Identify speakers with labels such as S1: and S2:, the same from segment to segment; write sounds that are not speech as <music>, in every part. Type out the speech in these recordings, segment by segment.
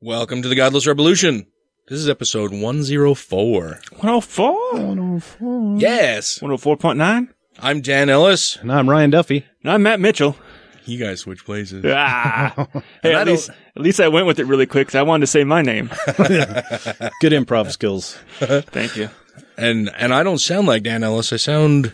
S1: Welcome to the Godless Revolution. This is episode 104.
S2: 104?
S1: Yes.
S2: 104.9?
S1: I'm Dan Ellis.
S3: And I'm Ryan Duffy.
S2: No, I'm Matt Mitchell.
S1: You guys switch places.
S3: <laughs>
S2: Ah. hey,
S1: I
S2: at
S1: don't-
S2: least, at least I went with it really quick because I wanted to say
S3: <laughs>
S2: my name.
S3: Good
S1: <laughs>
S3: improv skills.
S2: Thank you.
S1: And and I don't sound like Dan Ellis. I sound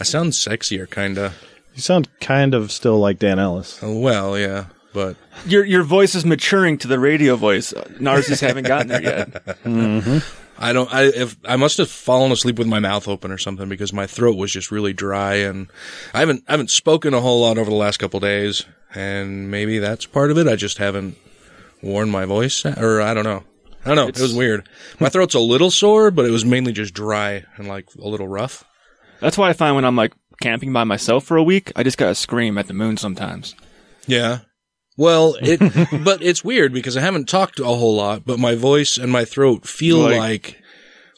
S1: I sound sexier kinda.
S3: You sound kind of still like Dan Ellis.
S1: Oh, Well, yeah. But
S2: Your your voice is maturing to the radio voice. Ours just haven't gotten there yet. Mm-hmm.
S1: I don't I if I must have fallen asleep with my mouth open or something because my throat was just really dry and I haven't I haven't spoken a whole lot over the last couple days and maybe that's part of it. I just haven't worn my voice or I don't know. I don't know. it was weird. My throat's a little sore, but it was mainly just dry and like a little rough.
S2: That's why I find when I'm like camping by myself for a week, I just gotta scream at the moon sometimes.
S1: Yeah.
S2: <laughs>
S1: Well, it but it's weird because I haven't talked a whole lot, but my voice and my throat feel
S2: Like-
S1: like,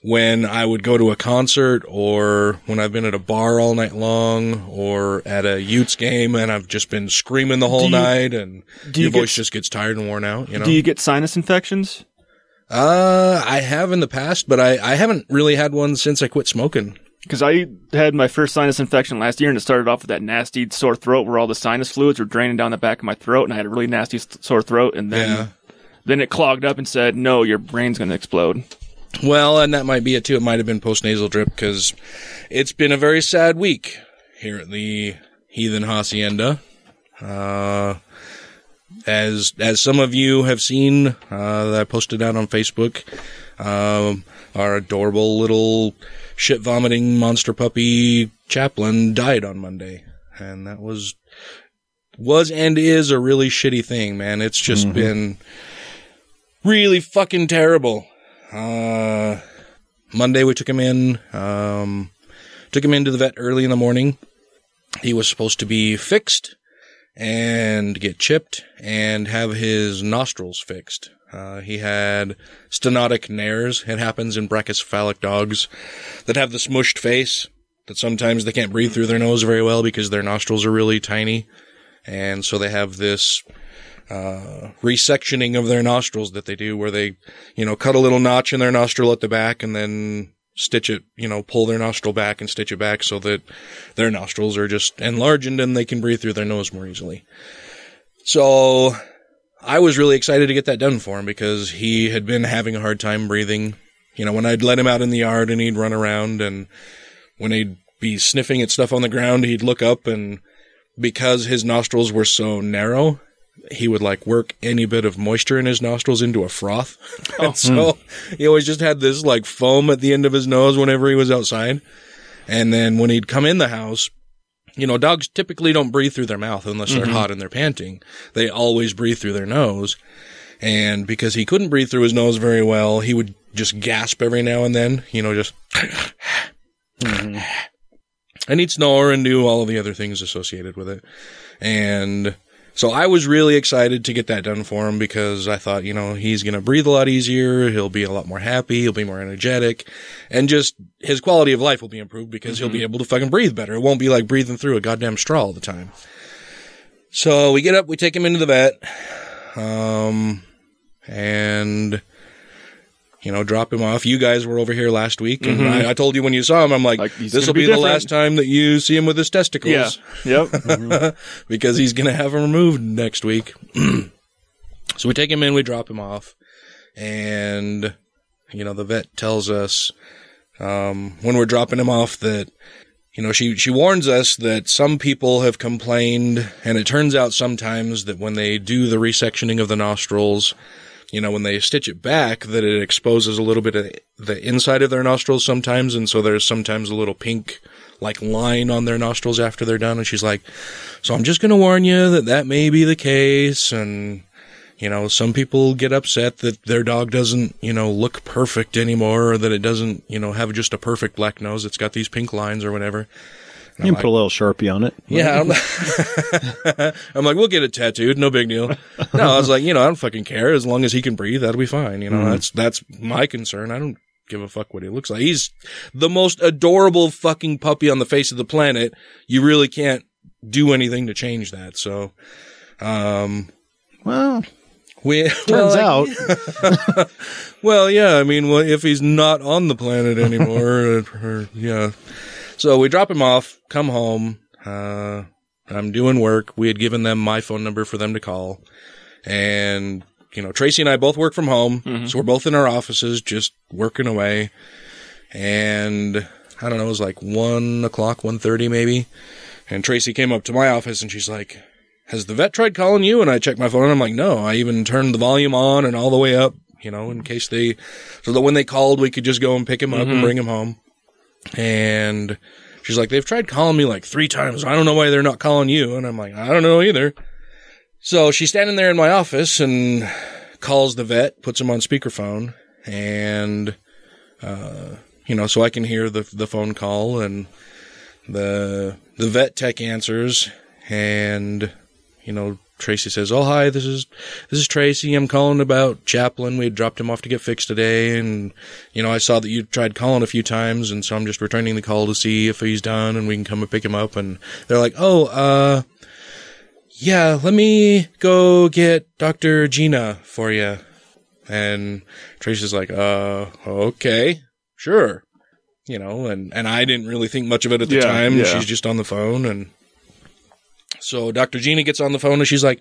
S1: when I would go to a concert or when I've been at a bar all night long or at a Utes game and I've just been screaming the whole
S2: you-
S1: night and
S2: do
S1: your
S2: you get-
S1: voice just gets tired and worn out, you know.
S2: Do you get sinus infections?
S1: uh I have in the past, but I I haven't really had one since I quit smoking.
S2: Because I had my first sinus infection last year, and it started off with that nasty sore throat where all the sinus fluids were draining down the back of my throat, and I had a really nasty s- sore throat, and then
S1: Yeah.
S2: then it clogged up and said, "No, your brain's gonna explode."
S1: Well, and that might be it too. It might have been post nasal drip because it's been a very sad week here at the Heathen Hacienda. Uh, as as some of you have seen, uh, that I posted out on Facebook, um, our adorable little shit vomiting monster puppy Chaplin died on Monday, and that was was and is a really shitty thing, man. It's just been really fucking terrible. Uh, Monday we took him in. Um, took him into the vet early in the morning. He was supposed to be fixed and get chipped and have his nostrils fixed. Uh, he had stenotic nares. It happens in brachycephalic dogs that have the smushed face that sometimes they can't breathe through their nose very well because their nostrils are really tiny. And so they have this uh, resectioning of their nostrils that they do where they, you know, cut a little notch in their nostril at the back and then stitch it, you know, pull their nostril back and stitch it back so that their nostrils are just enlarged and they can breathe through their nose more easily. So I was really excited to get that done for him because he had been having a hard time breathing. You know, when I'd let him out in the yard and he'd run around and when he'd be sniffing at stuff on the ground, he'd look up and because his nostrils were so narrow, he would like work any bit of moisture in his nostrils into a froth. <laughs> and so he always just had this like foam at the end of his nose whenever he was outside. And then when he'd come in the house, you know, dogs typically don't breathe through their mouth unless they're hot and they're panting. They always breathe through their nose. And because he couldn't breathe through his nose very well, he would just gasp every now and then, you know, just. <sighs> And he'd snore and do all of the other things associated with it. And so I was really excited to get that done for him because I thought, you know, he's going to breathe a lot easier. He'll be a lot more happy. He'll be more energetic and just his quality of life will be improved because he'll
S2: Mm-hmm.
S1: be able to fucking breathe better. It won't be like breathing through a goddamn straw all the time. So we get up, we take him into the vet. Um, and you know, drop him off. You guys were over here last week, and I, I told you when you saw him, I'm like,
S2: Mm-hmm. Like, he's
S1: this will
S2: gonna
S1: be,
S2: be
S1: the
S2: different.
S1: last time that you see him with his testicles
S2: Yeah.
S1: <laughs>
S2: Yep. Mm-hmm.
S1: because <clears throat> he's going to have him removed next week. so we take him in, we drop him off, and you know the vet tells us um, when we're dropping him off that you know she she warns us that some people have complained, and it turns out sometimes that when they do the resectioning of the nostrils, you know when they stitch it back, that it exposes a little bit of the inside of their nostrils sometimes, and so there's sometimes a little pink like line on their nostrils after they're done, and she's like, so I'm just going to warn you that that may be the case, and you know, some people get upset that their dog doesn't, you know, look perfect anymore or that it doesn't, you know, have just a perfect black nose. It's got these pink lines or whatever.
S3: You can put a little Sharpie on it.
S1: Yeah. <laughs> I'm, <laughs> I'm like, we'll get it tattooed. No big deal. No, I was like, you know, I don't fucking care. As long as he can breathe, that'll be fine. You know,
S3: Mm-hmm.
S1: that's, that's my concern. I don't give a fuck what he looks like. He's the most adorable fucking puppy on the face of the planet. You really can't do anything to change that. So, um,
S3: Well,
S1: we, <laughs> turns
S3: turns out
S1: <laughs> Well, yeah, I mean, well, if he's not on the planet anymore, or, or- yeah. So we drop him off, come home. Uh, I'm doing work. We had given them my phone number for them to call, and you know, Tracy and I both work from home, so we're both in our offices, just working away. And I don't know, it was like one o'clock, one thirty maybe. And Tracy came up to my office, and she's like, has the vet tried calling you? And I checked my phone and I'm like, no, I even turned the volume on and all the way up, you know, in case they, so that when they called, we could just go and pick him up and bring him home. And she's like, they've tried calling me like three times. I don't know why they're not calling you. And I'm like, I don't know either. So she's standing there in my office and calls the vet, puts him on speakerphone and, uh, you know, so I can hear the, the phone call and the, the vet tech answers and you know, Tracy says, "Oh hi, this is this is Tracy. I'm calling about Chaplin. We had dropped him off to get fixed today, and you know, I saw that you tried calling a few times, and so I'm just returning the call to see if he's done, and we can come and pick him up." And they're like, "Oh, uh, yeah, let me go get Doctor Gina for you." And Tracy's like, "Uh, okay, sure." You know, and and I didn't really think much of it at the
S2: Yeah,
S1: time.
S2: yeah.
S1: She's just on the phone and. So Dr. Gina gets on the phone and she's like,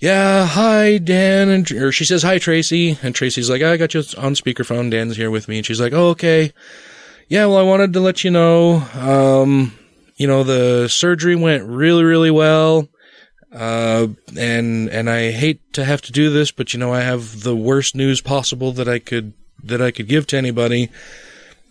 S1: yeah, hi, Dan. And or she says, hi, Tracy. And Tracy's like, I got you on speakerphone. Dan's here with me. And she's like, oh, okay. Yeah, well, I wanted to let you know, um, you know, the surgery went really, really well. Uh, and, and I hate to have to do this, but you know, I have the worst news possible that I could, that I could give to anybody.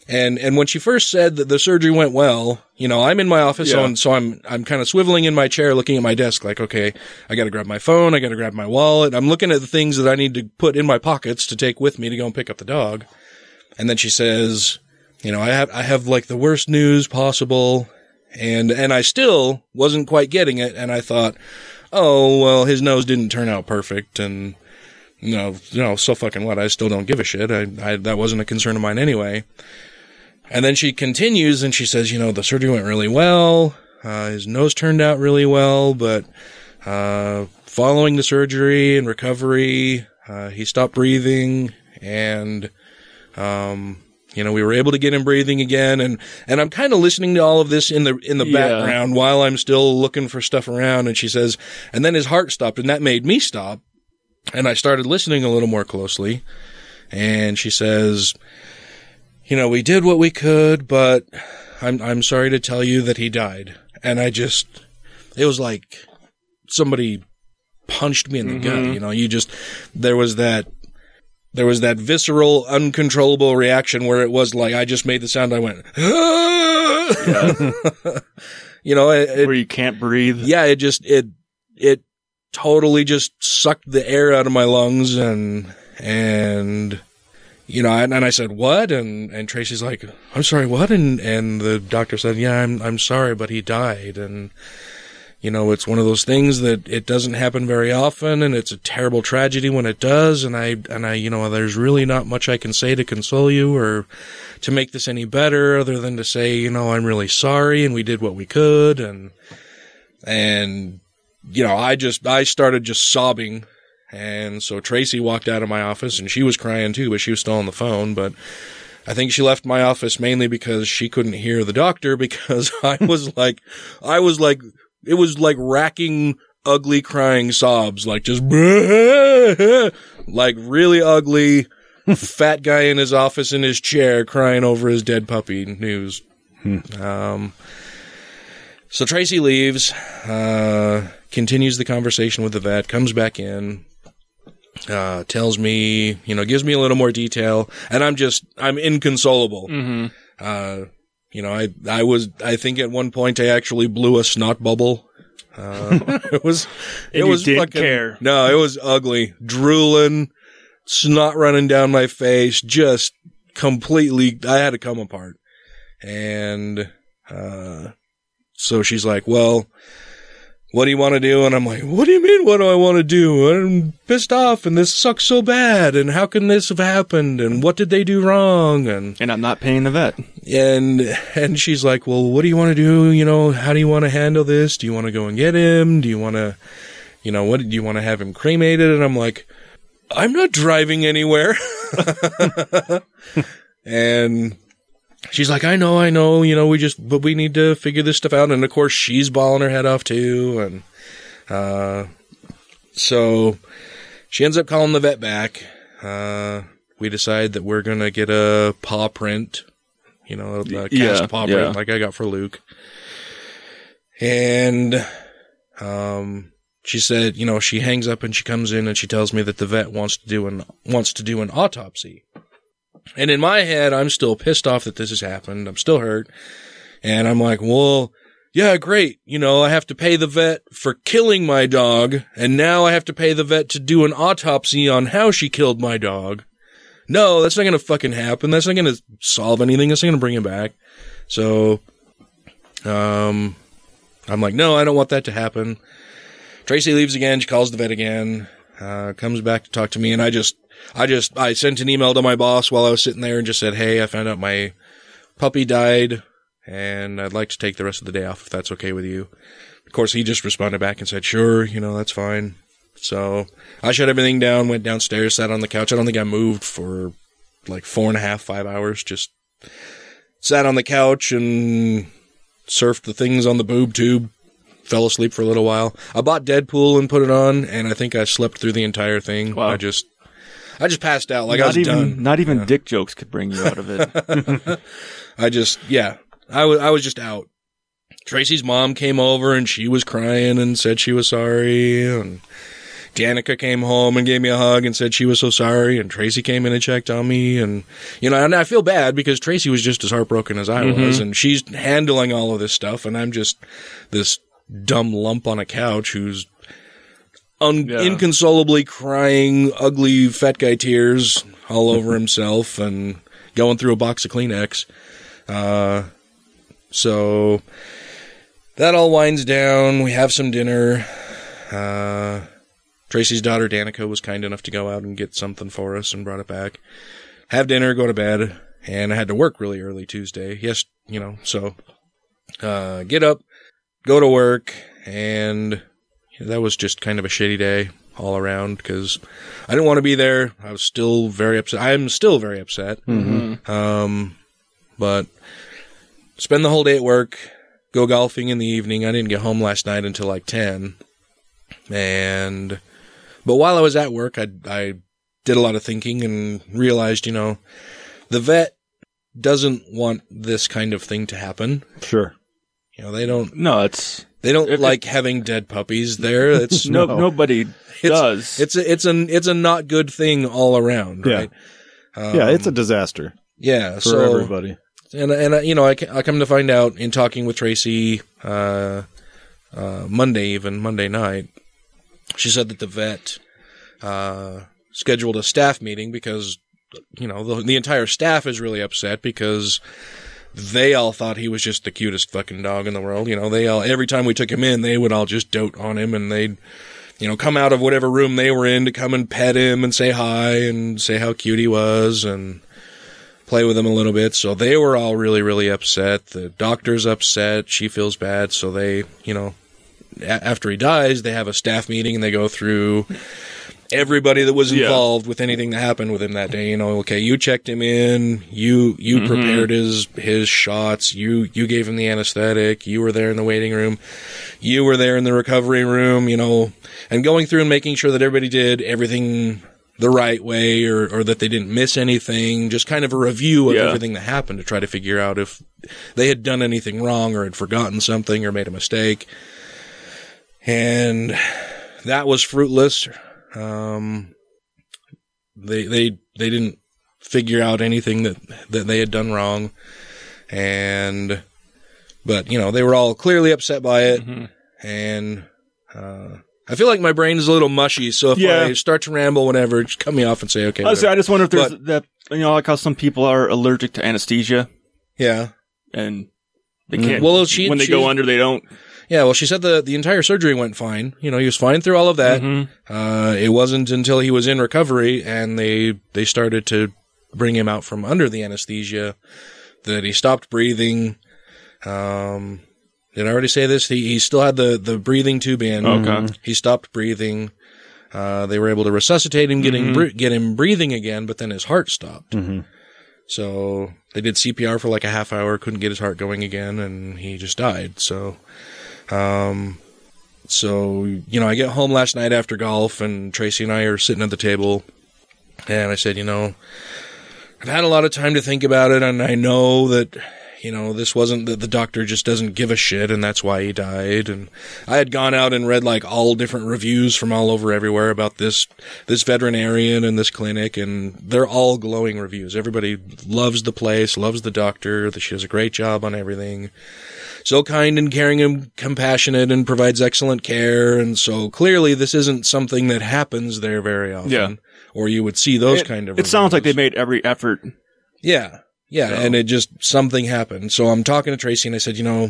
S1: And and when she first said that the surgery went well, you know, I'm in my office, so,
S2: Yeah.
S1: I'm, so I'm I'm kind of swiveling in my chair, looking at my desk, like, okay, I got to grab my phone, I got to grab my wallet. I'm looking at the things that I need to put in my pockets to take with me to go and pick up the dog. And then she says, you know, I have I have like the worst news possible, and and I still wasn't quite getting it, and I thought, oh well, his nose didn't turn out perfect, and you know, you know, so fucking what? I still don't give a shit. I, I that wasn't a concern of mine anyway. And then she continues and she says, you know, the surgery went really well. Uh, his nose turned out really well, but uh, following the surgery and recovery, uh, he stopped breathing and, um, you know, we were able to get him breathing again. And, and I'm kind of listening to all of this in the, in the
S2: Yeah.
S1: background while I'm still looking for stuff around. And she says, and then his heart stopped and that made me stop. And I started listening a little more closely. And she says, you know, we did what we could, but I'm I'm sorry to tell you that he died. And I just it was like somebody punched me in the gut, you know, you just there was that there was that visceral, uncontrollable reaction where it was like I just made the sound I went <gasps> "Ah!" You know, it, it-
S2: where you can't breathe.
S1: yeah, it just it it totally just sucked the air out of my lungs and and you know and, and I said what and and Tracy's like I'm sorry what and and the doctor said yeah I'm I'm sorry but he died and you know it's one of those things that it doesn't happen very often and it's a terrible tragedy when it does and I and I you know there's really not much I can say to console you or to make this any better other than to say you know I'm really sorry and we did what we could and and you know i just i started just sobbing and so tracy walked out of my office and she was crying too but she was still on the phone but i think she left my office mainly because she couldn't <laughs> hear the doctor because i was like i was like it was like racking ugly crying sobs, like just <laughs> like really ugly <laughs> fat guy in his office in his chair crying over his dead puppy news. Um, so Tracy leaves, uh, continues the conversation with the vet, comes back in, uh, tells me, you know, gives me a little more detail, and I'm just, I'm inconsolable. Uh, you know, I, I was, I think at one point I actually blew a snot bubble. Uh, <laughs> it was, it
S2: And you
S1: was
S2: didn't
S1: fucking,
S2: care.
S1: no, it was ugly, drooling, snot running down my face, just completely, I had to come apart. And, uh, so she's like, well, what do you want to do? And I'm like, what do you mean? What do I want to do? I'm pissed off and this sucks so bad. And how can this have happened? And what did they do wrong? And,
S2: And I'm not paying the vet.
S1: and, and she's like, well, what do you want to do? You know, how do you want to handle this? Do you want to go and get him? Do you want to, you know, what do you want to have him cremated? And I'm like, I'm not driving anywhere. <laughs> and she's like, I know, I know, you know, we just, but we need to figure this stuff out. And of course, she's bawling her head off too. And, uh, so she ends up calling the vet back. Uh, we decide that we're going to get a paw print, you know, a cast
S2: Yeah,
S1: paw
S2: yeah.
S1: print like I got for Luke. And, um, she said, you know, she hangs up and she comes in and she tells me that the vet wants to do an wants to do an autopsy. And in my head, I'm still pissed off that this has happened. I'm still hurt. And I'm like, well, yeah, great. You know, I have to pay the vet for killing my dog. And now I have to pay the vet to do an autopsy on how she killed my dog. No, that's not going to fucking happen. That's not going to solve anything. That's not going to bring him back. So, um, I'm like, no, I don't want that to happen. Tracy leaves again. She calls the vet again. Uh, comes back to talk to me, and I just, I just, I sent an email to my boss while I was sitting there and just said, "Hey, I found out my puppy died, and I'd like to take the rest of the day off if that's okay with you." Of course, he just responded back and said, "Sure, you know that's fine." So I shut everything down, went downstairs, sat on the couch. I don't think I moved for like four and a half, five hours. Just sat on the couch and surfed the things on the boob tube fell asleep for a little while. I bought Deadpool and put it on, and I think I slept through the entire thing.
S2: Wow.
S1: I just, I just passed out like I
S2: not
S1: was
S2: even
S1: done.
S2: not even dick jokes could bring you out of it.
S1: <laughs> I just, yeah, I was, I was just out. Tracy's mom came over and she was crying and said she was sorry. And Danica came home and gave me a hug and said she was so sorry. And Tracy came in and checked on me. And, you know, and I feel bad because Tracy was just as heartbroken as
S2: Mm-hmm.
S1: I was. And she's handling all of this stuff. And I'm just this dumb lump on a couch who's un-
S2: Yeah.
S1: inconsolably crying, ugly fat guy tears all over himself and going through a box of Kleenex. Uh, so that all winds down. We have some dinner. Uh, Tracy's daughter Danica was kind enough to go out and get something for us and brought it back. Have dinner, go to bed, and I had to work really early Tuesday. Yes, you know, so uh, get up, go to work, and that was just kind of a shitty day all around because I didn't want to be there. I was still very upset. I am still very upset. Um, but spend the whole day at work, go golfing in the evening. I didn't get home last night until like 10. And, but while I was at work, I, I did a lot of thinking and realized, you know, the vet doesn't want this kind of thing to happen.
S3: Sure.
S1: You know, they don't,
S2: no, it's
S1: they don't
S2: If it-
S1: like having dead puppies there. It's
S2: <laughs> no,
S3: No.
S2: nobody does.
S1: It's a, it's an, it's a not good thing all around,
S3: Yeah.
S1: right? Um,
S3: yeah, it's a disaster
S1: yeah,
S3: for
S1: so,
S3: everybody.
S1: and and uh, you know I, ca- I come to find out in talking with Tracy uh, uh, Monday even Monday night, she said that the vet uh, scheduled a staff meeting because you know the, the entire staff is really upset because they all thought he was just the cutest fucking dog in the world. You know they all every time we took him in they would all just dote on him and they'd you know come out of whatever room they were in to come and pet him and say hi and say how cute he was and play with him a little bit. So they were all really, really upset. The doctor's upset. She feels bad. So they, you know, a- after he dies, they have a staff meeting and they go through everybody that was
S2: Yeah.
S1: involved with anything that happened with him that day. You know, okay, you checked him in, you you
S2: Mm-hmm.
S1: prepared his his shots, you you gave him the anesthetic, you were there in the waiting room, you were there in the recovery room. You know, and going through and making sure that everybody did everything the right way or, or that they didn't miss anything just kind of a review of
S2: Yeah.
S1: everything that happened to try to figure out if they had done anything wrong or had forgotten something or made a mistake and that was fruitless. Um, they they they didn't figure out anything that that they had done wrong, and but you know they were all clearly upset by it,
S2: Mm-hmm.
S1: and uh, I feel like my brain is a little mushy. So if
S2: Yeah.
S1: I start to ramble, whenever, just cut me off and say okay.
S2: Honestly, Oh, I
S1: whatever.
S2: just wonder if there's
S1: But-
S2: that you know, like how some people are allergic to anesthesia
S1: yeah,
S2: and they can't.
S1: Well, she-
S2: when they
S1: she-
S2: go under, they don't.
S1: yeah. Well, she said the the entire surgery went fine. You know, he was fine through all of that. Uh, it wasn't until he was in recovery and they they started to bring him out from under the anesthesia that he stopped breathing. Um, did I already say this? He he still had the the breathing tube in.
S2: Okay.
S1: He stopped breathing. Uh, they were able to resuscitate him, getting bre- get him breathing again, but then his heart stopped.
S3: Mm-hmm.
S1: So they did CPR for like a half hour, couldn't get his heart going again, and he just died. So, um, so you know, I get home last night after golf, and Tracy and I are sitting at the table, and I said, you know, I've had a lot of time to think about it, and I know that. You know, this wasn't that the doctor just doesn't give a shit and that's why he died. And I had gone out and read like all different reviews from all over everywhere about this, this veterinarian and this clinic and they're all glowing reviews. Everybody loves the place, loves the doctor. that She does a great job on everything. So kind and caring and compassionate and provides excellent care. And so clearly this isn't something that happens there very often.
S2: Yeah.
S1: Or you would see those
S2: It,
S1: kind of
S2: it sounds like
S1: reviews.
S2: they made every effort.
S1: Yeah. Yeah.
S2: So-
S1: And it just, something happened. So I'm talking to Tracy and I said, you know,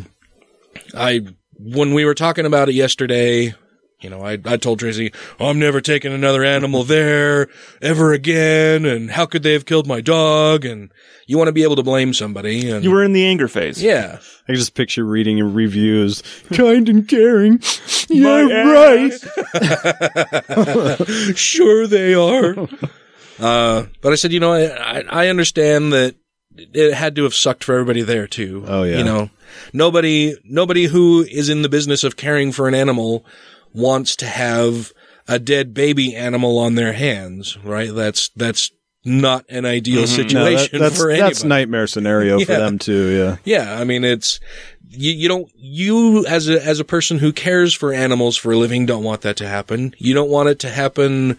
S1: I, when we were talking about it yesterday, you know, I, I told Tracy, I'm never taking another
S2: <laughs>
S1: animal there ever again. And how could they have killed my dog? And you want to be able to blame somebody. And
S2: You were in the anger phase.
S1: yeah.
S3: I can just picture reading your reviews. kind and caring. Yeah,
S2: My
S3: right.
S1: <laughs> sure they are. uh, but I said, you know, I, I, I understand that it had to have sucked for everybody there too.
S3: Oh, yeah.
S1: You know, nobody, nobody who is in the business of caring for an animal wants to have a dead baby animal on their hands, right? That's, that's not an ideal
S3: Mm-hmm. No, that-
S1: situation
S3: that's
S1: for anybody.
S3: that's nightmare scenario for
S1: <laughs> Yeah.
S3: them too. Yeah.
S1: Yeah, I mean it's you, you don't you as a as a person who cares for animals for a living don't want that to happen. You don't want it to happen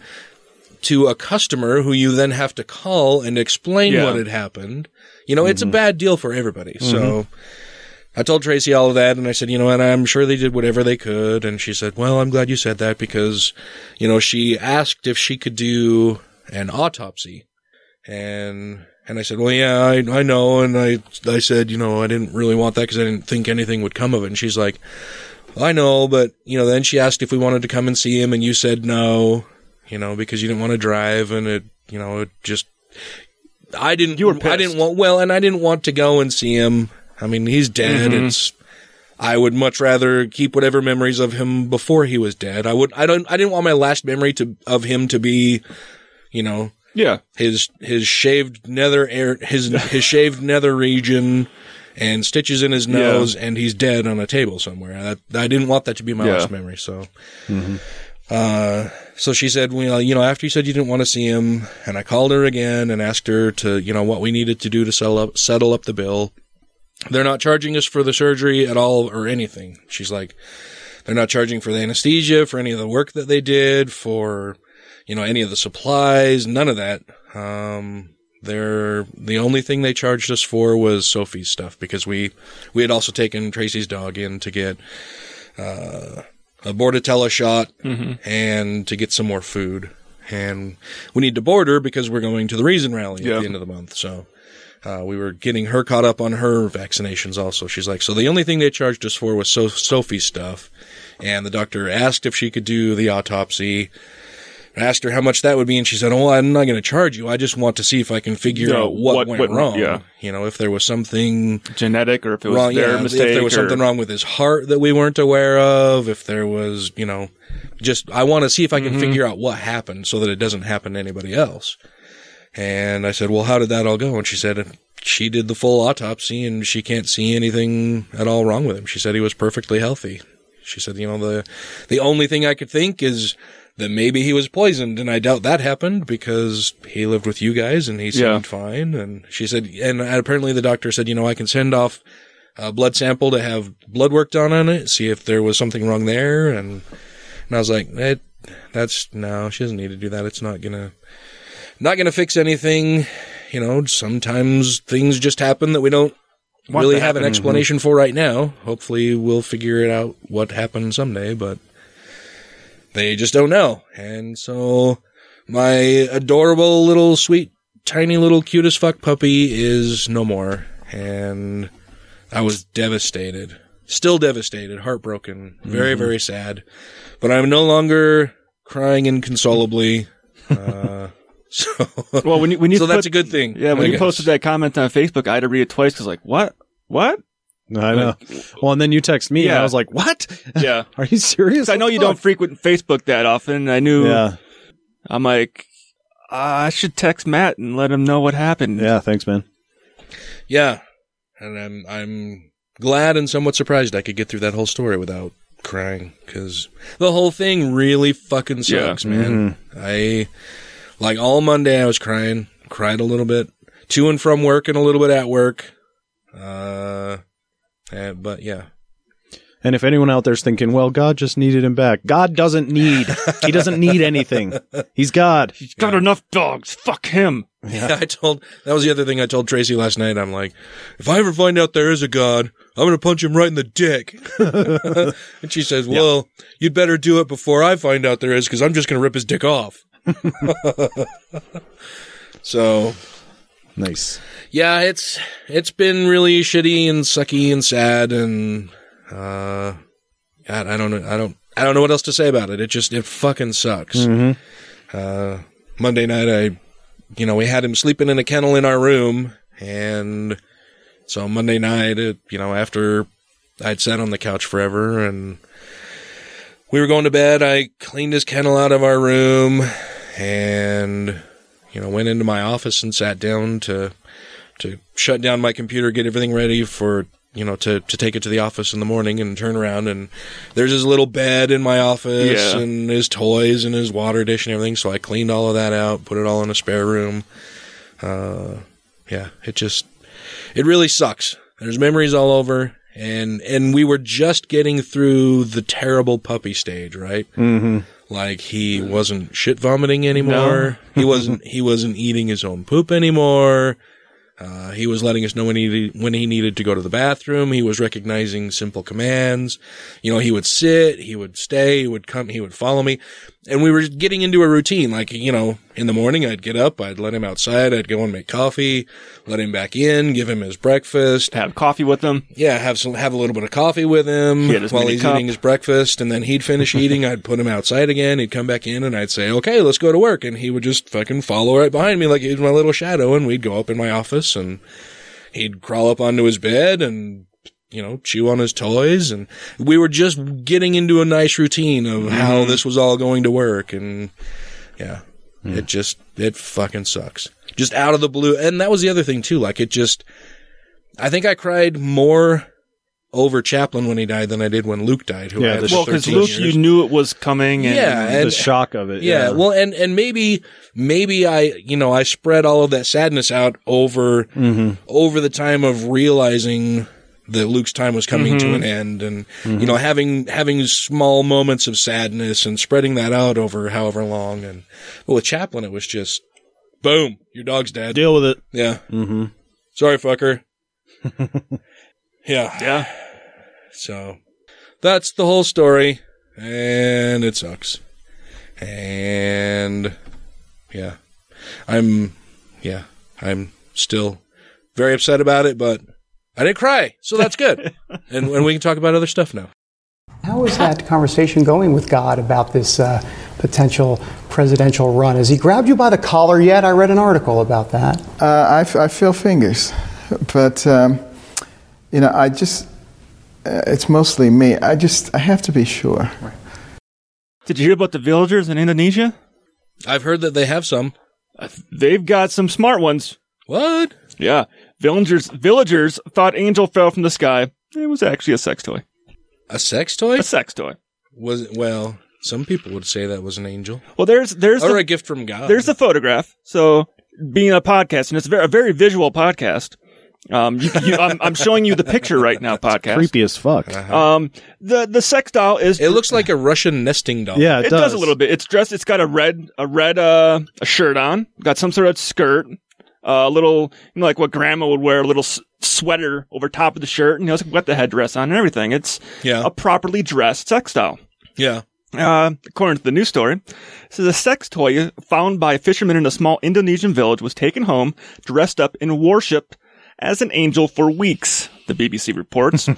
S1: to a customer who you then have to call and explain
S2: Yeah.
S1: what had happened. You know, it's a bad deal for everybody. So I told Tracy all of that and I said, you know, and I'm sure they did whatever they could and she said, "Well, I'm glad you said that because you know, she asked if she could do an autopsy." and and I said, well, yeah, I, I know. And I I said, you know, I didn't really want that because I didn't think anything would come of it. And she's like, I know, but you know, then she asked if we wanted to come and see him, and you said no, you know, because you didn't want to drive, and it, you know, it just, I didn't,
S2: You were
S1: I
S2: pissed.
S1: didn't want, well, and I didn't want to go and see him. I mean, he's dead.
S2: Mm-hmm.
S1: It's, I would much rather keep whatever memories of him before he was dead. I would, I don't, I didn't want my last memory to of him to be, you know,
S2: Yeah.
S1: his his shaved nether air his
S2: <laughs>
S1: his shaved nether region and stitches in his nose and he's dead on a table somewhere. That, I didn't want that to be my
S2: Yeah. Mm-hmm.
S1: last memory, so uh so she said, well, you know, after you said you didn't want to see him, and I called her again and asked her to, you know, what we needed to do to settle up, settle up the bill. They're not charging us for the surgery at all or anything. She's like, they're not charging for the anesthesia, for any of the work that they did, for, you know, any of the supplies, none of that. Um, they're, the only thing they charged us for was Sophie's stuff because we, we had also taken Tracy's dog in to get, uh, a Bordetella shot and to get some more food. And we need to board her because we're going to the Reason Rally
S2: Yeah.
S1: at the end of the month. So, uh, we were getting her caught up on her vaccinations also. She's like, so the only thing they charged us for was so- Sophie's stuff. And the doctor asked if she could do the autopsy I asked her how much that would be, and she said, "Oh, I'm not going to charge you. I just want to see if I can figure
S2: Yeah,
S1: out what,
S2: what
S1: went
S2: went wrong,
S1: wrong.
S2: yeah.
S1: You know, if there was something
S2: Genetic, or if it was
S1: wrong.
S2: their
S1: yeah,
S2: mistake,
S1: if there was
S2: or-
S1: something wrong with his heart that we weren't aware of, if there was, you know, just I want to see if I can
S2: Mm-hmm.
S1: figure out what happened so that it doesn't happen to anybody else. And I said, "Well, how did that all go?" And she said, "She did the full autopsy, and she can't see anything at all wrong with him." She said he was perfectly healthy. She said, "You know, the the only thing I could think is." That maybe he was poisoned, and I doubt that happened because he lived with you guys and he seemed
S2: Yeah.
S1: fine. And she said, and apparently the doctor said, you know, I can send off a blood sample to have blood work done on it, see if there was something wrong there. And, and I was like, eh, that's no, she doesn't need to do that. It's not gonna, not gonna fix anything. You know, sometimes things just happen that we don't
S2: Want
S1: really
S2: to
S1: have an
S2: happen.
S1: explanation for right now. Hopefully we'll figure it out what happened someday, but they just don't know. And so my adorable little sweet, tiny little cute as fuck puppy is no more. And I was devastated. Still devastated, heartbroken, very,
S2: Mm-hmm.
S1: very sad. But I'm no longer crying inconsolably. Uh, <laughs> so,
S2: Well, when you, when you
S1: so that's
S2: put-
S1: a good thing.
S2: Yeah, when
S1: I
S2: you
S1: guess.
S2: posted that comment on Facebook, I had to read it twice because like what what?
S3: I know. Well, and then you text me, and I
S2: Yeah.
S3: was like,
S2: <laughs>
S3: "What?
S2: Yeah,
S3: Are you serious?
S2: I know you don't frequent Facebook that often. I knew.
S3: Yeah,
S2: I'm like, "Ah, I should text Matt and let him know what happened.
S3: yeah. Thanks, man.
S1: Yeah, and I'm I'm glad and somewhat surprised I could get through that whole story without crying because the whole thing really fucking
S2: Yeah.
S1: sucks, man. I like all Monday I was crying, cried a little bit to and from work and a little bit at work. Uh, eh, but yeah,
S3: And if anyone out there's thinking, "Well, God just needed him back," God doesn't need. he doesn't need
S1: <laughs>
S3: anything. He's God.
S2: He's got enough dogs. Fuck him.
S1: Yeah, <laughs> I told that was the other thing I told Tracy last night. I'm like, if I ever find out there is a god, I'm gonna punch him right in the dick. and she says, "Well, you'd better do it before I find out there is, because I'm just gonna rip his dick off."
S2: Mm-hmm.
S1: so
S3: Nice.
S1: yeah, it's it's been really shitty and sucky and sad and uh, God, I don't know, I don't I don't know what else to say about it. It just it fucking sucks. Uh, Monday night, I you know we had him sleeping in a kennel in our room, and so Monday night, it, you know after I'd sat on the couch forever and we were going to bed, I cleaned his kennel out of our room and you know went into my office and sat down to to shut down my computer, get everything ready for you know to to take it to the office in the morning and turn around and there's his little bed in my office
S2: Yeah.
S1: and his toys and his water dish and everything. So I cleaned all of that out, put it all in a spare room. Uh, yeah, it just it really sucks. There's memories all over. And and we were just getting through the terrible puppy stage, right? Like he wasn't shit vomiting anymore. he wasn't he wasn't eating his own poop anymore. Uh, he was letting us know when he needed, when he needed to go to the bathroom. He was recognizing simple commands. You know, he would sit, he would stay, he would come, he would follow me, and we were getting into a routine. Like you know, in the morning I'd get up, I'd let him outside, I'd go and make coffee, let him back in, give him his breakfast,
S2: Have coffee with him.
S1: yeah, have some have a little bit of coffee with him
S2: had his
S1: while
S2: mini
S1: he's
S2: cup.
S1: eating his breakfast, and then he'd
S2: <laughs>
S1: finish eating. I'd put him outside again. He'd come back in, and I'd say, "Okay, let's go to work," and he would just fucking follow right behind me like he was my little shadow. And we'd go up in my office, and he'd crawl up onto his bed and you know chew on his toys. And we were just getting into a nice routine of how this was all going to work, and yeah, it just it fucking sucks. Just out of the blue, and that was the other thing too. Like it just. I think I cried more over Chaplin when he died than I did when Luke died. Who
S3: Yeah,
S1: I had
S3: the
S1: for
S2: Well, because
S1: 13
S2: Luke,
S1: years.
S2: you knew it was coming. And
S1: yeah,
S3: the
S1: and,
S3: shock of it.
S1: yeah, well, and and maybe maybe I you know I spread all of that sadness out over over the time of realizing that Luke's time was coming to an end, and you know having having small moments of sadness and spreading that out over however long. And but with Chaplin, it was just boom, your dog's dead.
S3: deal with it.
S1: Yeah. Mm-hmm. Sorry,
S3: <laughs>
S1: fucker. yeah.
S2: Yeah.
S1: So that's the whole story, and it sucks. And yeah, I'm yeah I'm still very upset about it, but I didn't cry, so that's
S2: <laughs>
S1: good. and and we can talk about other stuff now.
S4: How is that conversation going with God about this uh, potential presidential run. Has he grabbed you by the collar yet? I read an article about that.
S5: Uh, I, f- I feel fingers, but um, you know, I just. Uh, it's mostly me. I just I have to be sure.
S2: Did you hear about the villagers in Indonesia?
S1: I've heard that they have some.
S2: Uh, They've got some smart ones.
S1: What?
S2: Yeah. Villagers villagers thought angel fell from the sky. It was actually a sex toy.
S1: A sex toy?
S2: A sex toy.
S1: Was well, some people would say that was an angel
S2: Well, there's there's
S1: or
S2: the,
S1: a gift from God.
S2: there's the photograph. So being a podcast, and it's a very, a very visual podcast. Um, you, you, I'm, I'm showing you the picture right now, podcast.
S3: Creepy as fuck.
S1: Uh-huh.
S2: Um, the the sex doll is
S1: It looks like a Russian nesting doll.
S3: Yeah, it,
S2: it does. a little bit. It's dressed. It's got a red a red uh a shirt on. Got some sort of skirt. uh, A little, you know, like what grandma would wear, a little s- sweater over top of the shirt, and you know, it's got the headdress on and everything. It's
S1: Yeah.
S2: a properly dressed sex doll.
S1: Yeah.
S2: Uh, according to the news story, it says a sex toy found by a fisherman in a small Indonesian village was taken home, dressed up, and worshipped as an angel for weeks, the BBC reports,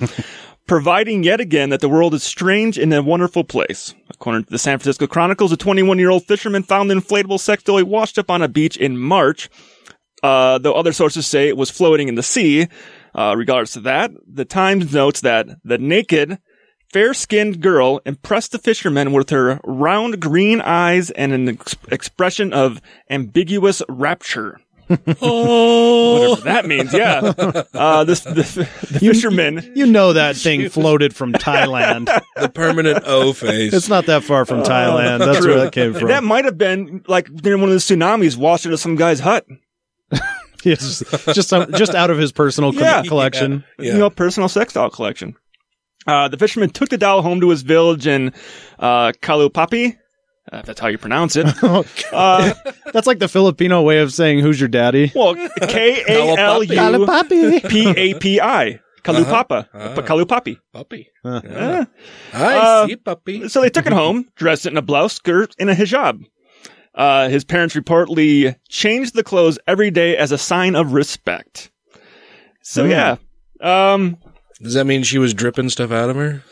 S2: providing yet again that the world is strange and a wonderful place. According to the San Francisco Chronicles, a 21 year old fisherman found the inflatable sex toy washed up on a beach in March, uh, though other sources say it was floating in the sea. Uh, regards to that, the Times notes that the naked, fair skinned girl impressed the fishermen with her round green eyes and an ex- expression of ambiguous rapture. oh, whatever that means. Yeah, uh, this <laughs> the, the fisherman.
S3: You know that
S2: <laughs>
S3: thing floated from <laughs> Thailand.
S1: The
S3: <laughs>
S1: permanent O face.
S3: It's not that far from Thailand. That's where that came from.
S2: Uh, That might have been like during one of the tsunamis washed into some guy's hut.
S3: <laughs> Yes, just some- just out of his personal co-
S2: Yeah.
S3: collection.
S1: Yeah.
S2: you know, personal sex doll collection. Uh, the fisherman took the doll home to his village in uh, Kalupapi. Uh, if that's how you
S3: <laughs>
S2: pronounce it.
S3: Oh,
S2: uh,
S3: That's like the Filipino way of saying "Who's your daddy?"
S2: well, K A L U
S3: Papi.
S2: P A P I. Kalupapa.
S1: Uh-huh.
S2: Kalupapi.
S1: puppy.
S3: Uh.
S1: Yeah. I
S2: Uh,
S1: see puppy.
S2: So they took
S1: <laughs>
S2: it home, dressed it in a blouse, skirt, and a hijab. Uh, his parents reportedly changed the clothes every day as a sign of respect. So yeah. Um,
S1: Hmm. Does that mean she was dripping stuff out of her?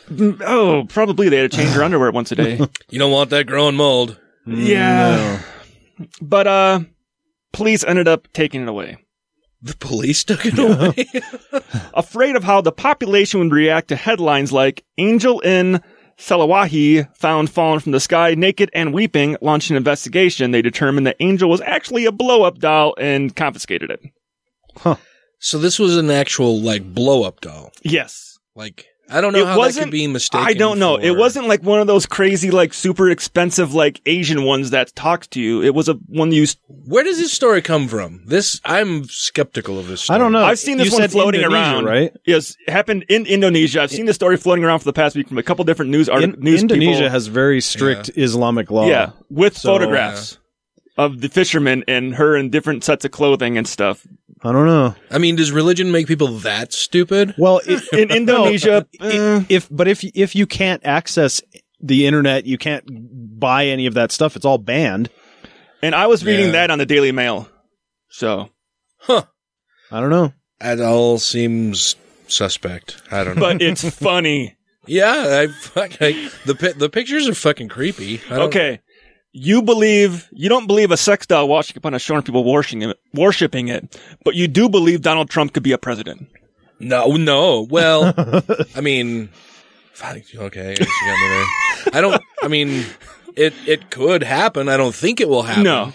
S2: oh, probably they had to change
S1: <laughs>
S2: her underwear once a day.
S1: You don't want that growing mold.
S2: Yeah. But uh police ended up taking it away.
S1: The police took it away.
S2: <laughs> Afraid of how the population would react to headlines like Angel in Salawahi found fallen from the sky naked and weeping, launched an investigation. They determined that Angel was actually a blow up doll and confiscated it.
S1: so this was an actual like blow up doll.
S2: Yes.
S1: Like I don't know
S2: it
S1: how that could
S2: wasn't
S1: be mistaken.
S2: I don't know. It
S1: for-
S2: wasn't like one of those crazy, like super expensive, like Asian ones that talks to you. It was a one you. s-
S1: Where does this story come from? This I'm skeptical of this. Story.
S3: I don't know.
S2: I've seen this
S3: You
S2: one
S3: said
S2: floating
S3: Indonesia,
S2: around.
S3: right?
S2: Yes, it happened in Indonesia. I've seen this story floating around for the past week from a couple different news
S3: In-
S2: articles. news
S3: Indonesia
S2: people.
S3: has very strict Islamic law.
S2: Yeah, with
S3: So,
S2: photographs of the fisherman and her in different sets of clothing and stuff.
S3: I don't know.
S1: I mean, does religion make people that stupid?
S2: <laughs>
S3: Well, it,
S2: In Indonesia, eh,
S3: i- if but if if you can't access the internet, you can't buy any of that stuff. It's all banned.
S2: and I was reading
S1: Yeah.
S2: that on the Daily Mail. So,
S3: I don't know.
S1: That all seems suspect. I don't know.
S2: but it's funny.
S1: yeah, I, fuck- I the pi- the pictures are fucking creepy. I don't-
S2: Okay. You believe you don't believe a sex doll washing upon a shore and people worshiping it, worshiping it, but you do believe Donald Trump could be a president.
S1: No, no. <laughs> Well,
S2: <laughs>
S1: I mean, fuck, okay, I guess you got me there. I don't. I mean, it it could happen. I don't think it will happen.
S2: No.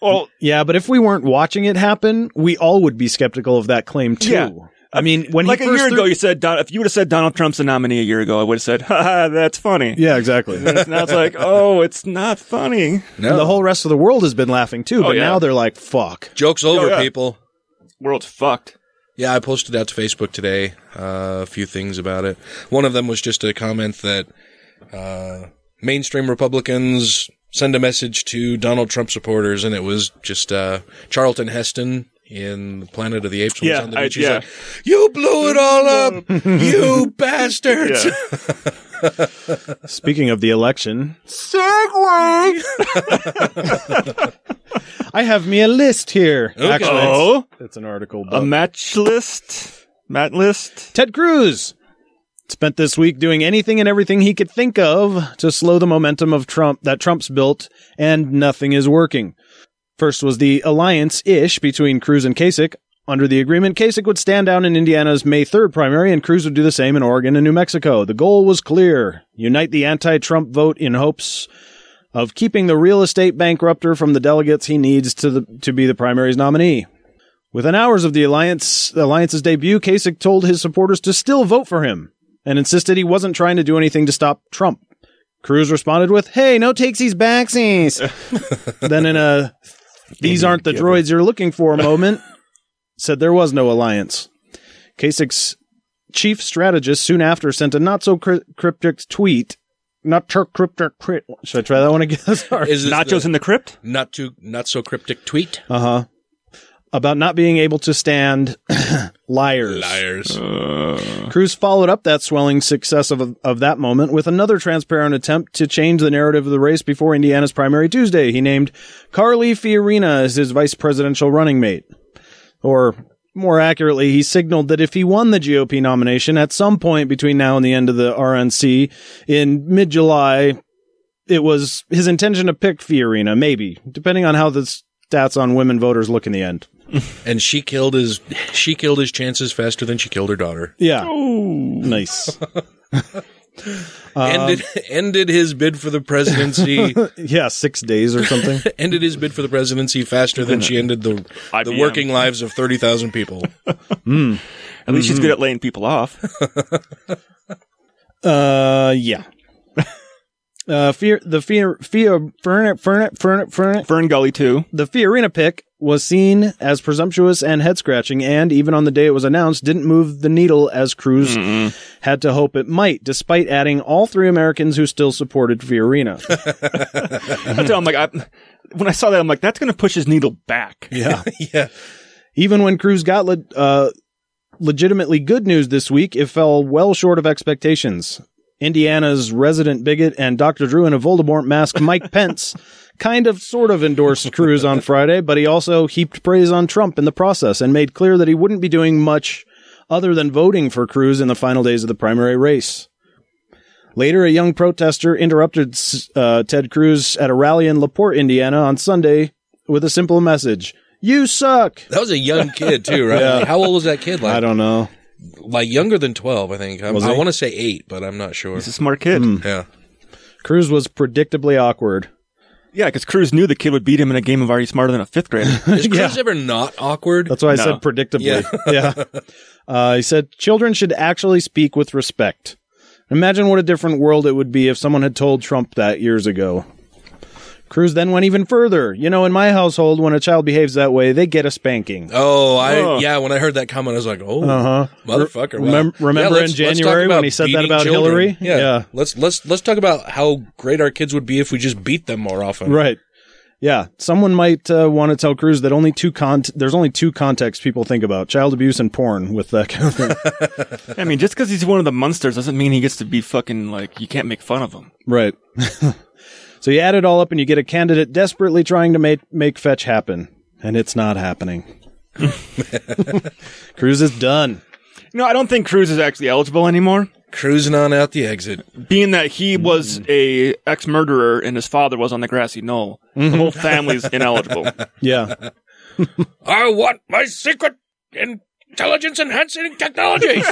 S2: Well,
S3: Yeah, but if we weren't watching it happen, we all would be skeptical of that claim too.
S2: Yeah.
S3: I mean, when
S2: like a
S3: he first
S2: year
S3: threw-
S2: ago, you said Don, if you would have said Donald Trump's the nominee a year ago, I would have said, <laughs> "Ha ha, that's funny."
S3: yeah, exactly.
S2: And now
S3: <laughs>
S2: it's like, oh, it's not funny. Oh,
S1: no.
S3: And the whole rest of the world has been laughing too, but
S2: yeah.
S3: now they're like,
S2: <laughs>
S3: "Fuck."
S1: joke's over,
S2: Oh, yeah.
S1: people.
S2: World's fucked.
S1: Yeah, I posted out to Facebook today uh, a few things about it. One of them was just a comment that uh, mainstream Republicans send a message to Donald Trump supporters, and it was just uh, Charlton Heston in Planet of the Apes. when he was
S2: Yeah,
S1: on the
S2: I-
S1: beach. He's
S2: yeah.
S1: like, <laughs> you blew it all up, you bastards. <laughs>
S2: Yeah.
S3: Speaking of the election, I have me a list here. Actually, it's-
S2: Oh,
S3: it's, an article.
S2: a
S3: But
S2: match list, mat list.
S3: Ted Cruz spent this week doing anything and everything he could think of to slow the momentum of Trump that Trump's built, and nothing is working. First was the alliance ish between Cruz and Kasich. Under the agreement, Kasich would stand down in Indiana's May 3rd primary, and Cruz would do the same in Oregon and New Mexico. The goal was clear unite the anti Trump vote in hopes of keeping the real estate bankrupter from the delegates he needs to, the, to be the primary's nominee. Within hours of the alliance the alliance's debut, Kasich told his supporters to still vote for him and insisted he wasn't trying to do anything to stop Trump. Cruz responded with, "Hey, no takesies backsies." then in a "These aren't the droids you're looking for" moment, said there was no alliance. Kasich's chief strategist soon after sent a not so cry- cryptic tweet. Not ter- cryptic. crypt- Should I try that one again? <laughs> Sorry.
S1: Is this
S2: Nachos in the crypt?
S1: Not too, not so cryptic tweet.
S3: Uh huh. About not being able to stand <clears throat> liars.
S1: Liars.
S3: Cruz followed up that swelling success of, of that moment with another transparent attempt to change the narrative of the race before Indiana's primary Tuesday. He named Carly Fiorina as his vice presidential running mate. Or more accurately, he signaled that if he won the GOP nomination at some point between now and the end of the RNC in mid July, it was his intention to pick Fiorina, maybe, depending on how the stats on women voters look in the end.
S1: and she killed his, she killed his chances faster than she killed her daughter.
S3: Yeah. Nice.
S1: <laughs> ended,
S2: Um,
S1: ended his bid for the
S2: <laughs>
S1: presidency.
S3: <laughs> yeah, six days or something.
S1: <laughs> ended his bid for the presidency faster than she ended the the
S2: IBM.
S1: working lives of thirty thousand
S2: <laughs>
S1: people.
S2: Hmm.
S1: Hmm.
S2: At least she's good at laying people off.
S3: Uh, yeah. <laughs> Uh, fear the fear fear fernet fernet fernet fernet
S2: Fern Gully too.
S3: the Fiorina pick was seen as presumptuous and head scratching, and even on the day it was announced, didn't move the needle as Cruz had to hope it might, despite adding all three Americans who still supported Fiorina. <laughs>
S2: That's how I'm like, I, when I saw that, I'm like, that's going to push his needle back.
S3: yeah.
S1: yeah,
S3: Even when Cruz got le- uh, legitimately good news this week, it fell well short of expectations. Indiana's resident bigot and Dr. Drew in a Voldemort mask, Mike Pence, kind of sort of endorsed Cruz on Friday, but he also heaped praise on Trump in the process and made clear that he wouldn't be doing much other than voting for Cruz in the final days of the primary race. Later, a young protester interrupted uh, Ted Cruz at a rally in LaPorte, Indiana on Sunday with a simple message You suck!
S1: <laughs> that was a young kid too, right? How old was that kid? Like,
S3: I don't know.
S1: like younger than twelve, I think. i
S3: Was
S1: I
S3: he?
S1: want to say eight, but I'm not sure.
S2: He's a smart kid.
S1: Yeah,
S3: Hmm. Cruz was predictably awkward.
S2: Yeah, because Cruz knew the kid would beat him in a game of Are You Smarter Than a Fifth
S3: <laughs>
S2: Grader?
S1: is Cruz ever not awkward?
S3: That's why I
S2: No.
S3: said predictably. <laughs> Yeah. Uh, he said children should actually speak with respect. Imagine what a different world it would be if someone had told Trump that years ago. Cruz then went even further. You know, in my household, when a child behaves that way, they get a spanking.
S1: Oh, I yeah. When I heard that comment, I was like, oh,
S3: Uh-huh.
S1: motherfucker. wow.
S3: Remem- remember
S1: let's-
S3: in
S1: let's talk
S3: January when
S1: about
S3: he said that
S1: beating
S3: about
S1: children.
S3: Hillary?
S1: Yeah.
S3: Yeah.
S1: let's let's let's talk about how great our kids would be if we just beat them more often.
S3: Right. Yeah. Someone might uh, want to tell Cruz that only two con- there's only two contexts people think about child abuse and porn with that kind of thing.
S2: I mean, just because he's one of the monsters doesn't mean he gets to be fucking like, you can't make fun of him.
S3: Right. <laughs> so you add it all up and you get a candidate desperately trying to make, make fetch happen, and it's not happening. <laughs> Cruz is done.
S2: No, I don't think Cruz is actually eligible anymore,
S1: Cruising on out the exit.
S2: being that he was a ex murderer and his father was on the grassy knoll. The whole family's <laughs> ineligible.
S3: Yeah.
S1: I want my secret intelligence enhancing
S3: <laughs>
S1: technologies.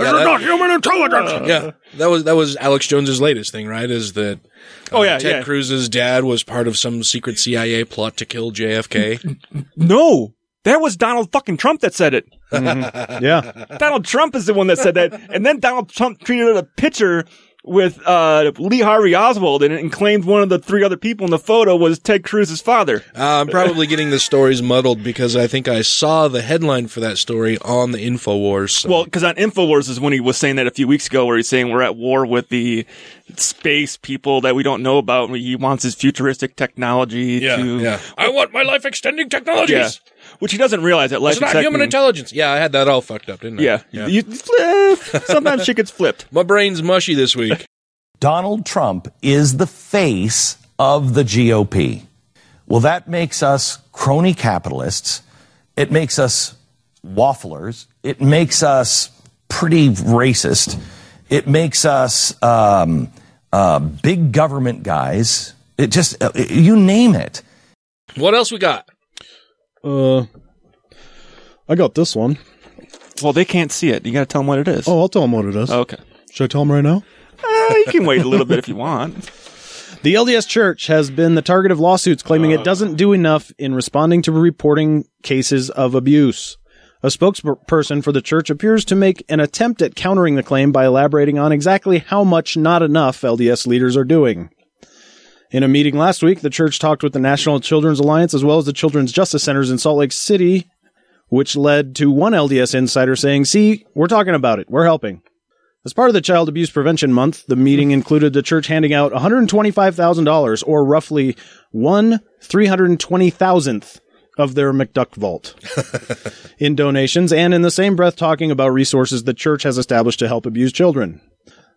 S1: Yeah, that-
S2: human intelligence.
S1: yeah, that was that was Alex Jones's latest thing, right? Is that
S2: Oh, yeah,
S1: Ted
S2: yeah.
S1: Cruz's dad was part of some secret CIA plot to kill JFK.
S2: No, that was Donald fucking Trump that said it. Mm-hmm.
S3: Yeah.
S2: <laughs> Donald Trump is the one that said that, and then Donald Trump tweeted out a picture with uh, Lee Harvey Oswald in it and claimed one of the three other people in the photo was Ted Cruz's father.
S1: Uh, I'm probably getting the stories muddled because I think I saw the headline for that story on the Infowars. so-
S2: Well, because on Infowars is when he was saying that a few weeks ago, where he's saying we're at war with the space people that we don't know about. and He wants his futuristic technology
S1: yeah,
S2: to,
S1: yeah. I want my life extending technologies.
S2: Yeah. which he doesn't realize that life
S1: It's not human
S2: expectancy-
S1: intelligence. Yeah, I had that all fucked up, didn't I?
S2: Yeah, You- you <laughs> flip. sometimes shit gets flipped.
S1: My brain's mushy this week.
S6: Donald Trump is the face of the GOP. Well, that makes us crony capitalists. It makes us wafflers. It makes us pretty racist. It makes us um, uh, big government guys. It just, uh, you name it.
S1: What else we got?
S3: Uh, I got this one.
S2: Well, they can't see it. You got to tell them what it is.
S3: Oh, I'll tell them what it is.
S2: Okay.
S3: Should I tell them right now?
S2: Uh, you can wait a little bit if you want.
S3: <laughs> The LDS Church has been the target of lawsuits claiming
S2: Uh.
S3: it doesn't do enough in responding to reporting cases of abuse. A spokesperson for the church appears to make an attempt at countering the claim by elaborating on exactly how much not enough LDS leaders are doing. In a meeting last week, the church talked with the National Children's Alliance as well as the Children's Justice Centers in Salt Lake City, which led to one LDS insider saying, See, we're talking about it. We're helping. As part of the Child Abuse Prevention Month, the meeting included the church handing out $125,000, or roughly one 320,000th of their McDuck vault in donations, and in the same breath talking about resources the church has established to help abused children.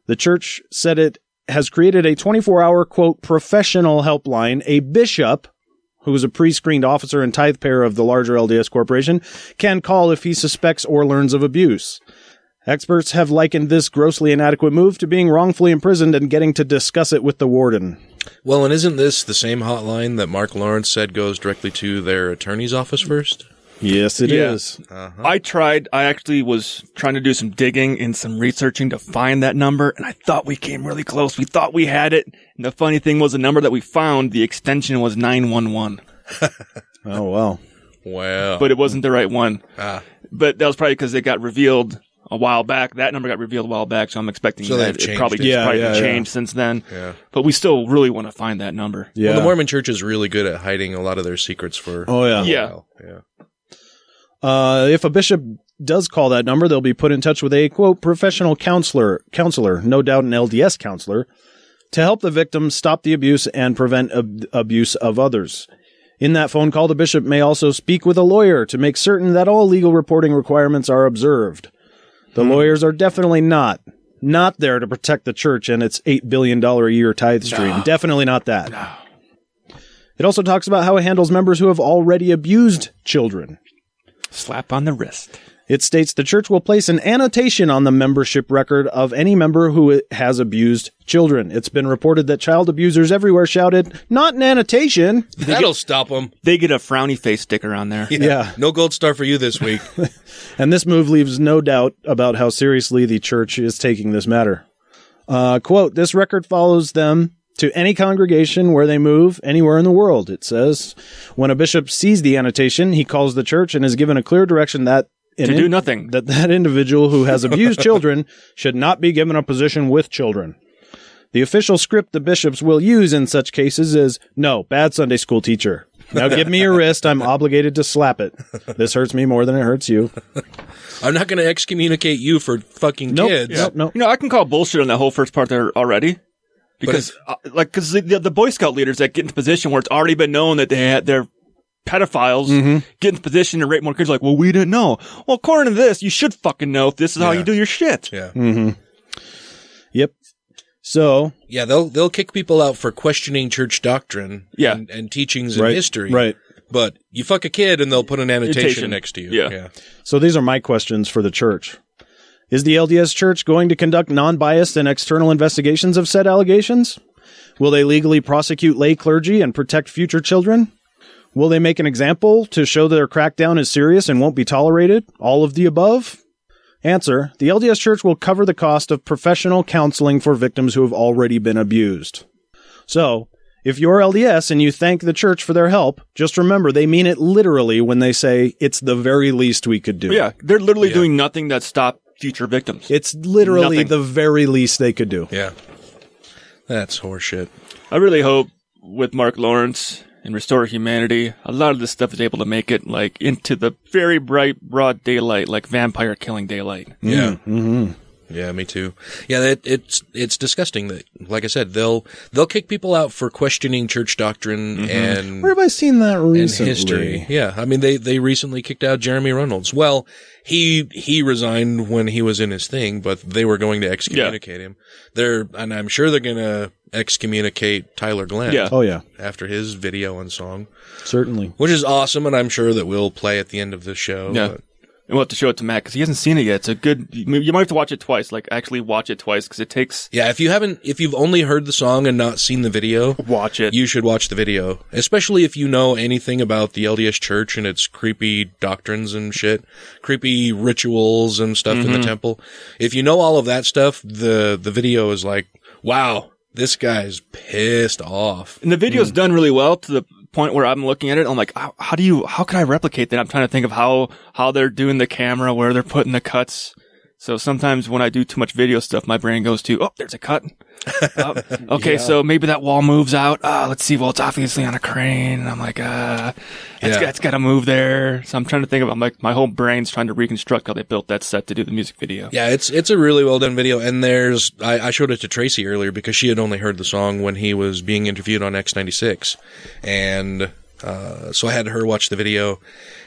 S3: The church said it has created a 24 hour, quote, professional helpline. A bishop, who is a pre screened officer and tithe payer of the larger LDS corporation, can call if he suspects or learns of abuse. Experts have likened this grossly inadequate move to being wrongfully imprisoned and getting to discuss it with the warden.
S1: Well, and isn't this the same hotline that Mark Lawrence said goes directly to their attorney's office first?
S3: Yes, it is.
S2: Yeah. I tried. I actually was trying to do some digging and some researching to find that number, and I thought we came really close. We thought we had it. And the funny thing was, the number that we found, the extension was 911.
S3: Oh, wow.
S1: Wow.
S2: but it wasn't the right one.
S1: Oh. Ah.
S2: But that was probably because it got revealed a while back. That number got revealed a while back, so I'm expecting
S1: So
S2: that
S1: they've
S2: it probably
S1: changed it.
S2: it's
S1: Yeah,
S2: probably
S1: yeah,
S2: been
S1: yeah.
S2: changed since then.
S1: Yeah.
S2: But we still really want to find that number.
S1: Well, the Mormon Church is really good at hiding a lot of their secrets for.
S3: Oh, yeah.
S1: a
S2: Yeah.
S1: while. yeah.
S3: Uh, if a bishop does call that number, they'll be put in touch with a quote professional counselor, counselor, no doubt an LDS counselor, to help the victim stop the abuse and prevent ab- abuse of others. In that phone call, the bishop may also speak with a lawyer to make certain that all legal reporting requirements are observed. The lawyers are definitely not not there to protect the church and its eight billion dollar a year tithe stream. Definitely not that. It also talks about how it handles members who have already abused children.
S2: Slap on the wrist.
S3: It states the church will place an annotation on the membership record of any member who has abused children. It's been reported that child abusers everywhere shouted, Not an annotation.
S1: That'll stop them.
S2: They get a frowny face sticker on there.
S3: Yeah.
S1: No gold star for you this week.
S3: And this move leaves no doubt about how seriously the church is taking this matter. Uh, quote, this record follows them to any congregation where they move anywhere in the world, it says. When a bishop sees the annotation, he calls the church and is given a clear direction that an
S2: To do nothing.
S3: That that individual who has
S2: <laughs>
S3: abused children should not be given a position with children. The official script the bishops will use in such cases is no, bad Sunday school teacher. Now give me your wrist. I'm obligated to slap it. This hurts me more than it hurts you.
S1: I'm not going to excommunicate you for fucking
S3: <laughs> Nope.
S1: kids.
S3: Nope. Nope.
S2: You know, I can call bullshit on that whole first part there already. Because, uh, like, because the, the Boy Scout leaders that get into position where it's already been known that they had their pedophiles
S3: Mm-hmm.
S2: get into position to rape more kids, like, well, we didn't know. Well, according to this, you should fucking know if this is how you do your shit.
S1: Yeah.
S3: Mm-hmm. Yep. So
S1: Yeah, they'll they'll kick people out for questioning church doctrine
S2: Yeah.
S1: and, and teachings
S3: Right,
S1: in history.
S3: right.
S1: But you fuck a kid and they'll put an annotation
S2: Annotation.
S1: next to you.
S2: Yeah.
S3: so these are my questions for the church. Is the LDS Church going to conduct non-biased and external investigations of said allegations? Will they legally prosecute lay clergy and protect future children? Will they make an example to show their crackdown is serious and won't be tolerated? All of the above? Answer: The LDS Church will cover the cost of professional counseling for victims who have already been abused. So, if you're LDS and you thank the church for their help, just remember they mean it literally when they say it's the very least we could do.
S2: Yeah. They're literally doing nothing that stop future victims.
S3: It's literally
S2: Nothing.
S3: the very least they could do.
S1: Yeah. That's horseshit.
S2: I really hope with Mark Lawrence and Restore Humanity, a lot of this stuff is able to make it like into the very bright, broad daylight, like vampire killing daylight.
S1: Yeah.
S3: Mm-hmm.
S1: Yeah, me too. Yeah, that it's it's disgusting that like I said, they'll they'll kick people out for questioning church doctrine
S3: Mm-hmm.
S1: and
S3: Where have I seen that
S1: and
S3: recently?
S1: history. Yeah, I mean they they recently kicked out Jeremy Reynolds. Well, he he resigned when he was in his thing, but they were going to excommunicate him. They're and I'm sure they're going to excommunicate Tyler Glenn.
S2: Yeah.
S3: Oh yeah,
S1: After his video and song,
S3: certainly.
S1: which is awesome, and I'm sure that we'll play at the end of the show.
S2: Yeah.
S1: but
S2: And we'll have to show it to Matt because he hasn't seen it yet. It's a good. You might have to watch it twice. Like actually watch it twice because it takes.
S1: Yeah, if you haven't, if you've only heard the song and not seen the video,
S2: watch it.
S1: You should watch the video, especially if you know anything about the LDS Church and its creepy doctrines and shit, creepy rituals and stuff in
S2: Mhm.
S1: the temple. If you know all of that stuff, the the video is like, wow, this guy's pissed off.
S2: And the
S1: Hmm.
S2: video's done really well to the point where I'm looking at it. I'm like, how, how do you? How can I replicate that? I'm trying to think of how how they're doing the camera, where they're putting the cuts. So sometimes when I do too much video stuff, my brain goes to, oh, there's
S1: <laughs>
S2: a cut. Oh, okay,
S1: Yeah.
S2: so maybe that wall moves out. Ah, let's see. Well, it's obviously on a crane. I'm like, uh, it's,
S1: Yeah.
S2: got- it's got to move there. So I'm trying to think of. I'm like, my whole brain's trying to reconstruct how they built that set to do the music video.
S1: Yeah, it's it's a really well done video, and there's I, I showed it to Tracy earlier because she had only heard the song when he was being interviewed on X ninety six, and uh, so I had her watch the video,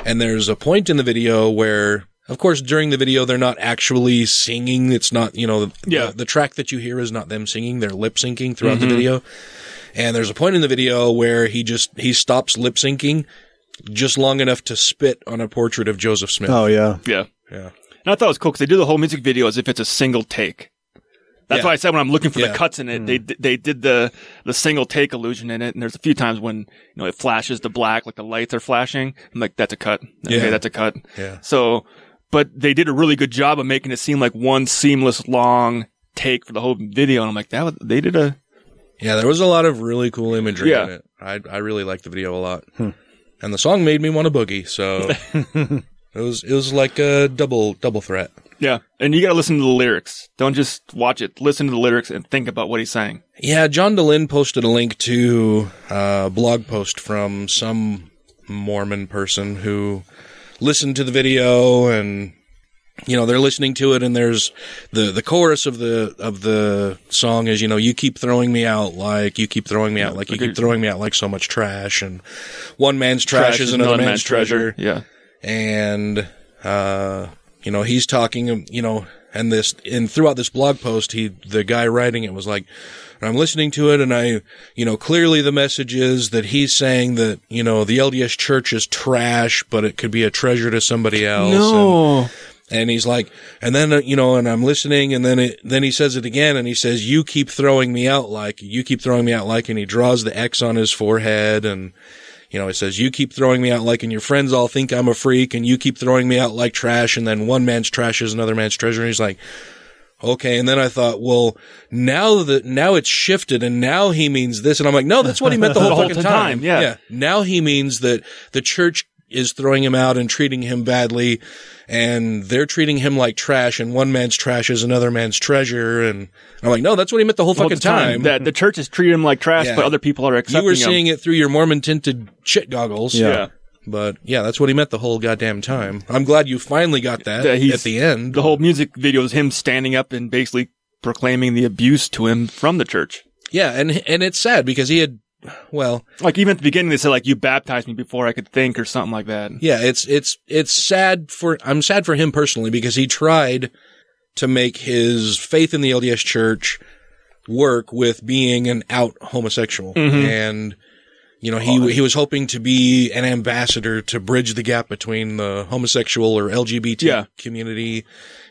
S1: and there's a point in the video where, of course, during the video they're not actually singing. It's not you know the,
S2: Yeah.
S1: the, the track that you hear is not them singing. They're lip syncing throughout
S2: Mhm.
S1: the video, and there's a point in the video where he just he stops lip syncing just long enough to spit on a portrait of Joseph Smith.
S3: Oh, yeah.
S2: Yeah.
S1: Yeah.
S2: And I thought it was cool because they do the whole music video as if it's a single take. That's
S1: Yeah.
S2: why I said when I'm looking for
S1: Yeah. Mm.
S2: the cuts in it, they di- they did the the single take illusion in it, and there's a few times when you know it flashes to black, like the lights are flashing. I'm like, that's a cut. Okay,
S1: Yeah.
S2: that's a cut.
S1: Yeah.
S2: So, but they did a really good job of making it seem like one seamless long take for the whole video, and I'm like, that was, they
S1: <laughs>
S2: did a
S1: Yeah, there was a lot of really cool imagery
S2: Yeah.
S1: in it. I I really liked the video a lot, and the song made me want to boogie. So it was it was like a double double threat.
S2: yeah, and you got to listen to the lyrics. Don't just watch it. Listen to the lyrics and think about what he's saying.
S1: Yeah, John DeLynn posted a link to a blog post from some Mormon person who listened to the video and you know they're listening to it and there's the the chorus of the of the song is you know you keep throwing me out like you keep throwing me out like you keep throwing me out like so much trash and one man's trash, is another, man's, treasure.
S2: Yeah.
S1: and uh you know he's talking you know and this and throughout this blog post he the guy writing it was like i'm listening to it and i you know clearly the message is that he's saying that you know the lds church is trash but it could be a treasure to somebody else
S2: No.
S1: and, and he's like and then uh, you know and i'm listening and then it then he says it again and he says you keep throwing me out like you keep throwing me out like and he draws the x on his forehead and you know, it says, you keep throwing me out like, and your friends all think I'm a freak, and you keep throwing me out like trash, and then one man's trash is another man's treasure. And he's like, okay. And then I thought, well, now that, now it's shifted, and now he means this. And I'm like, no, that's what he
S2: <laughs>
S1: meant the whole, fucking time.
S2: yeah.
S1: Now he means that the church is throwing him out and treating him badly, and they're treating him like trash, and one man's trash is another man's treasure. And I'm like, no, that's what he meant the whole
S2: All
S1: fucking
S2: the time.
S1: time.
S2: That the church is treating him like trash,
S1: Yeah.
S2: but other people are accepting
S1: You were
S2: him.
S1: seeing it through your Mormon tinted shit goggles.
S2: Yeah. Yeah.
S1: But yeah, that's what he meant the whole goddamn time. I'm glad you finally got that
S2: that he's-
S1: at the end.
S2: The whole music video is him standing up and basically proclaiming the abuse to him from the church.
S1: Yeah, and and it's sad because he had well,
S2: like even at the beginning they said like you baptized me before I could think or something like that.
S1: Yeah, it's it's it's sad for I'm sad for him personally because he tried to make his faith in the LDS Church work with being an out homosexual
S2: Mhm.
S1: and you know he he was hoping to be an ambassador to bridge the gap between the homosexual or LGBT
S2: Yeah.
S1: community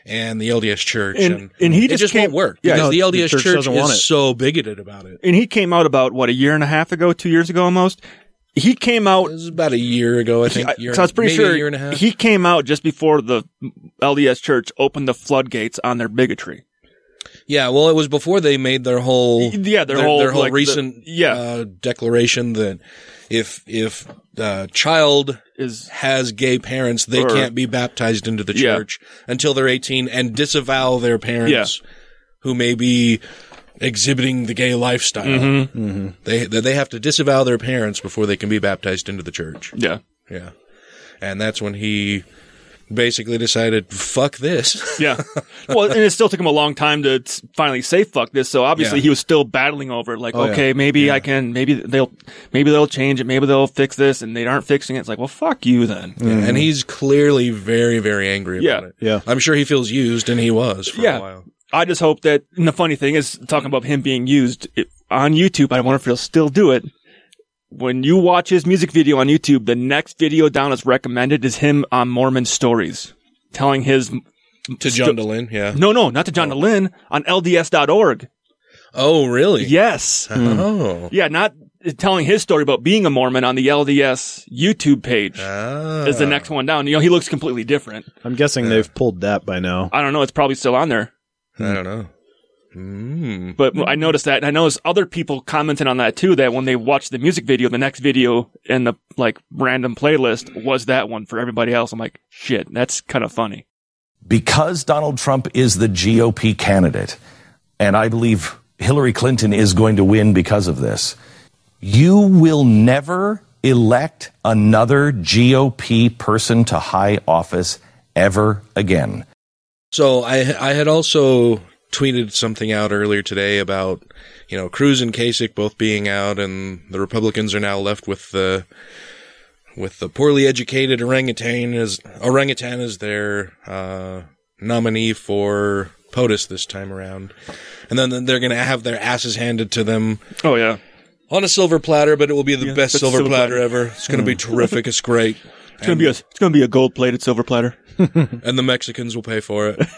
S1: and the LDS Church
S2: And-
S1: and,
S2: and he
S1: it
S2: just
S1: just
S2: came-
S1: won't work
S2: Yeah,
S1: because
S2: no,
S1: the
S2: the
S1: LDS
S2: church
S1: Church,
S2: doesn't want it.
S1: is so bigoted about it.
S2: And he came out about what a year and a half ago, two years ago almost. He came out
S1: about a year ago, I think. Year-
S2: I was pretty
S1: maybe a
S2: sure
S1: year and a half.
S2: he came out just before the LDS Church opened the floodgates on their bigotry.
S1: Yeah, well, it was before they made their whole
S2: Yeah, their whole, like, the-
S1: recent
S2: yeah.
S1: uh, declaration that if if uh, child
S2: is
S1: has gay parents, they
S2: Or-
S1: can't be baptized into the
S2: Yeah.
S1: church until they're eighteen and disavow their parents who may be exhibiting the gay lifestyle.
S2: Mhm.
S1: They that they have to disavow their parents before they can be baptized into the church.
S2: Yeah,
S1: yeah, and that's when he basically decided, "Fuck this." <laughs>
S2: Yeah. Well, and it still took him a long time to s- finally say fuck this. So obviously
S1: Yeah.
S2: he was still battling over it. Like,
S1: Oh, yeah.
S2: okay, maybe I can, maybe they'll, maybe they'll change it. Maybe they'll fix this and they aren't fixing it. It's like, well, fuck you then.
S1: Yeah, and he's clearly very, very angry about
S2: Yeah.
S1: it. Yeah. I'm sure he feels used, and he was for
S2: yeah.
S1: a while.
S2: I just hope that, and the funny thing is talking about him being used it, on YouTube. I wonder if he'll still do it. When you watch his music video on YouTube, the next video down is recommended is him on Mormon stories. telling his
S1: to John DeLynn, yeah.
S2: No, no, not to John DeLynn on LDS.org.
S1: Oh, really?
S2: Yes. Hmm.
S1: Oh.
S2: Yeah, not telling his story about being a Mormon on the LDS YouTube page
S1: Ah.
S2: is the next one down. You know, he looks completely different.
S3: I'm guessing they've pulled that by now. Hmm.
S2: I don't know. It's probably still on there.
S1: I don't know. Hmm.
S2: But
S1: Mm-hmm.
S2: I noticed that, and I noticed other people commenting on that too. That when they watched the music video, the next video in the like random playlist was that one for everybody else. I'm like, shit, that's kind of funny.
S6: because Donald Trump is the GOP candidate, and I believe Hillary Clinton is going to win because of this, you will never elect another GOP person to high office ever again.
S1: So I I had also tweeted something out earlier today about you know Cruz and Kasich both being out, and the Republicans are now left with the with the poorly educated orangutan as orangutan as their uh, nominee for POTUS this time around, and then they're going to have their asses handed to them.
S2: Oh yeah.
S1: On a silver platter, but it will be the best silver, platter, Hmm. ever. It's going to be
S2: Mm.
S1: terrific. It's great.
S2: It's gonna be a it's gonna be a gold plated silver
S1: <laughs>
S2: platter.
S1: and the Mexicans will pay for it.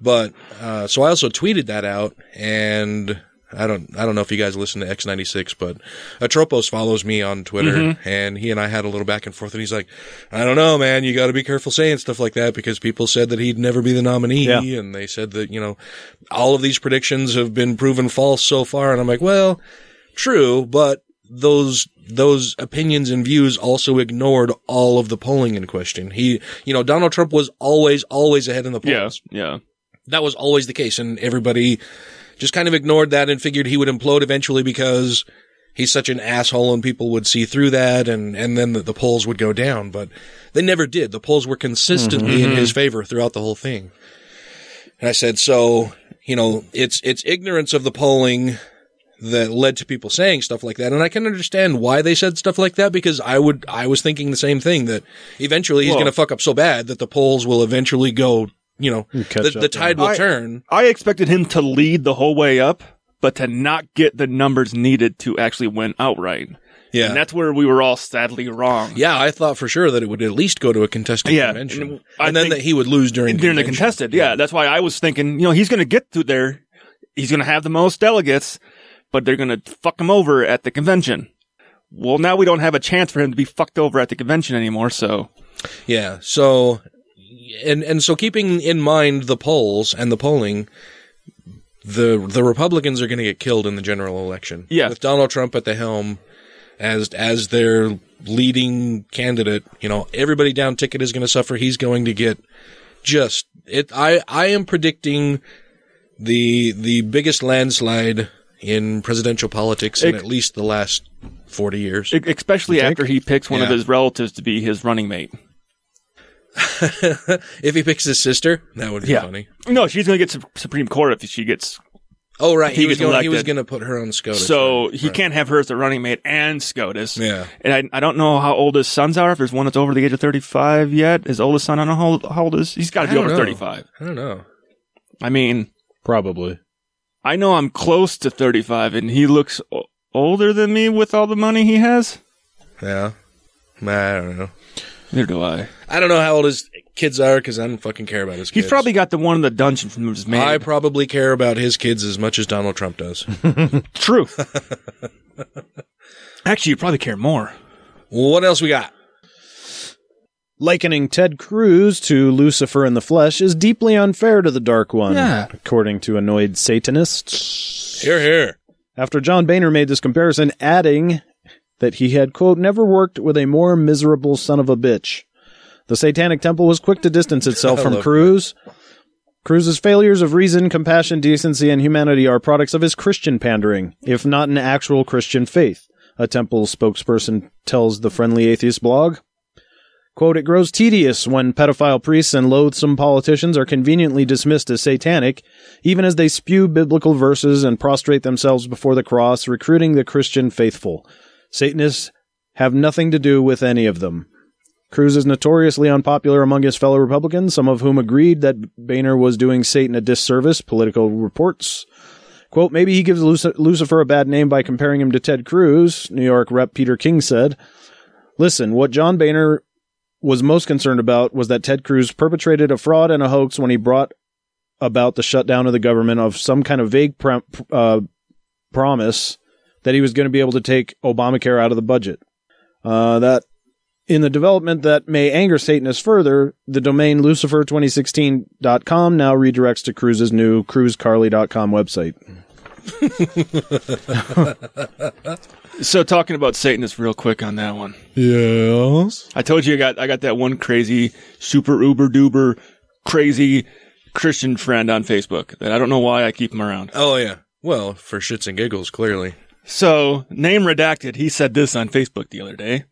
S1: but uh, so I also tweeted that out, and I don't I don't know if you guys listen to X ninety six, but Atropos follows me on Twitter,
S7: Mhm.
S1: and he and I had a little back and forth, and he's like, I don't know, man, you got to be careful saying stuff like that because people said that he'd never be the nominee,
S7: Yeah.
S1: and they said that you know all of these predictions have been proven false so far, and I'm like, well, true, but those those opinions and views also ignored all of the polling in question. He, you know, Donald Trump was always always ahead in the polls.
S2: Yeah, yeah.
S1: That was always the case and everybody just kind of ignored that and figured he would implode eventually because he's such an asshole and people would see through that and and then the, the polls would go down, but they never did. The polls were consistently in
S7: Mhm.
S1: his favor throughout the whole thing. And I said, so, you know, it's, it's ignorance of the polling that led to people saying stuff like that. And I can understand why they said stuff like that because I would, I was thinking the same thing that eventually he's
S2: Well-
S1: going to fuck up so bad that the polls will eventually go, you know, the, the tide will
S2: I-
S1: turn.
S2: I expected him to lead the whole way up, but to not get the numbers needed to actually win outright.
S1: Yeah.
S2: And that's where we were all sadly wrong.
S1: Yeah. I thought for sure that it would at least go to a contested
S2: Yeah,
S1: convention.
S2: and
S1: And,
S2: I
S1: then
S2: think-
S1: that he would lose during,
S2: during the contested. Yeah, that's why I was thinking, you know, he's going to get to there. He's going to have the most delegates, but they're going to fuck him over at the convention. Well, now we don't have a chance for him to be fucked over at the convention anymore. So,
S1: Yeah. So, and and so keeping in mind the polls and the polling, the the Republicans are going to get killed in the general election.
S2: Yeah.
S1: With Donald Trump at the helm as as their leading candidate, you know, everybody down ticket is going to suffer. He's going to get just it. I I am predicting the the biggest landslide in presidential politics in
S2: Ex-
S1: at least the last forty years.
S2: e- especially
S1: You think?
S2: after he picks one of
S1: Yeah.
S2: his relatives to be his running mate.
S1: if he picks his sister, that would be
S2: Yeah.
S1: funny.
S2: No, she's going to get Sup- Supreme Court if she gets.
S1: Oh right,
S2: if
S1: he, was
S2: gets
S1: going, he was
S2: elected.
S1: going to put her on SCOTUS.
S2: So
S1: right,
S2: he
S1: right.
S2: can't have her as the running mate and SCOTUS.
S1: Yeah.
S2: And I, I don't know how old his sons are. If there's one that's over the age of 35 yet, his oldest son, I don't know how old, how old is. He's got to
S1: I
S2: be
S1: don't
S2: over
S1: know.
S2: 35.
S1: I don't know.
S2: I mean,
S3: probably.
S2: I know I'm close to 35, and he looks o- older than me with all the money he has.
S1: Yeah. I don't know.
S2: Neither do I.
S1: I don't know how old his kids are because I don't fucking care about his
S2: He's
S1: kids.
S2: probably got the one in the dungeon from his man.
S1: I probably care about his kids as much as Donald Trump does.
S2: True. <laughs> Actually, you probably care more.
S1: well, what else we got?
S3: Likening Ted Cruz to Lucifer in the flesh is deeply unfair to the Dark One,
S1: Yeah.
S3: according to annoyed Satanists.
S1: Here, here.
S3: After John Boehner made this comparison, adding that he had, quote, never worked with a more miserable son of a bitch. The Satanic Temple was quick to
S1: <laughs>
S3: distance itself
S1: I
S3: from
S1: love
S3: Cruz. Cruz's failures of reason, compassion, decency, and humanity are products of his Christian pandering, if not an actual Christian faith, a temple spokesperson tells the Friendly Atheist blog. Quote, it grows tedious when pedophile priests and loathsome politicians are conveniently dismissed as satanic, even as they spew biblical verses and prostrate themselves before the cross, recruiting the Christian faithful. Satanists have nothing to do with any of them. Cruz is notoriously unpopular among his fellow Republicans, some of whom agreed that Boehner was doing Satan a disservice, political reports. Quote, maybe he gives Luci- Lucifer a bad name by comparing him to Ted Cruz, New York Rep. Peter King said. Listen, what John Boehner was most concerned about was that Ted Cruz perpetrated a fraud and a hoax when he brought about the shutdown of the government of some kind of vague prom- uh, promise that he was going to be able to take Obamacare out of the budget. Uh, that in the development that may anger Satanists further, the domain lucifer2016.com now redirects to Cruz's new cruzcarly.com website.
S2: So talking about Satanists real quick on that one.
S3: Yes. <laughs>
S2: I told you I got I got that one crazy super uber duber crazy Christian friend on Facebook that I don't know why I keep him around.
S1: Oh yeah. Well, for shits and giggles, clearly.
S2: So, name redacted, he said this on Facebook the other day.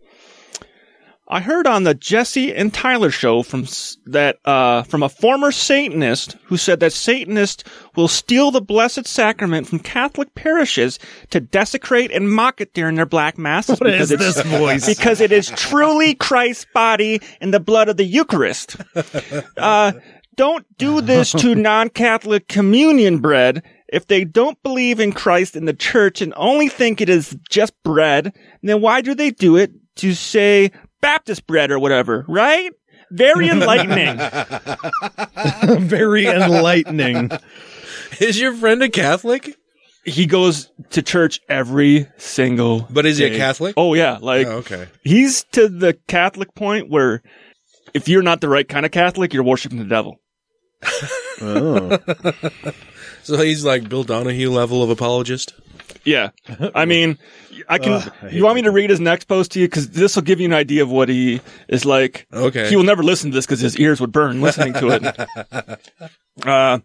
S2: I heard on the Jesse and Tyler show from s- that uh, from a former Satanist who said that Satanists will steal the Blessed Sacrament from Catholic parishes to desecrate and mock it during their black masses
S8: What is
S2: it's-
S8: this voice?
S2: because it is truly Christ's body and the blood of the Eucharist. Uh, don't do
S3: <laughs>
S2: this to non-Catholic communion bread. If they don't believe in Christ and the church and only think it is just bread, then why do they do it to say Baptist bread or whatever, right?
S3: <laughs>
S2: Very enlightening.
S3: Very enlightening.
S1: Is your friend a Catholic?
S2: He goes to church every single
S1: But is he a
S2: day.
S1: Catholic?
S2: Oh yeah, like
S1: Oh, okay.
S2: He's to the Catholic point where if you're not the right kind of Catholic, you're worshiping the devil.
S3: Oh.
S1: <laughs> so he's like Bill Donahue level of apologist.
S2: Yeah. I mean, I can.
S1: Ugh, I hate
S2: you want me to read his next post to you? Because this will give you an idea of what he is like.
S1: Okay.
S2: He will never listen to this because his ears would burn listening to
S1: <laughs>
S2: it. Uh,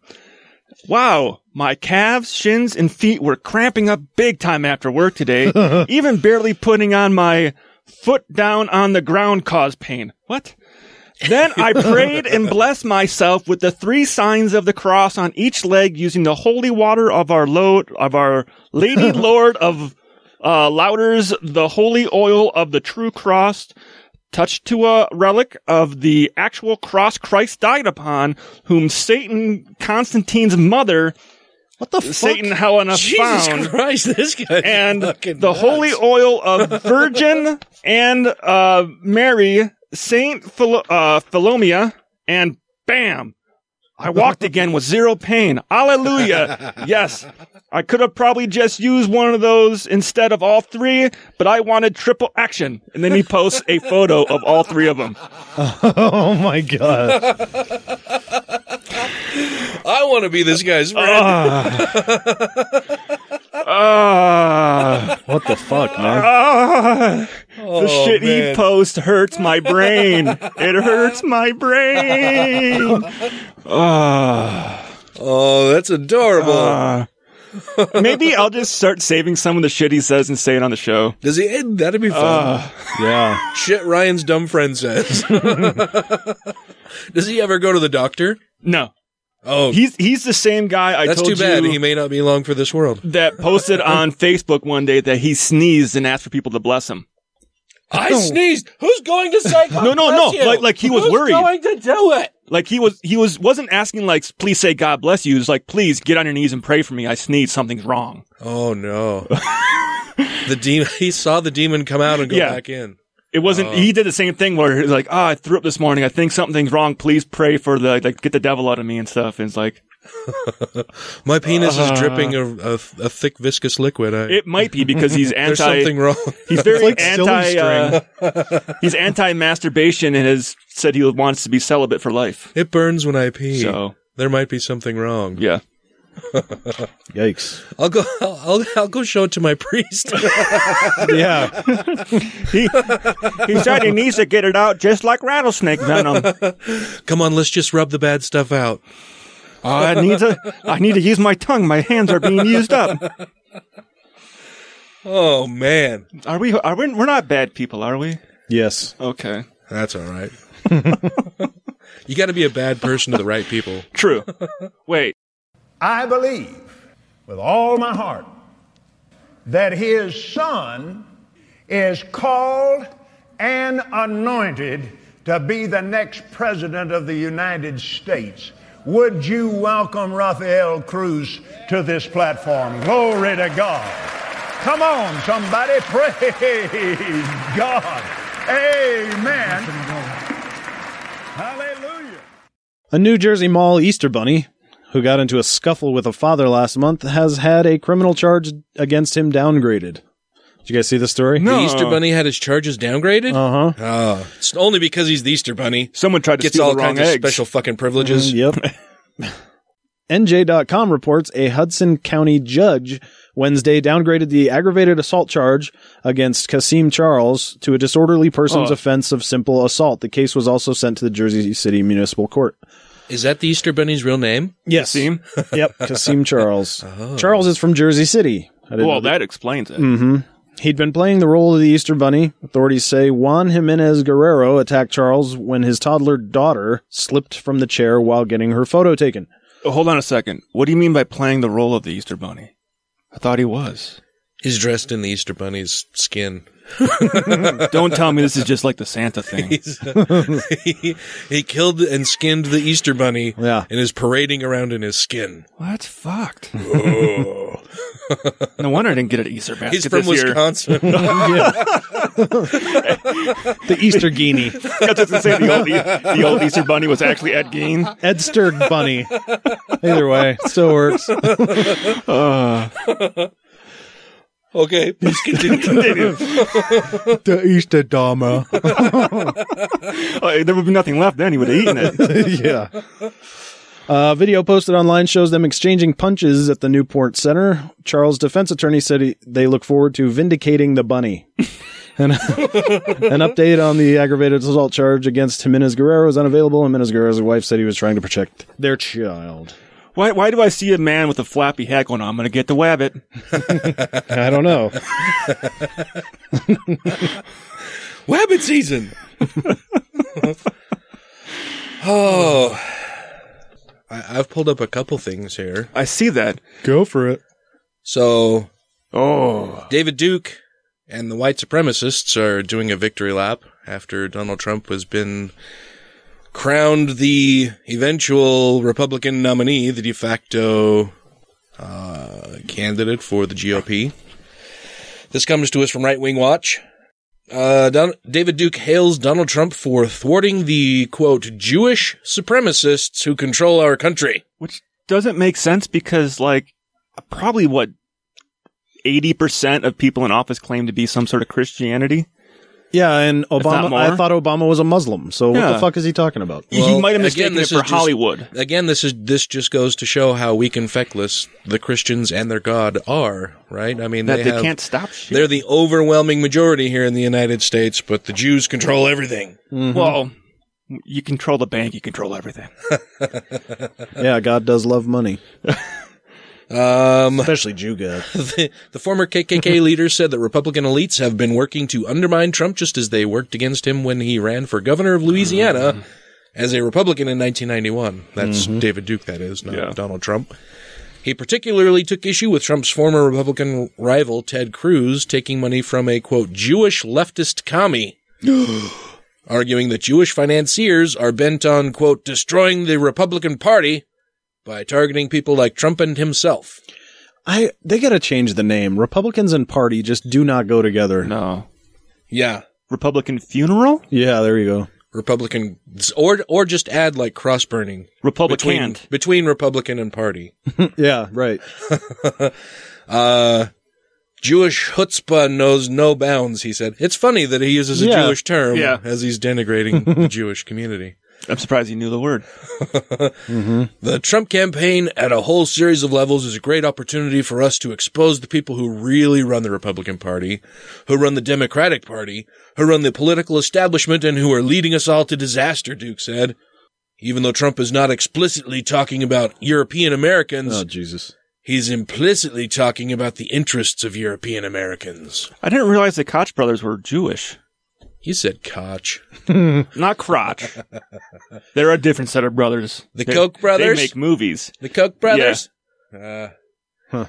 S2: wow. My calves, shins, and feet were cramping up big time after work today. Even barely putting on my foot down on the ground caused pain. What? Then
S3: <laughs>
S2: I prayed and blessed myself with the three signs of the cross on each leg using the holy water of our Lord, of our
S3: <laughs>
S2: Lady Lord of uh, Louders, the holy oil of the true cross, touched to a relic of the actual cross Christ died upon, whom Satan, Constantine's mother,
S3: what the
S2: Satan Helena
S1: Jesus
S2: found
S1: Christ, this guy.
S2: and the holy oil of Virgin and uh, Mary, Saint Phil- uh, Philomia, and bam, I walked again with zero pain. Hallelujah!
S1: <laughs>
S2: Yes, I could have probably just used one of those instead of all three, but I wanted triple action. And then he posts a photo of all three of them.
S3: oh my god.
S1: I want to be this guy's friend. <laughs>
S2: Ah,
S3: What the fuck, man?
S2: ah, the
S1: Oh,
S2: shit
S1: man.
S2: he posts hurts my brain. It hurts my brain. Ah.
S1: oh, that's adorable.
S2: Uh, maybe I'll just start saving some of the shit he says and say it on the show. Ah.
S1: Does he? eh, That'd be fun.
S3: Yeah.
S1: Shit, Ryan's dumb friend says. Does he ever go to the doctor?
S2: No,
S1: Oh,
S2: he's he's the same guy I
S1: that's too
S2: told
S1: bad.
S2: you
S1: He may not be long for this world.
S2: that posted on <laughs> Facebook one day that he sneezed and asked for people to bless him. <laughs>
S1: I sneezed. Who's going to say?
S2: No, no, no. Like like he was worried.
S1: to do it?
S2: Like he was he was wasn't asking like please say God bless you. He was like please get on your knees and pray for me. I sneezed. Something's wrong.
S1: Oh
S2: <laughs>
S1: no. the demon. He saw the demon come out and go
S2: Yeah.
S1: back in. Oh. Uh,
S2: It wasn't. e- He did the same thing where he's like, "Ah, I threw up this morning. I think something's wrong. Please pray for the like get the devil out of me and stuff." And it's like Uh.
S1: My <laughs> penis is dripping a, a, a thick viscous liquid. I,
S2: it might be because he's
S1: <laughs>
S2: anti.
S1: there's something wrong.
S2: He's very
S3: like silly
S2: anti. uh, he's anti-masturbation and has said he wants to be celibate for life.
S1: It burns when I pee. <laughs>
S2: So
S1: There might be something wrong.
S2: yeah,
S3: Yikes.
S1: I'll go. I'll, I'll, I'll go show it to my <laughs> priest. <laughs>
S3: Yeah.
S2: he he said he needs to get it out just like rattlesnake
S1: <laughs>
S2: venom.
S1: Come on, let's just rub the bad stuff out.
S2: I need to I need to use my tongue. My hands are being used up.
S1: Oh man,
S2: Are we? Are we? We're not bad people, are we?
S3: Yes.
S2: Okay,
S1: that's all right. you got to be a bad person to the right people.
S2: true. Wait,
S7: I believe with all my heart that his son is called and anointed to be the next president of the United States. Would you welcome Rafael Cruz to this platform? Glory to God. Come on, <laughs> somebody, praise God. Amen. Hallelujah.
S3: A New Jersey Mall Easter Bunny, who got into a scuffle with a father last month, has had a criminal charge against him downgraded. Did you guys see this story?
S1: The Easter Bunny had his charges downgraded.
S3: Uh huh.
S1: Oh, it's only because he's the Easter Bunny.
S2: Someone tried to
S1: gets
S2: steal
S1: all
S2: the wrong
S1: kinds
S2: eggs. Mm,
S1: of special fucking privileges.
S3: yep. NJ.com reports a Hudson County judge Wednesday downgraded the aggravated assault charge against Kasim Charles to a disorderly person's
S1: Oh.
S3: offense of simple assault. The case was also sent to the Jersey City Municipal Court.
S1: <laughs> Is that the Easter Bunny's real name?
S3: Yes.
S2: <laughs>
S3: Kasim? yep.
S1: <laughs>
S3: Kasim Charles.
S1: Oh.
S3: Charles is from Jersey City. I didn't know
S2: Well, that explains it.
S3: hmm He'd been playing the role of the Easter Bunny. Authorities say Juan Jimenez Guerrero attacked Charles when his toddler daughter slipped from the chair while getting her photo taken.
S2: Oh, hold on a second. What do you mean by playing the role of the Easter Bunny? I thought he was.
S1: He's dressed in the Easter Bunny's skin.
S2: <laughs>
S1: <laughs>
S2: Don't tell me this is just like the Santa thing.
S1: He's- <laughs> he, he killed and skinned the Easter Bunny
S3: yeah.
S1: and is parading around in his skin.
S2: Well, that's fucked.
S1: Oh.
S2: No wonder I didn't get an Easter basket
S1: He's from
S2: this year. <laughs>
S1: Wisconsin.
S3: The Easter Guinea.
S2: <laughs> I was gonna say the old, E, the old Easter Bunny was actually Ed <laughs> Gein.
S3: Edster Bunny. <laughs> Either way, still
S1: <laughs>
S3: works.
S2: Uh,
S1: okay, please
S2: <laughs>
S1: continue.
S3: the Easter Dharma.
S2: uh, there would be <laughs> nothing left then. He would have eaten it.
S3: <laughs> yeah. Uh, video posted online shows them exchanging punches at the Newport Center. Charles' defense attorney said he, they look forward to vindicating the bunny. <laughs> An, an update on the aggravated assault charge against Jimenez Guerrero is unavailable. Jimenez Guerrero's wife said he was trying to protect their child.
S2: Why, why do I see a man with a flappy hat going, I'm going to get the wabbit?
S3: <laughs> I don't know.
S2: <laughs>
S1: Wabbit <laughs> season. oh, I, I've pulled up a couple things here.
S2: I see that.
S3: Go for it.
S1: So,
S2: oh,
S1: David Duke and the white supremacists are doing a victory lap after Donald Trump has been crowned the eventual Republican nominee, the de facto uh, candidate for the GOP. This comes to us from Right Wing Watch. Uh, Don- David Duke hails Donald Trump for thwarting the quote Jewish supremacists who control our country.
S2: Which doesn't make sense because, like, probably what 80% of people in office claim to be some sort of Christianity.
S3: Yeah, and
S2: not
S3: Obama.
S2: more.
S3: I thought Obama was a Muslim. So what
S2: Yeah.
S3: the fuck is he talking about?
S2: he might have mistaken
S1: this
S2: it for
S1: is just-
S2: Hollywood.
S1: Again, this is this just goes to show how weak and feckless the Christians and their God are, right? I mean,
S2: That
S1: they,
S2: they
S1: have-
S2: can't stop shit.
S1: They're the overwhelming majority here in the United States, but the Jews control everything.
S3: Mm-hmm.
S2: Well, Mm-hmm. you control the bank, you
S1: <laughs>
S2: control everything.
S3: yeah, God does love
S2: <laughs>
S3: money,
S1: Um,
S3: especially Jew God.
S1: <laughs> the, the former KKK leader said that Republican elites have been working to undermine Trump just as they worked against him when he ran for governor of Louisiana as a Republican in 1991. That's David Duke, that is, not Donald Trump. He particularly took issue with Trump's former Republican rival, Ted Cruz, taking money from a, quote, Jewish leftist commie, arguing that Jewish financiers are bent on, quote, destroying the Republican Party by targeting people like Trump and himself.
S3: I they gotta change the name. Republicans and party just do not go together.
S2: No.
S1: Yeah.
S2: Republican funeral?
S3: Yeah, there you go.
S1: Republican, or or just add like cross burning
S2: Republican.
S1: between, between Republican and party.
S3: <laughs> yeah, <laughs> right.
S1: <laughs> Uh, Jewish chutzpah knows no bounds. He said it's funny that he uses a
S3: Yeah.
S1: Jewish term
S2: Yeah.
S1: as he's denigrating the Jewish community.
S2: I'm surprised he knew
S1: <laughs>
S2: the word.
S3: Mm-hmm.
S1: The Trump campaign at a whole series of levels is a great opportunity for us to expose the people who really run the Republican Party, who run the Democratic Party, who run the political establishment, and who are leading us all to disaster, Duke said. Even though Trump is not explicitly talking about European Americans,
S3: Oh Jesus.
S1: he's implicitly talking about the interests of European Americans.
S2: I didn't realize the Koch brothers were Jewish.
S1: You said Koch.
S2: <laughs> Not crotch. They're a different set of brothers.
S1: The
S2: They-
S1: Koch brothers?
S2: They make movies.
S1: The Koch brothers? Uh,
S3: Huh.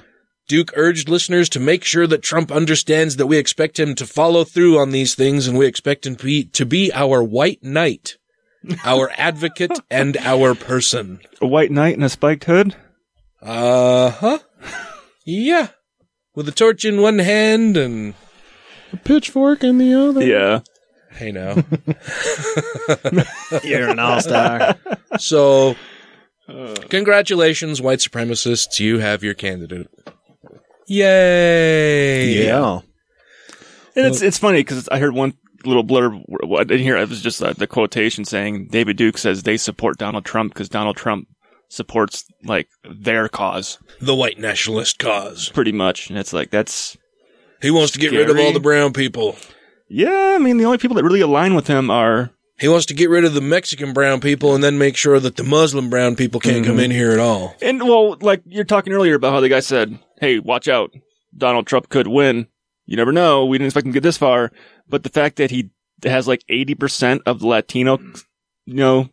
S1: Duke urged listeners to make sure that Trump understands that we expect him to follow through on these things and we expect him to be, to be our white knight,
S2: <laughs>
S1: our advocate, and our person.
S2: A white knight and a spiked hood?
S1: Uh huh. Yeah. With a torch in one hand and
S3: A pitchfork in the other.
S2: Yeah.
S1: Hey now.
S3: <laughs> You're an all-star.
S1: So congratulations, white supremacists, you have your candidate. Yay.
S3: Yeah.
S2: And it's it's funny because I heard one little blurb. wh- I didn't hear. It was just uh, the quotation saying David Duke says they support Donald Trump because Donald Trump supports like their cause,
S1: the white nationalist cause,
S2: pretty much. And it's like that's
S1: he wants to get rid of all the brown people.
S2: Yeah, I mean the only people that really align with him are
S1: He wants to get rid of the Mexican brown people and then make sure that the Muslim brown people can't come in here at all.
S2: And well, like you're talking earlier about how the guy said, "Hey, watch out, Donald Trump could win." You never know. We didn't expect him to get this far, but the fact that he has like 80 percent of the Latino, you know,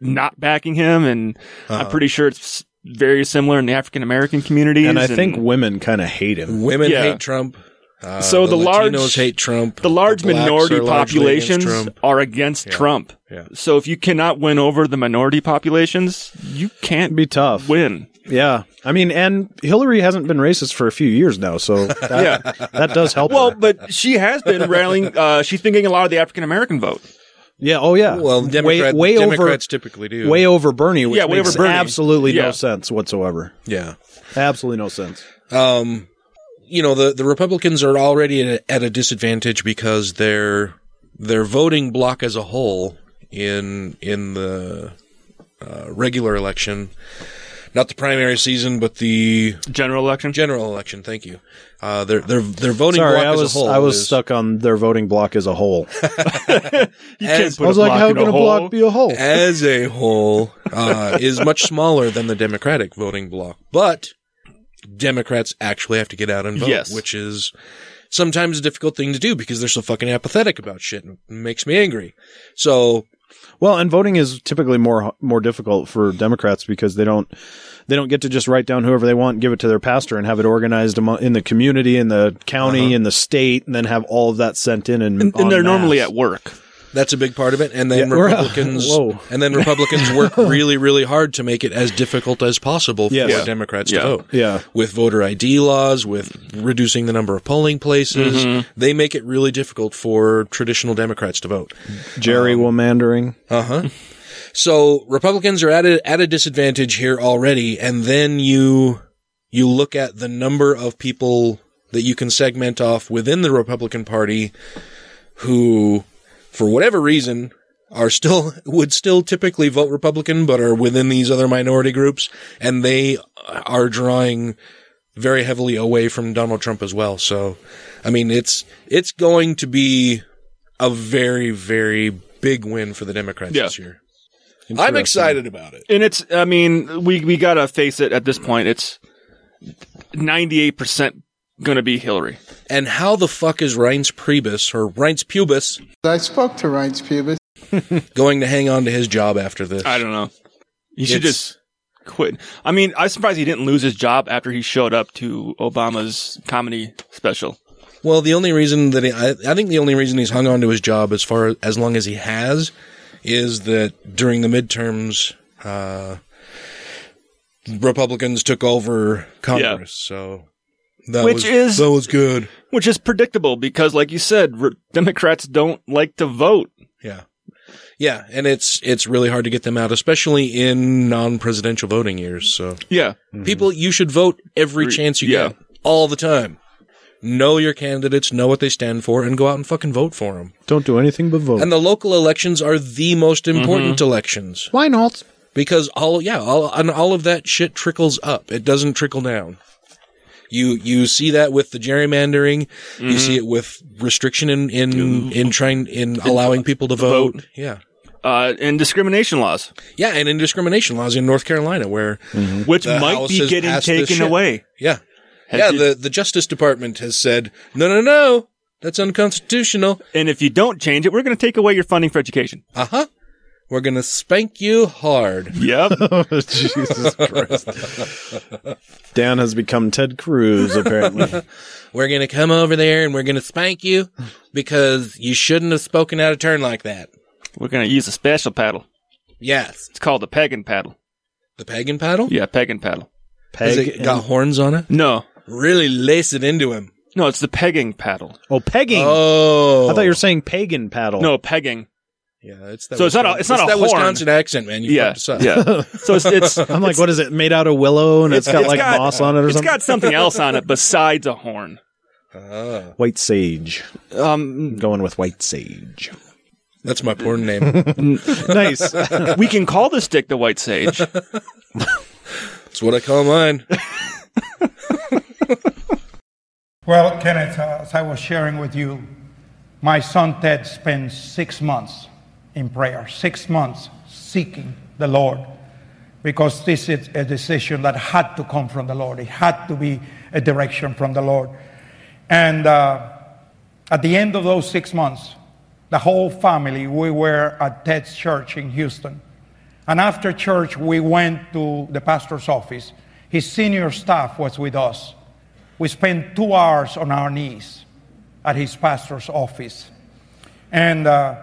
S2: not backing him, and I'm
S3: Uh-huh.
S2: pretty sure it's very similar in the African American communities.
S3: And I think women kind of hate him.
S1: Women
S2: Yeah.
S1: hate Trump. Uh,
S2: so the, large
S1: Latinos hate Trump.
S2: The large
S1: The blacks
S2: minority
S1: are largely
S2: populations
S1: against Trump.
S2: are against Trump.
S1: Yeah.
S2: So if you cannot win over the minority populations, you can't
S3: be tough.
S2: Win.
S3: Yeah. I mean, and Hillary hasn't been racist for a few years now,
S2: <laughs>
S3: so that, that does help.
S2: Well, but she has been rallying. Uh, she's thinking a lot of the African American vote.
S3: Yeah. Oh, yeah.
S1: Well, Democrat-
S3: way, way
S1: Democrats
S3: over,
S1: typically do.
S3: Way over Bernie, which
S1: Yeah, way
S3: makes
S1: over Bernie.
S3: absolutely
S1: Yeah.
S3: no sense whatsoever.
S1: Yeah.
S3: Absolutely no sense.
S1: Um, you know, the, the Republicans are already at a, at a disadvantage because their their voting block as a whole in in the uh, regular election, not the primary season, but the
S2: general election.
S1: General election. Thank you. Uh, their their their voting
S3: Sorry,
S1: block
S3: I was
S1: as a whole.
S3: I was
S1: is-
S3: stuck on their voting block as a whole.
S1: as,
S3: I was like, how can a block be a whole?
S1: As a whole,
S3: <laughs>
S1: uh, is much smaller than the Democratic voting block, but Democrats actually have to get out and vote,
S2: Yes.
S1: which is sometimes a difficult thing to do because they're so fucking apathetic about shit and it makes me angry. <laughs> So
S3: Well, and voting is typically more more difficult for Democrats because they don't they don't get to just write down whoever they want, and give it to their pastor, and have it organized amo- in the community, in the county,
S1: Uh-huh.
S3: in the state, and then have all of that sent in. And, en masse.
S2: work.
S1: That's a big part of it, and then
S3: Yeah, <laughs> we're-
S1: Republicans
S3: Whoa.
S1: and then Republicans
S3: <laughs>
S1: work really, really hard to make it as difficult as possible
S3: Yes.
S1: for
S3: Yeah.
S1: Democrats
S3: Yeah.
S1: to vote.
S3: Yeah.
S1: with voter ID laws, with reducing the number of polling places,
S3: Mhm.
S1: Mm-hmm. they make it really difficult for traditional Democrats to vote.
S3: gerrymandering.
S1: Uh huh. So Republicans are at a, at a disadvantage here already, and then you you look at the number of people that you can segment off within the Republican Party who, for whatever reason, are still <laughs> would still typically vote Republican, but are within these other minority groups, and they are drawing very heavily away from Donald Trump as well. So, I mean, it's it's going to be a very very big win for the Democrats
S2: Yeah.
S1: this year. I'm excited about it.
S2: And it's, I mean, we we gotta face it at this point. It's 98 percent gonna be Hillary.
S1: And how the fuck is Reince Priebus or Reince Pubis
S5: I spoke to Reince Pubis.
S1: <laughs> going to hang on to his job after this?
S2: I don't know. He should
S1: It's-
S2: just quit. I mean, I'm surprised he didn't lose his job after he showed up to Obama's comedy special.
S1: Well, the only reason that he, I, I think the only reason he's hung on to his job as far as long as he has is that during the midterms, uh, Republicans took over Congress. So that
S2: Which
S1: was,
S2: is-
S1: that was good.
S2: Which is predictable because, like you said, re- Democrats don't like to vote.
S1: Yeah. Yeah, and it's it's really hard to get them out, especially in non-presidential voting years. So
S2: Yeah.
S1: people, you should vote every
S2: Hmm. Re-
S1: chance you
S2: yeah.
S1: get, all the time. Know your candidates, know what they stand for, and go out and fucking vote for them.
S3: Don't do anything but vote.
S1: And the local elections are the most important
S3: Mhm.
S1: elections
S3: Why not?
S1: because all yeah, all and all of that shit trickles up. It doesn't trickle down. You you see that with the gerrymandering. You
S2: Mhm.
S1: see it with restriction in in in trying in allowing people to vote. Yeah.
S2: Uh, and discrimination laws. Mm-hmm.
S1: Yeah, and in discrimination laws in North Carolina, where
S2: Which
S1: the
S2: might
S1: House
S2: be
S1: has
S2: getting
S1: passed this
S2: taken
S1: shit.
S2: away.
S1: Yeah,
S2: Have
S1: yeah.
S2: you-
S1: the the Justice Department has said no, no, no. That's unconstitutional.
S2: And if you don't change it, we're going to take away your funding for education.
S1: Uh huh. We're gonna spank you hard. <laughs>
S2: Yep.
S3: <laughs> Jesus Christ.
S2: <laughs>
S3: Dan has become Ted Cruz, apparently.
S1: we're gonna come over there and we're gonna spank you because you shouldn't have spoken out of turn like that.
S2: We're going to use a special paddle.
S1: Yes,
S2: It's called the peg and paddle.
S1: the pagan paddle.
S2: Yeah, peg and paddle.
S1: Has it got horns on it?
S2: No.
S1: Really lace it into him.
S2: No, it's the pegging paddle.
S3: <laughs> Oh, pegging.
S1: Oh.
S3: I thought you were saying pagan paddle.
S2: No, pegging.
S1: Yeah, it's that.
S2: So it's not a-
S1: Wisconsin-
S2: it's not a
S1: that
S2: horn.
S1: Wisconsin accent, man. You
S2: Yeah,
S1: fucked us up. <laughs>
S2: yeah. So it's- it's-
S3: I'm like, what is it? Made out of willow <laughs> and it's got like moss on it or
S2: it's
S3: something?
S2: got something
S3: <laughs>
S2: else on it besides a horn.
S1: Oh.
S3: White sage.
S2: Um,
S3: going with white sage.
S1: That's my porn
S2: <laughs>
S1: name. <laughs>
S3: nice.
S2: we can call this dick the White Sage.
S1: That's what I call mine. <laughs>
S9: Well, Kenneth, uh, as I was sharing with you, my son Ted spent six months in prayer, six months seeking the Lord, because this is a decision that had to come from the Lord. It had to be a direction from the Lord. And uh, at the end of those six months, the whole family, we were at Ted's church in Houston. And after church, we went to the pastor's office. His senior staff was with us. We spent two hours on our knees at his pastor's office. And uh,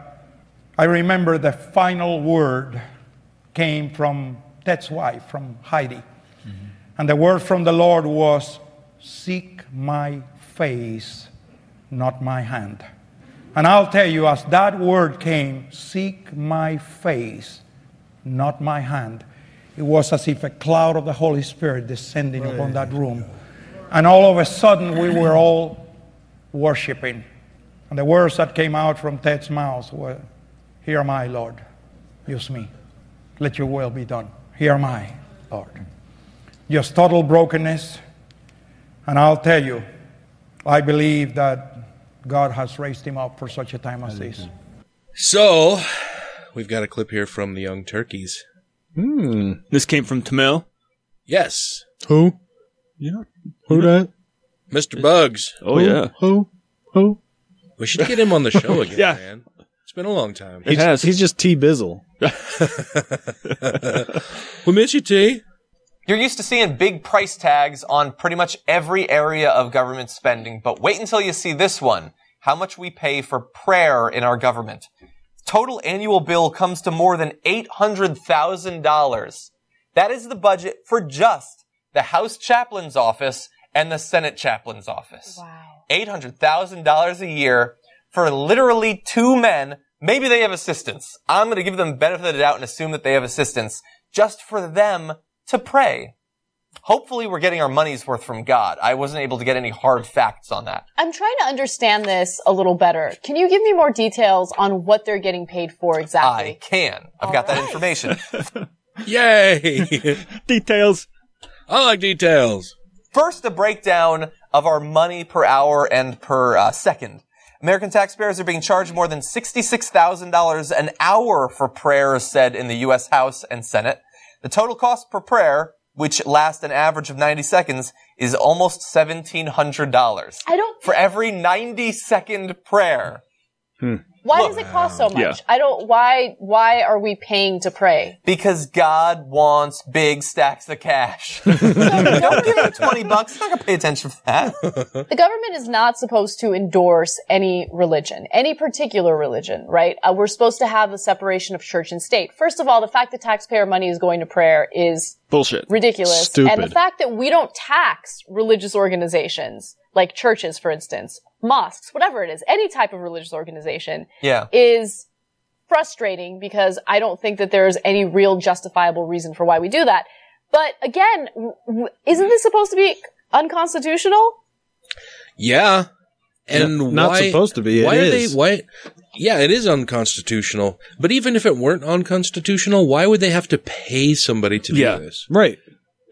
S9: I remember the final word came from Ted's wife, from Heidi.
S3: Mm-hmm.
S9: And the word from the Lord was, Seek my face, not my hand. And I'll tell you, as that word came, Seek my face, not my hand, it was as if a cloud of the Holy Spirit descending upon that room. And all of a sudden, we were all worshiping. And the words that came out from Ted's mouth were, Here am I, Lord. Use me. Let your will be done. Here am I, Lord. Just total brokenness. And I'll tell you, I believe that God has raised him up for such a time as this.
S1: So, we've got a clip here from the Young Turkeys.
S3: Hmm.
S2: This came from Tamil.
S1: Yes,
S3: Who?
S2: Yeah.
S3: Who that?
S1: Mr. Bugs.
S2: Oh, yeah.
S3: Who? Who?
S1: We should get him on the
S2: <laughs>
S1: show again,
S2: Yeah.
S1: man. It's been a long time.
S3: He's, he's just T
S2: <laughs>
S3: Bizzle.
S1: we miss you, T.
S10: You're used to seeing big price tags on pretty much every area of government spending, but wait until you see this one. How much we pay for prayer in our government. Total annual bill comes to more than $800,000. That is the budget for just the House Chaplain's Office and the Senate Chaplain's Office. $800,000 a year for literally two men. Maybe they have assistance. I'm going to give them benefit of the doubt and assume that they have assistance just for them to pray. Hopefully we're getting our money's worth from God. I wasn't able to get any hard facts on that.
S11: I'm trying to understand this a little better. Can you give me more details on what they're getting paid for exactly?
S10: I can. I've got that information.
S1: <laughs> Yay!
S2: details.
S1: I like details.
S10: First, a breakdown of our money per hour and per uh, second. American taxpayers are being charged more than $66,000 an hour for prayer, as said in the U.S. House and Senate. The total cost per prayer, which lasts an average of 90 seconds, is almost $1,700.
S11: I don't.
S10: For every 90 second prayer.
S11: Why does it cost so much?
S10: Yeah.
S11: I don't. Why? Why are we paying to pray?
S10: Because God wants big stacks of cash. <laughs> Don't give him 20 bucks. He's not going to pay attention for that.
S11: The government is not supposed to endorse any religion, any particular religion, right? Uh, we're supposed to have the separation of church and state. First of all, the fact that taxpayer money is going to prayer is
S2: Bullshit.
S11: ridiculous. And the
S2: Stupid.
S11: fact that we don't tax religious organizations, like churches, for instance, mosques, whatever it is, any type of religious organization,
S10: Yeah.
S11: is frustrating because I don't think that there's any real justifiable reason for why we do that. But again, w- w- isn't this supposed to be unconstitutional?
S1: Yeah. And
S3: No, not
S1: why-
S3: supposed to be. It
S1: why
S3: is.
S1: are they? Why? Yeah, it is unconstitutional. But even if it weren't unconstitutional, why would they have to pay somebody to do
S2: Yeah.
S1: this?
S3: Right.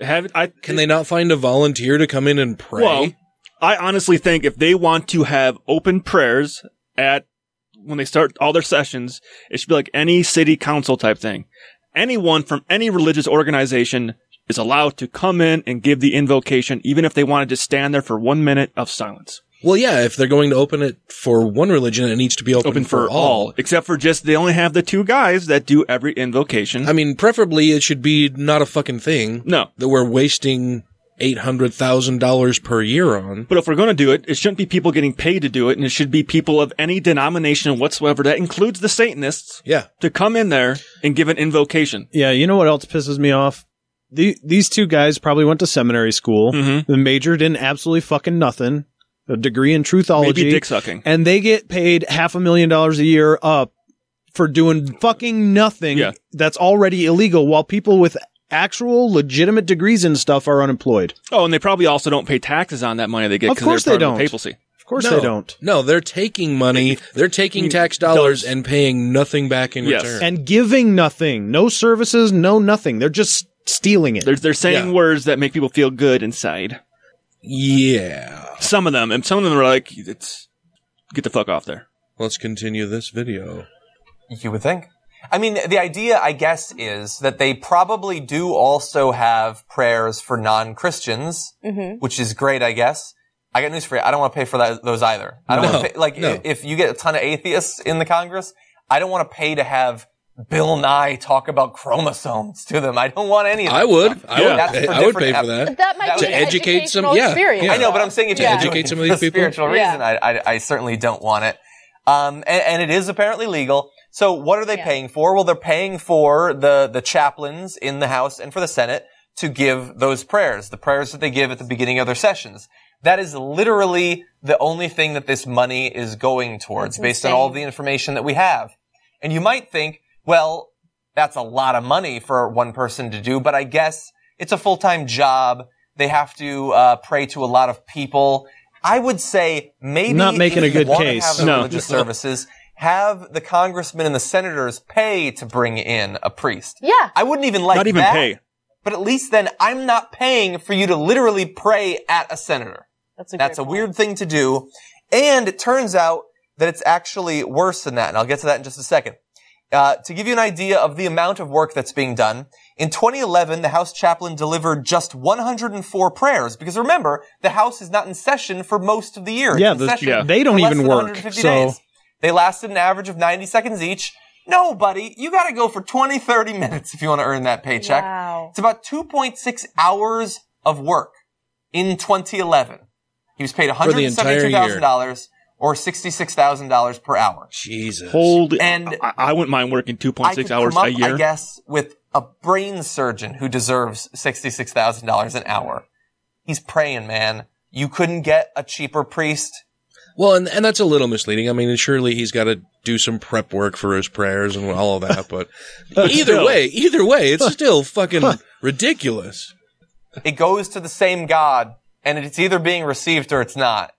S2: Have I?
S1: Can they not find a volunteer to come in and pray?
S2: Well, I honestly think if they want to have open prayers at when they start all their sessions, it should be like any city council type thing. Anyone from any religious organization is allowed to come in and give the invocation, even if they wanted to stand there for one minute of silence.
S1: Well, yeah, if they're going to open it for one religion, it needs to be open,
S2: Open for,
S1: all.
S2: all, except for just they only have the two guys that do every invocation.
S1: I mean, preferably it should be not a fucking thing.
S2: No.
S1: That we're wasting $800,000 per year on.
S2: But if we're going to do it, it shouldn't be people getting paid to do it, and it should be people of any denomination whatsoever. That includes the Satanists.
S1: Yeah.
S2: To come in there and give an invocation.
S3: Yeah, you know what else pisses me off?
S2: Mm-hmm.
S3: The, these two guys probably went to seminary school, and majored in absolutely fucking nothing, a degree in truthology.
S2: Maybe dick sucking.
S3: And they get paid half a million dollars a year up for doing fucking nothing that's already illegal while people with actual legitimate degrees and stuff are unemployed.
S2: Oh, and they probably also don't pay taxes on that money they get
S3: Of
S2: because they're
S3: course they
S2: part of
S3: don't.
S2: the papacy.
S3: Of course
S1: No.
S3: they don't.
S1: No, they're taking money, they're taking tax dollars and paying nothing back in return.
S3: And giving nothing. No services, no nothing. They're just stealing it.
S2: They're, they're saying words that make people feel good inside.
S1: Yeah.
S2: Some of them, and some of them are like, it's, get the fuck off there.
S1: Let's continue this video.
S10: You would think. I mean, the idea, I guess, is that they probably do also have prayers for non-Christians,
S11: Mhm.
S10: which is great, I guess. I got news for you. I don't want to pay for that, those either. I don't
S1: No,
S10: want to pay, like,
S1: no.
S10: i- if you get a ton of atheists in the Congress, I don't want to pay to have Bill Nye talk about chromosomes to them. I don't want any of that.
S1: I would.
S10: stuff.
S1: I would
S10: That's
S1: pay-
S10: for
S1: I would
S10: different
S1: pay for
S10: app-
S1: that. But
S11: that might
S1: To
S11: be an
S1: educate some-
S11: educational
S1: yeah,
S11: experience,
S1: yeah.
S10: I know, but I'm saying if
S11: To
S10: you
S1: educate some
S10: <laughs>
S1: of these
S10: for
S1: people?
S10: spiritual
S11: Yeah.
S10: reason, I, I, I certainly don't want it. Um, and, and it is apparently legal. So what are they paying for? Well, they're paying for the the chaplains in the House and for the Senate to give those prayers, the prayers that they give at the beginning of their sessions. That is literally the only thing that this money is going towards,
S12: That's
S10: based on all the information that we have. And you might think, well, that's a lot of money for one person to do, but I guess it's a full time job. They have to uh, pray to a lot of people. I would say maybe
S3: Not making
S10: if
S3: a
S10: you
S3: good
S10: wanna
S3: case.
S10: Have the
S3: No.
S10: religious services have the congressmen and the senators pay to bring in a priest.
S11: Yeah.
S10: I wouldn't even like
S2: Not even
S10: that,
S2: pay.
S10: But at least then I'm not paying for you to literally pray at a senator.
S11: That's a
S10: That's a weird thing to do. And it turns out that it's actually worse than that. And I'll get to that in just a second. Uh, to give you an idea of the amount of work that's being done, in 2011, the House chaplain delivered just 104 prayers. Because remember, the House is not in session for most of the year. It's
S3: Yeah,
S10: in
S3: the-
S10: session
S3: yeah.
S10: for
S3: they don't
S10: less
S3: even
S10: than
S3: work,
S10: 150
S3: so-
S10: days. They lasted an average of 90 seconds each. No, buddy, you gotta go for 20, 30 minutes if you want to earn that paycheck.
S11: Wow.
S10: It's about 2.6 hours of work in 2011. He was paid
S1: For the entire year.
S10: $172,000 or $66,000 per hour.
S1: Jesus.
S2: Hold.
S10: And
S2: I, I wouldn't mind working
S10: I
S2: 2.6
S10: could
S2: hours
S10: come
S2: a
S10: up,
S2: year.
S10: I guess, with a brain surgeon who deserves $66,000 an hour. He's praying, man. You couldn't get a cheaper priest.
S1: Well, and, and that's a little misleading. I mean, surely he's got to do some prep work for his prayers and all of that,
S2: <laughs>
S1: but
S10: But
S1: either
S10: still.
S1: way, either way, it's still fucking ridiculous.
S10: It goes to the same God, and it's either being received or it's not.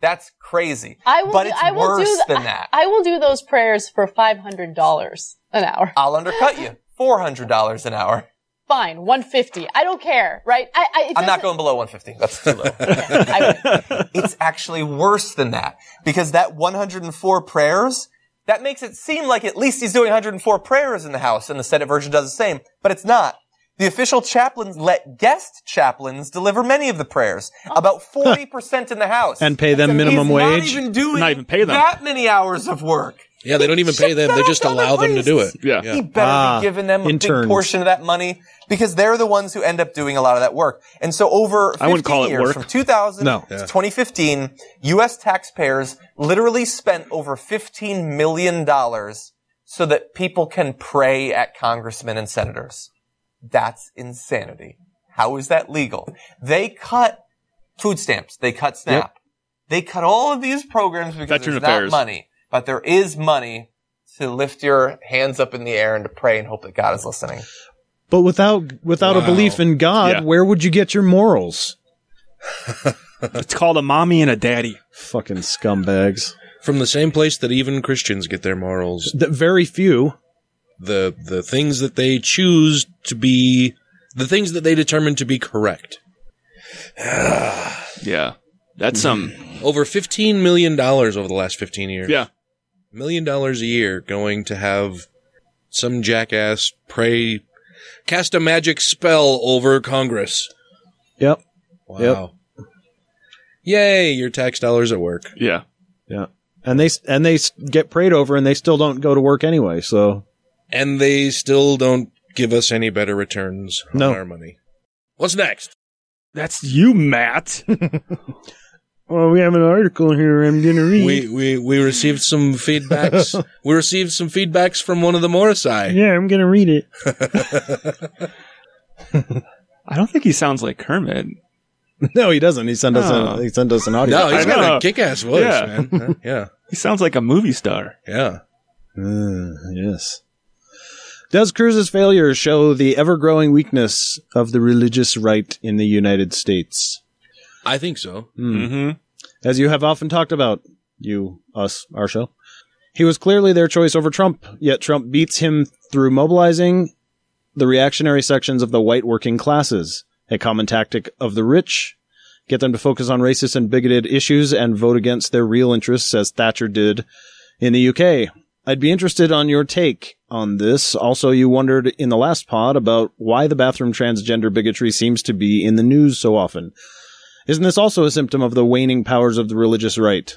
S10: That's crazy.
S11: I will
S10: but
S11: do,
S10: it's
S11: I will
S10: worse
S11: do th-
S10: than that.
S11: I will do those prayers for $500 an hour.
S10: I'll undercut you. $400 an hour.
S11: Fine, 150. I don't care, right? I, I it
S10: I'm not
S11: doesn't-
S10: going below 150. That's
S11: <laughs>
S10: too low. <laughs> it's actually worse than that because that 104 prayers, that makes it seem like at least he's doing 104 prayers in the House and the Senate version does the same, but it's not. The official chaplains let guest chaplains deliver many of the prayers,
S11: Oh.
S10: about 40% in the
S3: <laughs>
S10: House.
S3: And pay them
S10: So
S3: minimum
S10: he's
S3: wage.
S10: Not even doing
S2: Not even pay them.
S10: that many hours of work.
S1: Yeah, they don't even pay them. They
S2: <laughs>
S1: just allow them to do it.
S2: Yeah.
S10: He better
S2: Ah.
S10: be giving them a big portion of that money because they're the ones who end up doing a lot of that work. And so over 15
S2: I wouldn't call it
S10: years,
S2: work.
S10: from 2000
S2: No.
S10: to
S2: Yeah.
S10: 2015, U.S. taxpayers literally spent over 15 million dollars so that people can pray at congressmen and senators. That's insanity. How is that legal? They cut food stamps. They cut SNAP. They cut all of these programs because
S2: Veteran
S10: there's
S2: Affairs.
S10: not money, but there is money to lift your hands up in the air and to pray and hope that God is listening.
S3: But without without a
S10: Wow.
S3: belief in God,
S10: Yeah.
S3: where would you get your morals?
S2: it's called a mommy and a daddy.
S3: Fucking scumbags.
S1: From the same place that even Christians get their morals.
S3: That very few.
S1: The the things that they choose to be the things that they determine to be correct.
S2: yeah. That's some
S1: over 15 million dollars over the last 15 years.
S2: Yeah.
S1: Million dollars a year going to have some jackass pray cast a magic spell over Congress.
S3: Yep.
S1: Wow. Yay, your tax dollars at work.
S2: Yeah.
S3: Yeah. And they s- and they s- get prayed over and they still don't go to work anyway, so
S1: And they still don't give us any better returns
S3: No.
S1: on our money. What's next?
S2: That's you, Matt.
S3: <laughs> Well, we have an article here I'm going to read.
S1: We, we we received some
S2: <laughs>
S1: feedbacks. we received some feedbacks from one of the <laughs> Morrissey.
S3: yeah, I'm going to read <laughs> it.
S2: I don't think he sounds like Kermit.
S3: No, he doesn't. He sent us
S2: Oh.
S3: a, he sent us an audio.
S1: No, he's
S2: I know.
S1: got a kick ass voice,
S2: Yeah.
S1: man.
S2: <laughs>
S1: Yeah.
S2: He sounds like a movie star.
S1: Yeah.
S3: Mm, yes. Does Cruz's failure show the ever growing weakness of the religious right in the United States?
S1: I think so.
S3: Mm. hmm As you have often talked about, you, us, our show. He was clearly their choice over Trump, yet Trump beats him through mobilizing the reactionary sections of the white working classes, a common tactic of the rich. Get them to focus on racist and bigoted issues and vote against their real interests, as Thatcher did in the UK. I'd be interested on your take on this. Also, you wondered in the last pod about why the bathroom transgender bigotry seems to be in the news so often. Isn't this also a symptom of the waning powers of the religious right?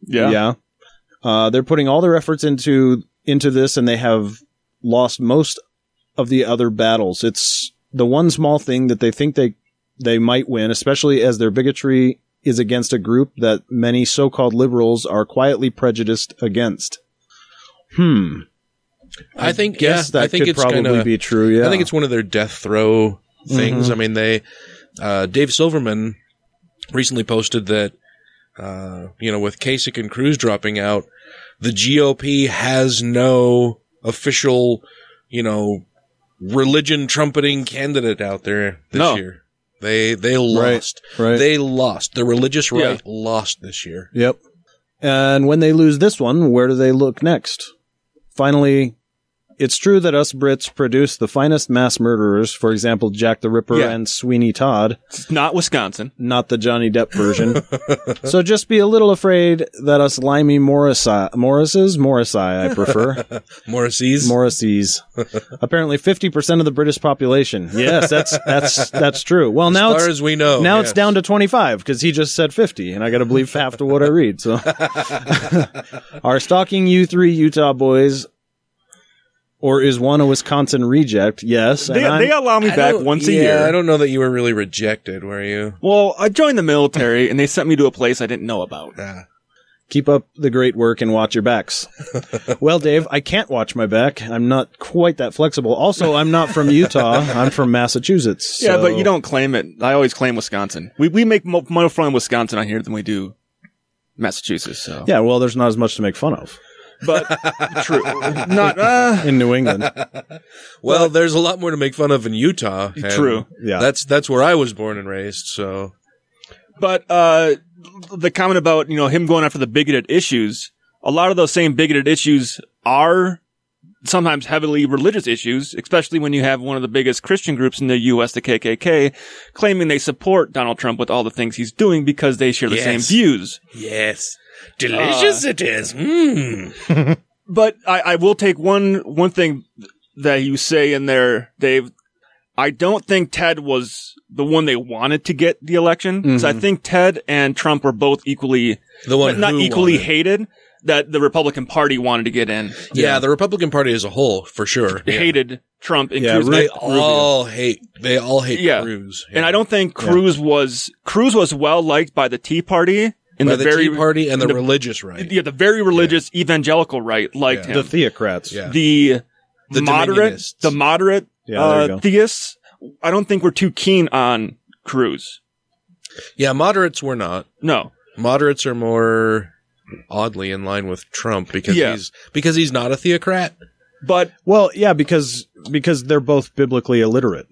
S2: Yeah.
S3: Yeah. Uh, they're putting all their efforts into into this, and they have lost most of the other battles. It's the one small thing that they think they they might win, especially as their bigotry is against a group that many so-called liberals are quietly prejudiced against. Hmm.
S1: I think
S3: guess
S1: yeah,
S3: that
S1: I think
S3: could
S1: it's
S3: probably
S1: kinda,
S3: be true, yeah.
S1: I think it's one of their death throw things.
S3: Mhm.
S1: I mean, they uh, Dave Silverman recently posted that uh, you know with Kasich and Cruz dropping out, the GOP has no official you know religion trumpeting candidate out there this
S2: No.
S1: year. They they lost.
S3: right.
S1: They lost. The religious
S3: Yeah.
S1: right lost this year.
S3: Yep. And when they lose this one, where do they look next? Finally, it's true that us Brits produce the finest mass murderers, for example, Jack the Ripper
S2: Yeah.
S3: and Sweeney Todd,
S2: It's not Wisconsin.
S3: not the Johnny Depp
S1: <laughs>
S3: version. so just be a little afraid that us limey Morrisi- Morrises, Morrissey, I
S1: <laughs>
S3: prefer,
S1: Morrissey's.
S3: Morriseys.
S1: <laughs>
S3: Apparently 50% of the British population. Yes, that's, that's, that's true. Well,
S1: As
S3: now
S1: far
S3: it's,
S1: as we know,
S3: now it's
S1: yes.
S3: down to 25 because he just said 50 and I got to believe half to what I read.
S1: <laughs>
S3: So are stalking you three Utah boys or is one a Wisconsin reject? Yes. and
S2: They,
S3: I'm-
S2: they allow me
S1: I
S2: back
S1: don't-
S2: once a
S1: yeah,
S2: year.
S1: I don't know that you were really rejected, were you?
S2: Well, I joined the military and they sent me to a place I didn't know about.
S3: keep up the great work and watch your
S1: <laughs>
S3: backs. well, Dave, I can't watch my back. I'm not quite that flexible. Also, I'm not from
S1: <laughs>
S3: Utah. I'm from Massachusetts. <laughs>
S2: Yeah, but
S3: so-
S2: you don't claim it. I always claim Wisconsin. We we make more more fun of Wisconsin on here than we do Massachusetts. So
S3: Yeah, well, there's not as much to make fun of
S1: <laughs>
S2: but true, not uh,
S3: in New England.
S1: Well, there's a lot more to make fun of in Utah. and
S2: True.
S3: Yeah.
S1: That's that's where I was born and raised, so
S2: But uh, the comment about you know him going after the bigoted issues, a lot of those same bigoted issues are sometimes heavily religious issues, especially when you have one of the biggest Christian groups in the U.S., the KKK, claiming they support Donald Trump with all the things he's doing because they share the same
S1: Yes.
S2: views.
S1: Yes.
S2: Delicious
S1: it is. Mmm.
S2: Uh. <laughs> But I, I will take one one thing that you say in there, Dave. I don't think Ted was the one they wanted to get the election. 'cause I
S1: Mhm.
S2: think Ted and Trump were both equally
S1: The one
S2: not
S1: who
S2: equally
S1: wanted.
S2: hated that the Republican Party wanted to get in.
S1: Yeah, the Republican Party as a whole, for
S2: <laughs>
S1: sure. Yeah.
S2: hated Trump and
S1: Yeah,
S2: Cruz.
S1: they
S2: They-
S1: all hate they all hate
S2: Yeah.
S1: Cruz.
S2: And I don't think Cruz was Cruz was well liked by the Tea Party and
S1: By
S2: the,
S1: the
S2: very
S1: Tea Party and the
S2: and the-
S1: religious right.
S2: yeah, the very religious evangelical right liked him.
S3: The theocrats.
S2: the,
S1: The
S2: moderate,
S1: Dominionists.
S2: the moderate
S3: Yeah, there you
S2: uh,
S3: go.
S2: theists. I don't think we're too keen on Cruz.
S1: Yeah, moderates were not.
S2: No,
S1: Moderates are more oddly in line with Trump because
S2: Yeah.
S1: he's because he's not a theocrat.
S2: <laughs> But
S3: Well, yeah, because because they're both biblically illiterate,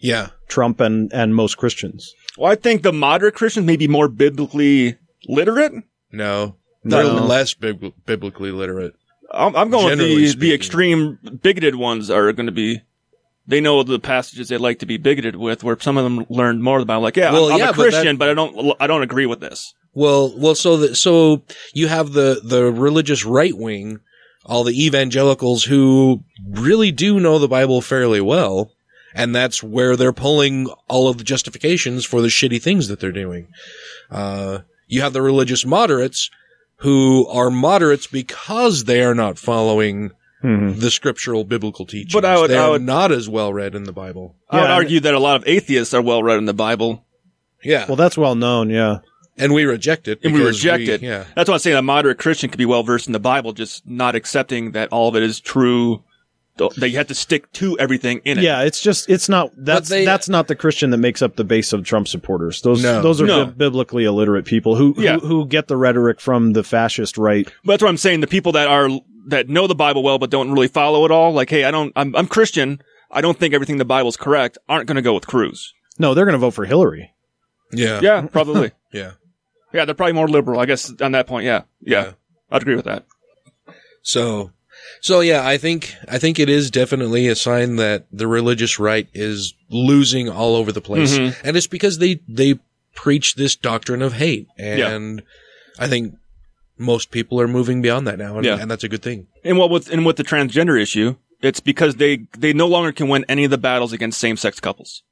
S1: Yeah.
S3: Trump and and most Christians.
S2: well, I think the moderate Christians may be more biblically literate.
S1: No. They're
S2: No.
S1: less bib- biblically literate.
S2: I'm, I'm going
S1: Generally
S2: with the,
S1: speaking.
S2: the extreme bigoted ones are going to be. They know the passages they like to be bigoted with, where some of them learned more about. Like, yeah,
S1: Well,
S2: I'm, I'm
S1: yeah,
S2: a
S1: but that-
S2: Christian, but, I don't, I don't agree with this.
S1: Well, well, so the, so you have the the religious right wing, all the evangelicals who really do know the Bible fairly well, and that's where they're pulling all of the justifications for the shitty things that they're doing. Uh, you have the religious moderates who are moderates because they are not following the scriptural biblical teachings.
S2: Mm-hmm. But I would-
S1: they
S2: I
S1: are
S2: would-
S1: not as well read in the Bible.
S2: I would argue that a lot of atheists are well read in the Bible,
S1: Yeah,
S3: Well, that's well known. Yeah.
S1: and we reject it.
S2: and we
S1: because
S2: reject it.
S1: Yeah.
S2: That's why I'm saying a moderate Christian could be well versed in the Bible, just not accepting that all of it is true that you have to stick to everything in it.
S3: Yeah, it's just it's not that's
S2: they-
S3: that's not the Christian that makes up the base of Trump supporters. Those
S2: No.
S3: those are
S2: No.
S3: bi- biblically illiterate people who, who
S2: Yeah.
S3: who get the rhetoric from the fascist right.
S2: But that's what I'm saying. The people that are that know the Bible well but don't really follow it all, like, hey, I don't, I'm, I'm Christian. I don't think everything in the Bible's correct. Aren't going to go with Cruz.
S3: No, they're going to vote for Hillary.
S1: Yeah.
S2: Yeah, probably.
S1: <laughs> yeah.
S2: Yeah, they're probably more liberal, I guess, on that point. Yeah. Yeah. I'd agree with that.
S1: So, so yeah, I think I think it is definitely a sign that the religious right is losing all over the place,
S2: Mhm.
S1: and it's because they they preach this doctrine of hate,
S2: Yeah.
S1: and I think most people are moving beyond that now, and,
S2: Yeah.
S1: and that's a good thing.
S2: And what with, and with the transgender issue, it's because they, they no longer can win any of the battles against same sex couples.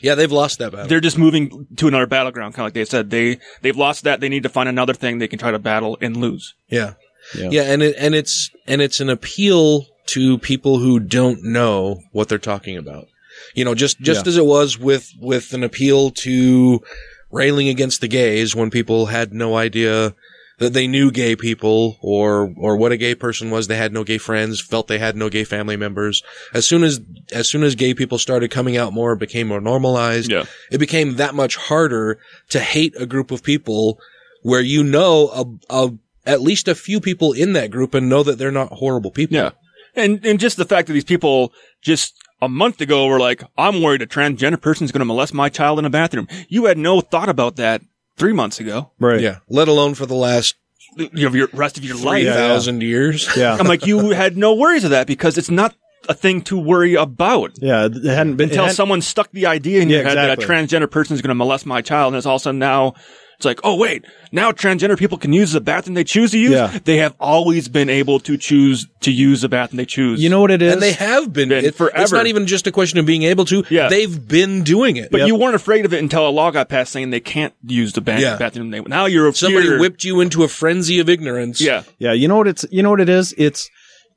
S1: Yeah, they've lost that battle.
S2: They're just moving to another battleground, kind of like they said. They, they've lost that. They need to find another thing they can try to battle and lose.
S1: Yeah. Yeah. and it, and it's and it's an appeal to people who don't know what they're talking about. You know, just just
S2: Yeah.
S1: as it was with with an appeal to railing against the gays when people had no idea that they knew gay people or or what a gay person was, they had no gay friends, felt they had no gay family members. As soon as as soon as gay people started coming out more, it became more normalized. It became that much harder to hate a group of people where you know a, a at least a few people in that group and know that they're not horrible people.
S2: Yeah. And and just the fact that these people just a month ago were like, I'm worried a transgender person's going to molest my child in a bathroom. You had no thought about that three months ago.
S3: Right.
S1: Yeah. Let alone for the last
S2: You have your rest of your life.
S1: three thousand years.
S3: Yeah.
S2: I'm like, you had no worries of that because it's not a thing to worry about.
S3: Yeah, it hadn't been
S2: Until
S3: it hadn't-
S2: someone stuck the idea in
S3: Yeah,
S2: your head that a transgender person is going to molest my child, and it's all of a sudden now it's like, oh wait, now transgender people can use the bathroom they choose to use.
S3: Yeah.
S2: They have always been able to choose to use the bathroom they choose.
S3: You know what it is?
S1: And they have been, it-
S2: forever.
S1: It's not even just a question of being able to.
S2: Yeah.
S1: They've been doing it.
S2: But you weren't afraid of it until a law got passed saying they can't use the ba-
S1: Yeah.
S2: bathroom. They, now you're a
S1: Somebody
S2: fear.
S1: whipped you into a frenzy of ignorance.
S2: Yeah.
S3: Yeah, you know what it's you know what it is? It's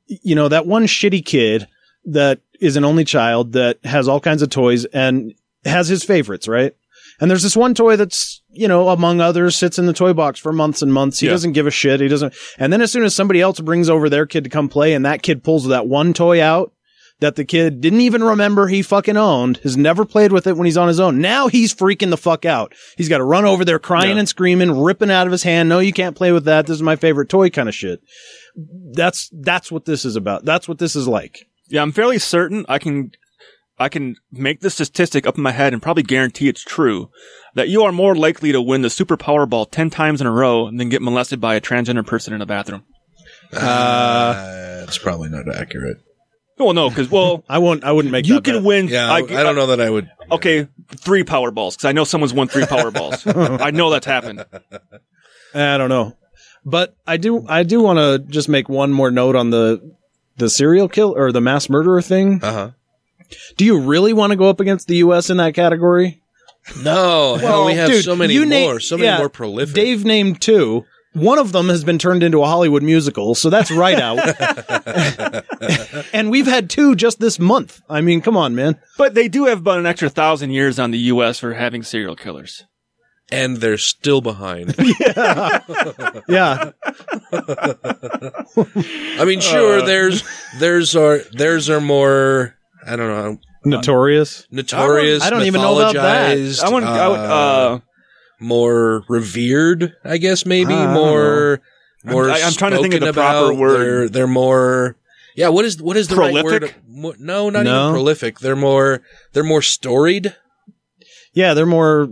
S3: you know that one shitty kid that is an only child that has all kinds of toys and has his favorites, right? And there's this one toy that's, you know, among others sits in the toy box for months and months. He
S2: Yeah.
S3: doesn't give a shit. He doesn't. And then as soon as somebody else brings over their kid to come play and that kid pulls that one toy out that the kid didn't even remember he fucking owned, has never played with it when he's on his own. Now he's freaking the fuck out. He's got to run over there crying and screaming, ripping out of his hand. No, you can't play with that. This is my favorite toy kind of shit. That's, that's what this is about. That's what this is like.
S2: Yeah, I'm fairly certain I can I can make the statistic up in my head and probably guarantee it's true that you are more likely to win the Super Powerball ten times in a row than get molested by a transgender person in a bathroom.
S1: Uh, it's probably not
S2: <laughs>
S1: accurate.
S2: Well, Oh, no, because well,
S3: <laughs> I won't. I wouldn't make
S2: you can win. uh,
S1: Yeah, I, I don't know that I would.
S2: Okay, three Powerballs because I know someone's won
S1: <laughs>
S2: three Powerballs. I know that's happened.
S3: Eh, I don't know, but I do. I do want to just make one more note on the the serial kill or the mass murderer thing.
S1: Uh huh.
S3: Do you really want to go up against the U.S. in that category?
S1: No, and we have
S3: dude,
S1: so many
S3: you
S1: more,
S3: na-
S1: so many
S3: yeah,
S1: more prolific.
S3: Dave named two. One of them has been turned into a Hollywood musical, so that's right out.
S1: <laughs>
S3: <laughs> and we've had two just this month. I mean, come on, man.
S2: But they do have about an extra thousand years on the U.S. for having serial killers.
S1: and they're still behind.
S2: <laughs>
S3: Yeah.
S1: I mean,
S2: Uh.
S1: sure, there's there's are there's are more. I don't know,
S3: Notorious.
S1: notorious.
S3: I don't even know about that.
S1: mythologized,
S3: I wouldn't- I would- uh,
S1: more revered, I guess. Maybe
S3: I don't
S1: more.
S2: know.
S1: More.
S2: I'm- I- I'm trying to think of
S1: spoken
S2: the proper
S1: about.
S2: word.
S1: They're, they're more. Yeah. What is what is the right word?
S2: Prolific?
S1: Mo- No, not
S3: No.
S1: even prolific. They're more. They're more storied.
S3: Yeah, they're more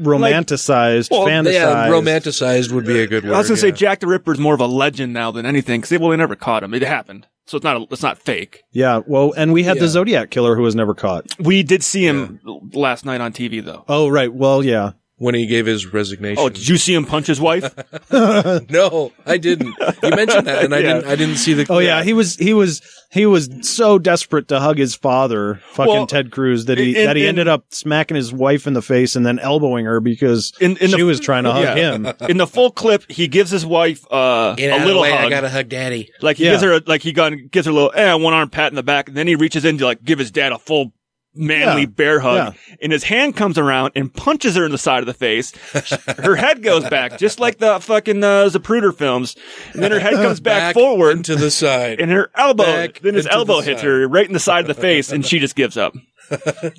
S3: romanticized, fantasized.
S1: Yeah, romanticized would be a good word.
S2: I was gonna say
S1: yeah.
S2: Jack the Ripper is more of a legend now than anything because well they never caught him. It happened, so it's not a, it's not fake.
S3: yeah, well, and we had
S2: Yeah.
S3: the Zodiac killer who was never caught.
S2: We did see him l- last night on TV though.
S3: Oh, right. Well, yeah.
S1: when he gave his resignation.
S2: Oh, did you see him punch his wife?
S1: <laughs> no, I didn't. You mentioned that, and I
S2: Yeah.
S1: didn't. I didn't see the.
S3: Oh yeah, he was he was he was so desperate to hug his father, fucking
S2: Well,
S3: Ted Cruz, that he
S2: in-
S3: that he
S2: in-
S3: ended up smacking his wife in the face and then elbowing her because she was trying to hug
S2: yeah. <laughs>
S3: him.
S2: In the full clip, he gives his wife uh,
S1: Get out
S2: a
S1: of
S2: little
S1: the way, I
S2: hug.
S1: gotta hug daddy.
S2: like he
S3: Yeah.
S2: gives her a, like he got, gives her a little eh, one arm pat in the back, and then he reaches in to like give his dad a full manly
S3: Yeah.
S2: bear hug, and his hand comes around and punches her in the side of the face. She- her head goes back, just like the fucking uh, Zapruder films, and then her head comes back, forward
S1: to the side,
S2: and her elbow,
S1: Back
S2: then his
S1: and to the
S2: elbow hits
S1: side.
S2: her right in the side of the face, and she just gives up.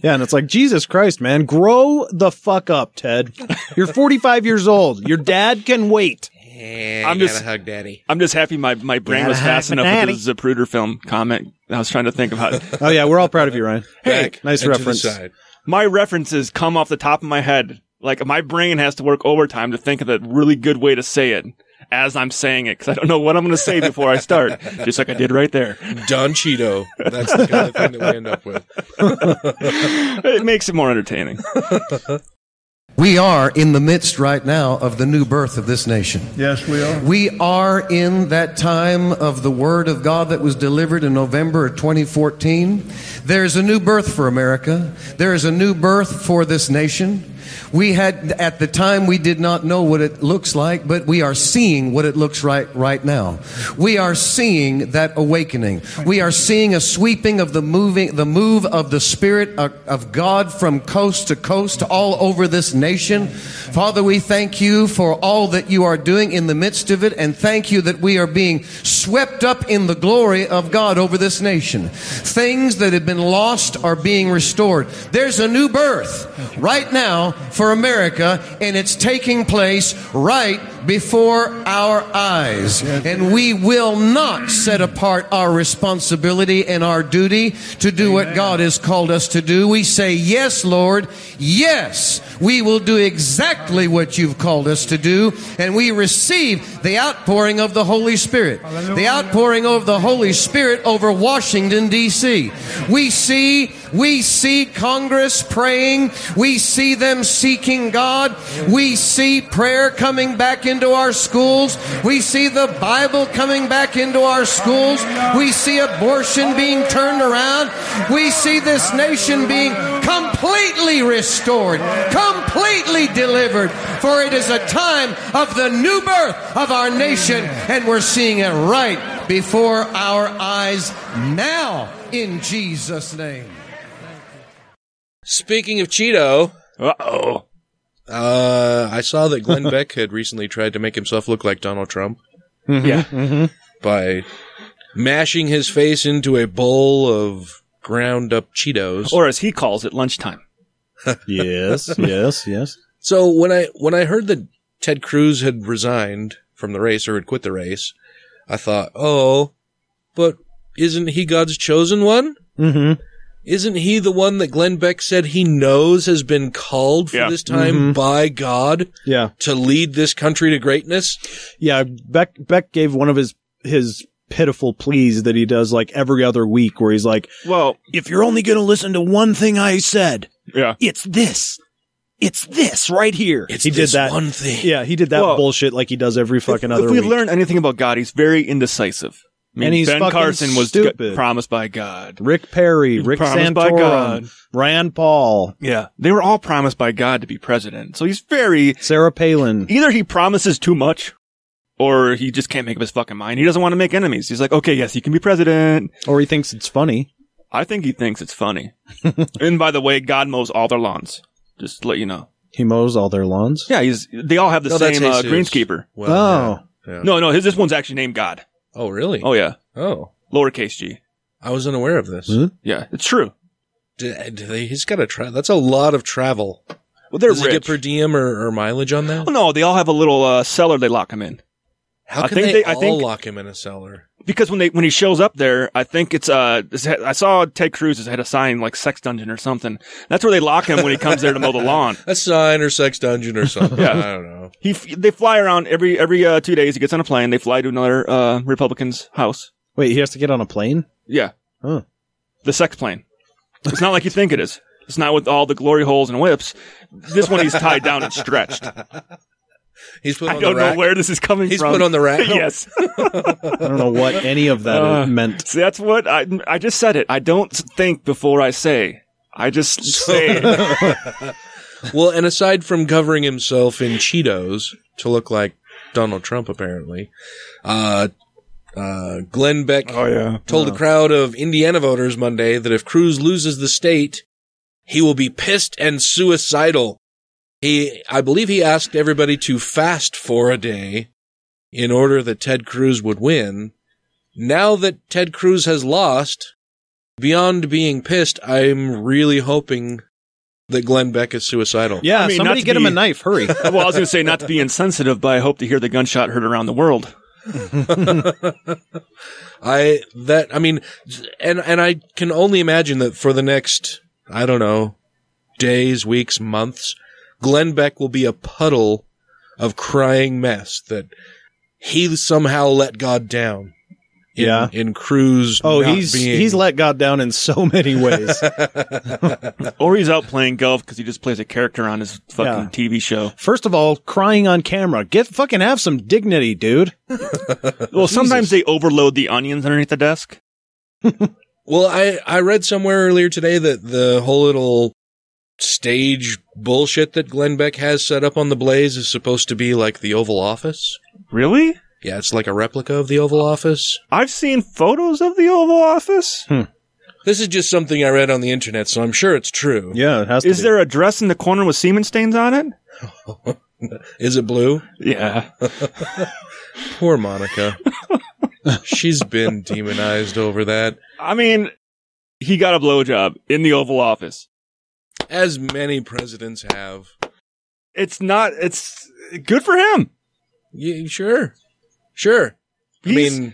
S3: Yeah, and it's like, Jesus Christ, man, grow the fuck up, Ted. You're 45 years old. Your dad can wait.
S2: I'm
S1: gotta
S2: just
S1: hug daddy.
S2: I'm just happy my, my brain
S3: Gotta
S2: was fast
S3: hug my
S2: enough with the Zapruder film comment. I was trying to think
S1: <laughs>
S2: of how.
S3: Oh, yeah, we're all proud of you, Ryan.
S2: hey,
S3: nice reference.
S2: My references come off the top of my head. Like my brain has to work overtime to think of a really good way to say it as I'm saying it because I don't know what I'm going to say before
S1: <laughs>
S2: I start. Just like I did right there.
S1: Don Cheeto. That's the kind of thing that we end up with.
S2: <laughs> it makes it more entertaining.
S12: <laughs> We are in the midst right now of the new birth of this nation.
S7: Yes, we are.
S12: We are in that time of the Word of God that was delivered in November of 2014. There's a new birth for America. There is a new birth for this nation. We had, at the time, we did not know what it looks like, but we are seeing what it looks like right now. We are seeing that awakening. We are seeing a sweeping of the moving, the move of the Spirit of- of God from coast to coast all over this nation. Father, we thank you for all that you are doing in the midst of it, and thank you that we are being swept up in the glory of God over this nation. Things that have been lost are being restored. There's a new birth right now for America, and it's taking place right before our eyes. And we will not set apart our responsibility and our duty to do what God has called us to do. We say, Yes, Lord, yes, we will do exactly what you've called us to do. And we receive the outpouring of the Holy Spirit, the outpouring of the Holy Spirit over Washington, D.C. We see we see Congress praying. We see them seeking God. We see prayer coming back into our schools. We see the Bible coming back into our schools. We see abortion being turned around. We see this nation being completely restored, completely delivered. For it is a time of the new birth of our nation, and we're seeing it right before our eyes now in Jesus' name.
S1: Speaking of Cheeto,
S2: uh-oh.
S1: Uh, I saw that <laughs> Glenn Beck had recently tried to make himself look like Donald Trump
S2: Yeah.
S1: Mm-hmm. by mashing his face into a bowl of ground up Cheetos,
S2: or as he calls
S1: <laughs>
S2: it, lunchtime.
S3: yes, yes, yes.
S1: So when I when I heard that Ted Cruz had resigned from the race or had quit the race, I thought, oh, but isn't he God's chosen one?
S3: Mm-hmm.
S1: Isn't he the one that Glenn Beck said he knows has been called for
S3: Yeah.
S1: this
S3: Mhm.
S1: time by God
S3: Yeah.
S1: to lead this country to greatness?
S3: Yeah, Beck Beck gave one of his his pitiful pleas that he does like every other week where he's like,
S2: Well,
S3: if you're only going to listen to one thing I said,
S2: yeah.
S3: it's this. It's this right here.
S1: It's
S3: he
S1: this
S3: did that
S1: one thing.
S3: Yeah, he did that
S2: Well,
S3: bullshit like he does every fucking other
S2: if we
S3: week.
S2: learn anything about God, he's very indecisive. I mean,
S3: And he's
S2: ben
S3: fucking
S2: Carson was g-
S3: stupid.
S2: promised by God.
S3: Rick Perry, Rick
S2: promised by God.
S3: Santorum, Rand Paul,
S2: Yeah, they were all promised by God to be president. So he's very
S3: Sarah Palin.
S2: Either he promises too much, or he just can't make up his fucking mind. He doesn't want to make enemies. He's like, okay, yes, he can be president.
S3: Or he thinks it's funny.
S2: I think he thinks
S3: <laughs>
S2: it's funny. and by the way, God mows all their lawns. Just to let you know.
S3: He mows all their lawns.
S2: Yeah, he's. They all have the
S3: No, that's
S2: same uh,
S3: Jesus.
S2: greenskeeper.
S3: Well, Oh. yeah, yeah.
S2: no, no, his, this one's actually named God.
S1: Oh, really?
S2: Oh yeah.
S1: Oh,
S2: lowercase g.
S1: I was unaware of this.
S2: Yeah, it's true.
S1: D- do they- he's got to travel. That's a lot of travel.
S2: Well, they're
S1: Does he
S2: rich.
S1: get per diem or, or mileage on that?
S2: Oh, no, they all have a little uh, cellar they lock him in.
S1: How
S2: I
S1: can
S2: think
S1: they,
S2: they- I
S1: all
S2: think-
S1: lock him in a cellar?
S2: because when they when he shows up there, I think it's uh I saw Ted Cruz had a sign like sex dungeon or something. That's where they lock him when he comes there to mow the lawn.
S1: A sign or sex dungeon or something. <laughs>
S2: Yeah.
S1: I don't know.
S2: He f- they fly around every every uh, two days. He gets on a plane. They fly to another uh, Republican's house.
S3: Wait, he has to get on a plane?
S2: Yeah,
S3: Huh.
S2: the sex plane. It's not like you think it is. It's not with all the glory holes and whips. This one he's tied down and stretched.
S1: He's put
S2: I
S1: on
S2: don't
S1: the rack.
S2: know where this is coming
S1: He's
S2: from.
S1: put on the rack. <laughs>
S2: <laughs> yes.
S3: I don't know what any of that
S2: Uh,
S3: meant.
S2: See, that's what I I just said it. I don't think before I say. I just say. it.
S1: <laughs> well, and aside from covering himself in Cheetos to look like Donald Trump, apparently, uh, uh, Glenn Beck
S2: Oh, yeah.
S1: told a crowd of Indiana voters Monday that if Cruz loses the state, He will be pissed and suicidal. He, I believe he asked everybody to fast for a day in order that Ted Cruz would win. Now that Ted Cruz has lost, beyond being pissed, I'm really hoping that Glenn Beck is suicidal.
S3: Yeah, somebody get him a knife. Hurry.
S2: well, I was going to say not to be insensitive, but I hope to hear the gunshot heard around the world.
S1: I that I mean, and and I can only imagine that for the next I don't know days, weeks, months, Glenn Beck will be a puddle of crying mess that he somehow let God down. In,
S3: Yeah.
S1: in
S2: <laughs>
S1: Cruz.
S3: Oh,
S1: not
S3: he's
S1: being-
S3: he's let God down in so many ways.
S2: or he's out playing golf because he just plays a character on his fucking TV show.
S3: First of all, crying on camera. Get fucking have some dignity,
S2: <laughs>
S3: dude.
S2: Well, sometimes they overload the onions underneath the desk.
S1: Well, I, I read somewhere earlier today that the whole little stage bullshit that Glenn Beck has set up on the Blaze is supposed to be like the Oval Office.
S2: Really?
S1: Yeah, it's like a replica of the Oval Office.
S2: I've seen photos of the Oval Office.
S1: Hmm. This is just something I read on the internet, so I'm sure it's true.
S3: Yeah, it has
S2: Is there a dress in the corner with semen stains on it?
S1: <laughs> Is it blue?
S2: Yeah.
S1: <laughs> Poor
S2: <laughs>
S1: Monica. She's been demonized over that.
S2: I mean, he got a blowjob in the Oval Office.
S1: As many presidents have.
S2: It's not. It's good for him.
S1: Yeah, sure. Sure. I mean,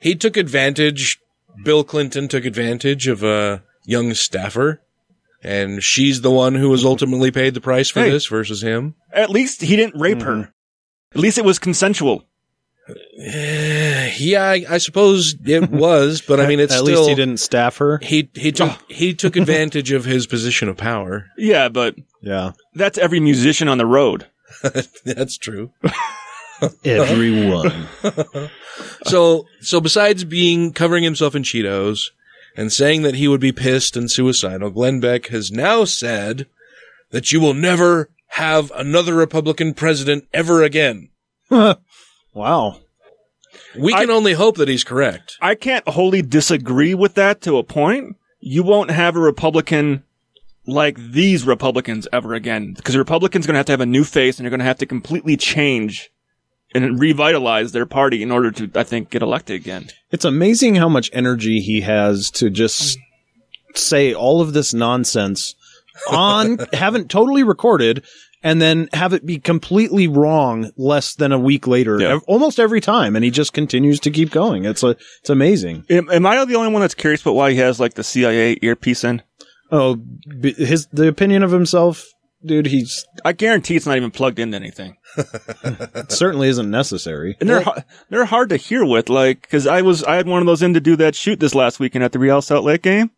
S1: he took advantage. Bill Clinton took advantage of a young staffer, and she's the one who was ultimately paid the price for
S2: Hey.
S1: this versus him.
S2: At least he didn't rape
S1: Hmm.
S2: her. At least it was consensual.
S1: Eh, Yeah, I, I suppose
S2: <laughs>
S1: it was, but I mean, it's
S3: At
S1: still
S3: least he didn't staff her.
S1: He he took
S3: <laughs>
S1: he took advantage of his position of power.
S2: Oh, Yeah, but
S3: yeah,
S2: that's every musician on the road.
S1: <laughs> That's true.
S3: Everyone.
S1: so so besides being covering himself in Cheetos and saying that he would be pissed and suicidal, Glenn Beck has now said that you will never have another Republican president ever again.
S3: wow.
S1: We can only hope that he's <laughs> correct.
S2: I can't wholly disagree with that to a point. You won't have a Republican like these Republicans ever again because the Republicans going to have to have a new face and they're going to have to completely change and revitalize their party in order to, I think, get elected again.
S3: It's amazing how much energy he has to just say all of this nonsense on
S2: <laughs>
S3: haven't totally recorded and then have it be completely wrong less than a week later ev- almost every time and he just continues to keep going it's a, it's amazing
S2: Am, am I the only one that's curious about why he has like the CIA earpiece in?
S3: Oh, b- his the opinion of himself, dude. He's
S2: I guarantee it's not even plugged into anything.
S3: it certainly isn't necessary
S2: And they're har they're hard to hear with, like because I was I had one of those in to do that shoot this last weekend at the Real Salt Lake game,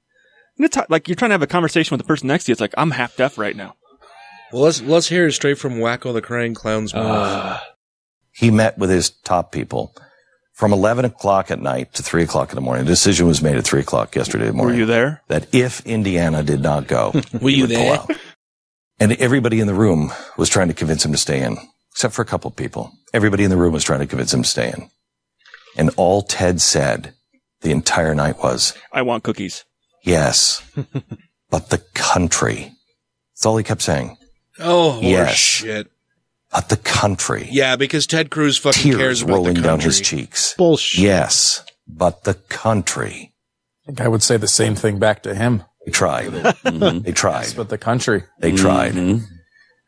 S2: and it's hard- like you're trying to have a conversation with the person next to you. It's like I'm half deaf right now.
S1: Well, let's let's hear it straight from Wacko the Crying Clown's mouth.
S6: he met with his top people from 11 o'clock at night to 3 o'clock in the morning. The decision was made at 3 o'clock yesterday morning.
S2: Were you there?
S6: That if Indiana did not go,
S1: <laughs> Were
S6: he
S1: you
S6: would pull
S1: there?
S6: out. And everybody in the room was trying to convince him to stay in, except for a couple of people. Everybody in the room was trying to convince him to stay in. And all Ted said the entire night was,
S2: I want cookies.
S1: <laughs>
S6: yes, but the country. That's all he kept saying.
S1: Oh
S6: Yes.
S1: shit!
S6: But the country.
S1: Yeah, because Ted Cruz fucking cares
S6: Tears
S1: about
S6: rolling
S1: the
S6: down
S1: country.
S6: his cheeks.
S3: Bullshit.
S6: Yes, but the country.
S13: I think I would say the same thing back to him.
S6: They tried.
S1: <laughs>
S6: Mm-hmm. They tried.
S13: Yes, but the country.
S6: They tried.
S14: Mhm.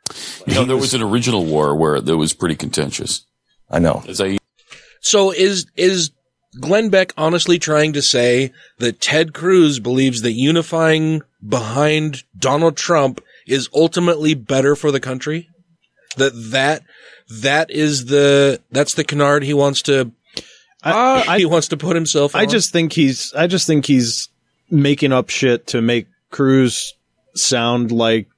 S6: Mm-hmm.
S14: You know, there was an original war where that was pretty contentious.
S6: I know.
S14: As I
S1: So is is Glenn Beck honestly trying to say that Ted Cruz believes that unifying behind Donald Trump is ultimately better for the country? That that that is the that's the canard he wants to Ah, he wants to put himself.
S3: I
S1: on?
S3: just think he's I just think he's making up shit to make Cruz sound like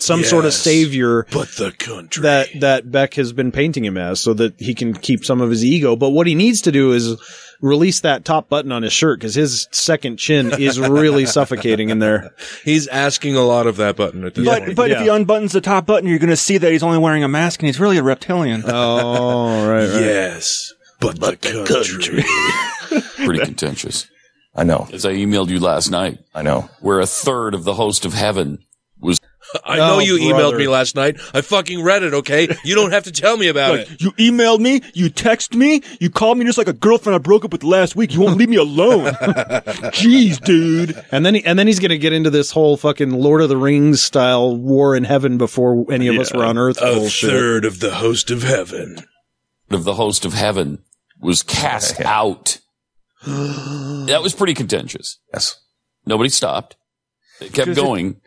S3: some sort of
S1: Yes,
S3: savior
S1: but the country
S3: that that Beck has been painting him as so that he can keep some of his ego but what he needs to do is release that top button on his shirt cuz his second chin is
S1: <laughs>
S3: really suffocating in there
S1: he's asking a lot of that button at this
S2: But but if he unbuttons the top button, you're going to see that he's only wearing a mask and he's really a reptilian.
S3: Oh right,
S2: <laughs>
S1: Yes, but, the country.
S14: <laughs> pretty contentious.
S6: I know.
S14: As I emailed you last night.
S6: I know.
S14: Where a third of the host of heaven was.
S1: I
S14: Oh,
S1: know you emailed me last night. I fucking read it, okay? You don't have to tell me about it.
S2: Like, you emailed me, you text me, you called me just like a girlfriend I broke up with last week. You won't leave me alone. Jeez, dude.
S3: And then he, and then he's gonna get into this whole fucking Lord of the Rings style war in heaven before any of us were on Earth.
S1: A
S3: bullshit.
S1: third of the host of heaven.
S14: Of the host of heaven was cast out. that was pretty contentious.
S6: Yes.
S14: Nobody stopped. It kept going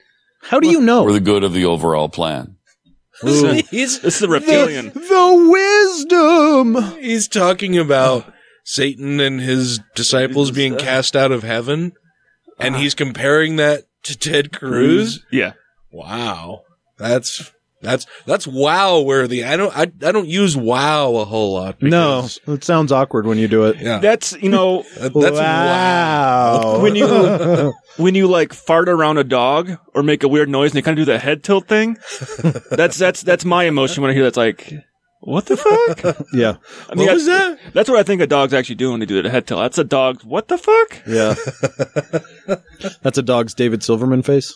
S3: How do you know?
S14: for the good of the overall plan.
S3: Ooh.
S1: He's,
S2: it's the
S3: reptilian. The wisdom.
S1: He's talking about Satan and his disciples being cast out of heaven, and he's comparing that to Ted Cruz.
S2: Yeah.
S1: Wow, that's that's that's wow worthy. I don't I, I don't use wow a whole lot.
S3: No, it sounds awkward when you do it.
S1: Yeah,
S2: That's, you know,
S1: <laughs> That- that's
S3: wow.
S2: when you when you like fart around a dog or make a weird noise and they kind of do the head tilt thing. That's that's that's my emotion when I hear that's like what
S1: <laughs>
S2: the fuck?
S3: <laughs> yeah,
S2: I mean,
S1: What was that?
S2: That's what I think a dog's actually doing when they do the head tilt. That's a dog. What the fuck?
S3: yeah. That's a dog's David Silverman
S1: <laughs>
S3: face.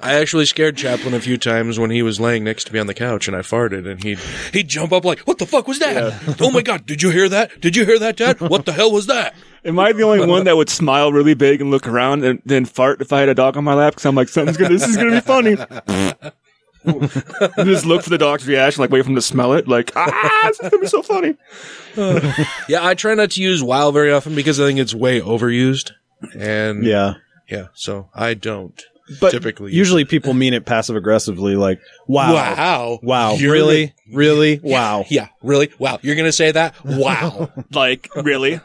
S1: I actually scared Chaplin a few times when he was laying next to me on the couch and I farted and he'd he'd jump up like, What the fuck was that? Oh my god, did you hear that? Did you hear that, Dad? What the hell was that?
S2: Am I the only one that would smile really big and look around and then fart if I had a dog on my lap? Because I'm like, something's gonna, this is gonna
S1: <laughs>
S2: be funny. And just look for the dog's reaction, like wait for him to smell it, like ah, this is gonna be so funny.
S1: <laughs> Yeah, I try not to use wow very often because I think it's way overused. And
S3: Yeah.
S1: yeah, so I don't
S2: But
S1: typically
S3: Usually people mean it passive aggressively, like wow,
S1: Wow.
S3: wow,
S1: You're-
S3: really, really, wow.
S1: <laughs> Yeah, really? Wow. You're gonna say that? Wow.
S2: <laughs> Like really,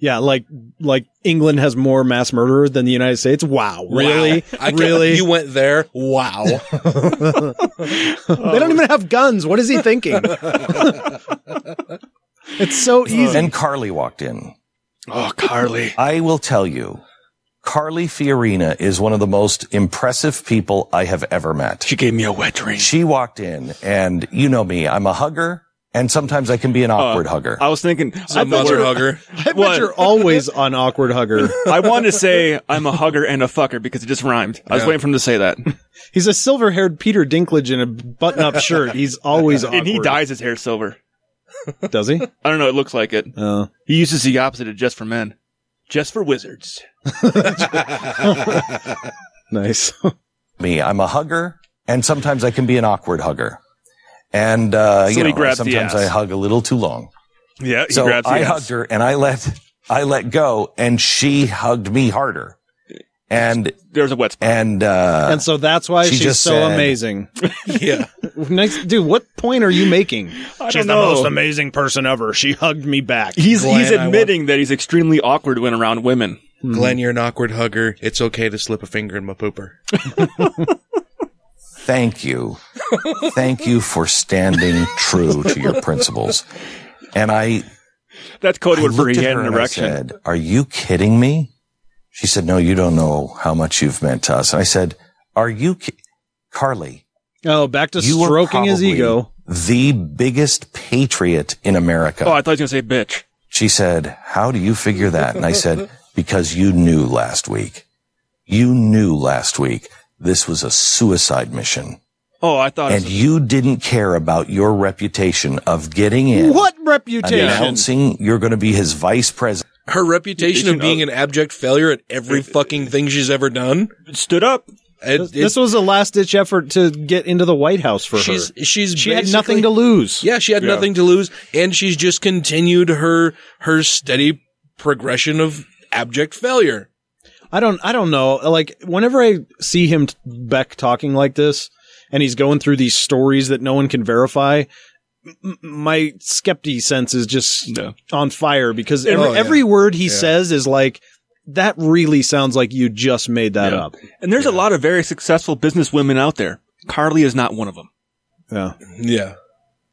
S3: Yeah, like like England has more mass murder than the United States. Wow, really,
S1: Wow. I can't-
S3: really.
S1: You went there. Wow.
S3: they don't even have guns. What is he thinking? it's so easy.
S6: Then Carly walked in.
S2: oh Carly,
S6: <laughs> I will tell you, Carly Fiorina is one of the most impressive people I have ever met.
S2: she gave me a wet dream.
S6: She walked in, and you know me, I'm a hugger, and sometimes I can be an awkward hugger.
S2: Uh, I was thinking, I
S1: A
S2: thought you
S1: mother
S2: were- <laughs>
S1: hugger.
S3: I bet
S2: What?
S3: you're always on awkward hugger.
S2: <laughs> I wanted to say I'm a hugger and a fucker because it just rhymed. I was waiting for him to say that,
S3: He's a silver-haired Peter Dinklage in a button-up shirt. He's always awkward.
S2: <laughs> and he dyes his hair silver.
S3: does he?
S2: I don't know. It looks like it.
S3: Oh.
S2: He uses the opposite of just for men, just
S6: <laughs>
S2: for wizards.
S3: Nice. <laughs>
S6: me. I'm a hugger, and sometimes I can be an awkward hugger. And uh,
S2: So
S6: you
S2: he
S6: know,
S2: grabbed the
S6: sometimes
S2: ass.
S6: I hug a little too long.
S2: Yeah, he
S6: so
S2: grabs the
S6: I
S2: ass.
S6: hugged her, and I let I let go, and she hugged me harder. And
S2: There's a wet spot.
S6: and uh,
S3: and so that's why
S6: She
S3: she's
S6: just
S3: so
S6: said-
S3: amazing.
S1: yeah.
S3: nice, dude. What point are you making?
S2: I
S3: she's
S2: don't
S3: the most
S2: know.
S3: amazing person ever. She hugged me back.
S2: He's
S1: Glenn,
S2: he's
S1: I want-
S2: admitting that he's extremely awkward when around women.
S3: Hmm.
S1: Glenn, you're an awkward hugger. It's okay to slip a finger in my pooper.
S6: thank you. thank you for standing true to your principles. And I,
S2: That's code
S6: I
S2: word for
S6: looked
S2: he
S6: at
S2: had
S6: her
S2: an
S6: and I
S2: erection.
S6: said, are you kidding me? She said, no, you don't know how much you've meant to us. And I said, are you, ki- Carly,
S3: Oh, back to
S6: you were
S3: stroking his
S6: probably
S3: ego.
S6: The biggest patriot in America.
S2: oh, I thought he was gonna say bitch.
S6: She said, How do you figure that? And I
S2: <laughs>
S6: said, Because you knew last week. You knew last week this was a suicide mission.
S2: Oh, I thought.
S6: And
S2: It was
S6: you didn't care about your reputation of getting in
S3: What
S6: and
S3: reputation?
S6: announcing you're going to be his vice president.
S1: Her reputation of being an abject failure at every fucking thing she's ever done.
S2: a- stood up.
S1: It, it-
S3: this was a last ditch effort to get into the White House for
S1: she's
S3: her.
S1: she's
S3: She had
S1: basically-
S3: nothing to lose.
S1: Yeah, she had
S2: Yeah.
S1: nothing to lose, and she's just continued her her steady progression of abject failure.
S3: I don't I don't know. Like whenever I see him t- Beck talking like this and he's going through these stories that no one can verify, m- m- my skeptic sense is just
S2: No.
S3: on fire because
S1: Oh,
S3: every,
S1: yeah.
S3: every word he
S1: Yeah.
S3: says is like that really sounds like you just made that
S2: Yeah.
S3: up.
S2: And there's a lot of very successful business women out there. Carly is not one of them.
S3: Yeah.
S1: Yeah,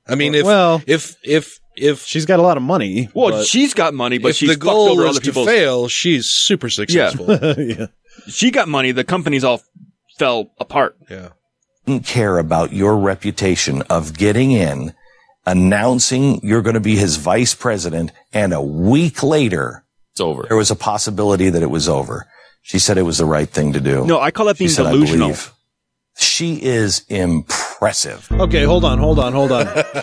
S1: I mean, if
S3: Well-
S1: if if if
S3: She's got a lot of money.
S2: Well,
S3: but-
S2: she's got money, but
S1: if
S2: she's
S1: the
S2: fucked
S1: goal
S2: over
S1: was
S2: other
S1: to
S2: people's.
S1: fail, she's super successful.
S2: <laughs>
S1: Yeah.
S3: yeah.
S2: She got money. The companies all fell apart.
S6: Didn't care about your reputation of getting in announcing you're going to be his vice president, and a week later,
S14: it's over.
S6: There was a possibility that it was over. She said it was the right thing to do.
S2: No, I call that
S6: She
S2: being
S6: said, "I
S2: delusional."
S6: believe." She is impressive.
S3: Okay, hold on, hold on, hold on. <laughs>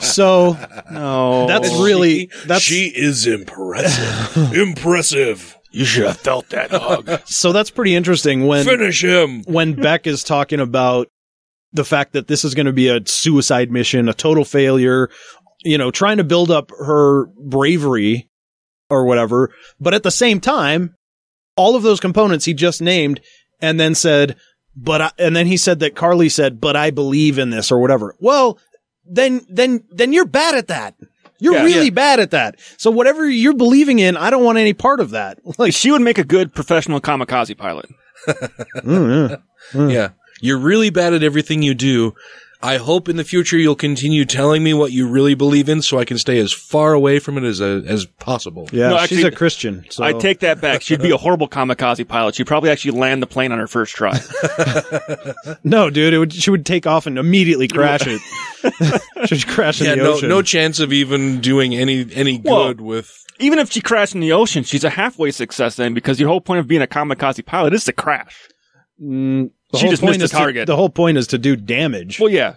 S3: So, no, that's really that's
S1: Oh, she is
S2: <laughs>
S1: impressive. impressive.
S2: You should have felt that hug.
S3: so that's pretty interesting when
S1: Finish him.
S3: when Beck is talking about the fact that this is going to be a suicide mission, a total failure, you know, trying to build up her bravery or whatever, but at the same time, all of those components he just named and then said but I, and then he said that Carly said but I believe in this or whatever. Well, then then then you're bad at that. You're
S2: Yeah.
S3: really
S2: Yeah.
S3: bad at that. So whatever you're believing in, I don't want any part of that. Like Oh,
S2: she would make a good professional
S3: <laughs>
S2: kamikaze pilot.
S1: <laughs> Yeah. You're really bad at everything you do. I hope in the future you'll continue telling me what you really believe in so I can stay as far away from it as as possible.
S3: Yeah,
S2: No,
S3: she's
S2: actually,
S3: a Christian. So.
S2: I take that back. She'd be a horrible kamikaze pilot. She'd probably actually land the plane on her
S3: <laughs>
S2: first try.
S3: no, dude. It would, she would take off and immediately crash
S2: <laughs>
S3: it. She'd crash in
S1: Yeah,
S3: the
S1: no
S3: ocean.
S1: no chance of even doing any any
S2: Well,
S1: good with
S2: Even if she crashed in the ocean, she's a halfway success then because your whole point of being a kamikaze pilot is to crash.
S3: Mm, The
S2: she
S3: whole
S2: just
S3: point
S2: missed the
S3: is to-
S2: target.
S3: the whole point is to do damage.
S2: well, yeah.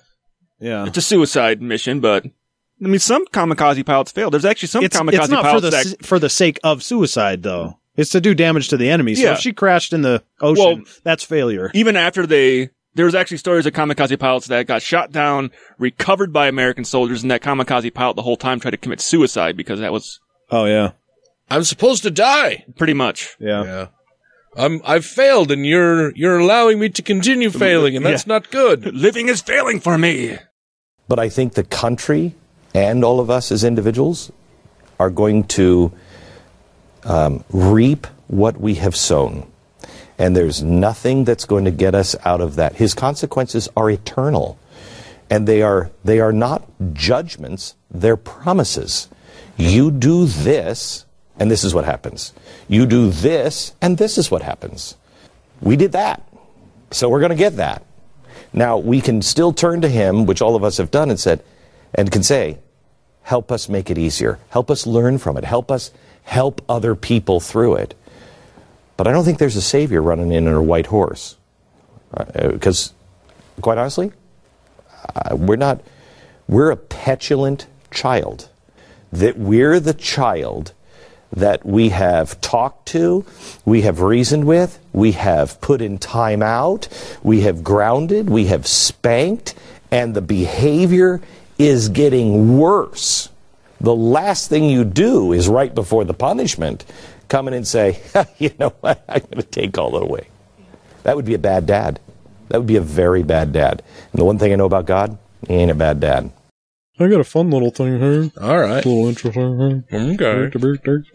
S3: Yeah.
S2: It's a suicide mission, but I mean, some kamikaze pilots fail. There's actually some
S3: it's,
S2: kamikaze
S3: it's not for
S2: pilots
S3: the
S2: that
S3: s- for the sake of suicide though. It's to do damage to the enemy. So
S2: Yeah.
S3: if she crashed in the ocean,
S2: Well-
S3: that's failure.
S2: even after they there was actually stories of kamikaze pilots that got shot down, recovered by American soldiers, and that kamikaze pilot the whole time tried to commit suicide because that was
S3: Oh yeah.
S1: I'm supposed to die.
S2: pretty much.
S3: Yeah.
S1: Yeah. I'm I've failed and you're you're allowing me to continue failing and that's not good.
S2: Living is failing for me.
S6: But I think the country and all of us as individuals are going to um, reap what we have sown. And there's nothing that's going to get us out of that. His consequences are eternal. And they are, they are not judgments, they're promises. You do this, and this is what happens. You do this, and this is what happens. We did that. So we're going to get that. Now, we can still turn to him, which all of us have done and said, and can say, help us make it easier. Help us learn from it. Help us help other people through it. But I don't think there's a savior running in on a white horse. Because, quite honestly, uh, we're not, we're a petulant child. That we're the child that we have talked to, we have reasoned with, we have put in time out, we have grounded, we have spanked, and the behavior is getting worse. The last thing you do is right before the punishment come in and say, <laughs> you know what, I'm going to take all that away. That would be a bad dad. That would be a very bad dad. And the one thing I know about God, he ain't a bad dad.
S3: I got a fun little thing here.
S1: All right.
S3: Little <laughs> intro here.
S1: Okay.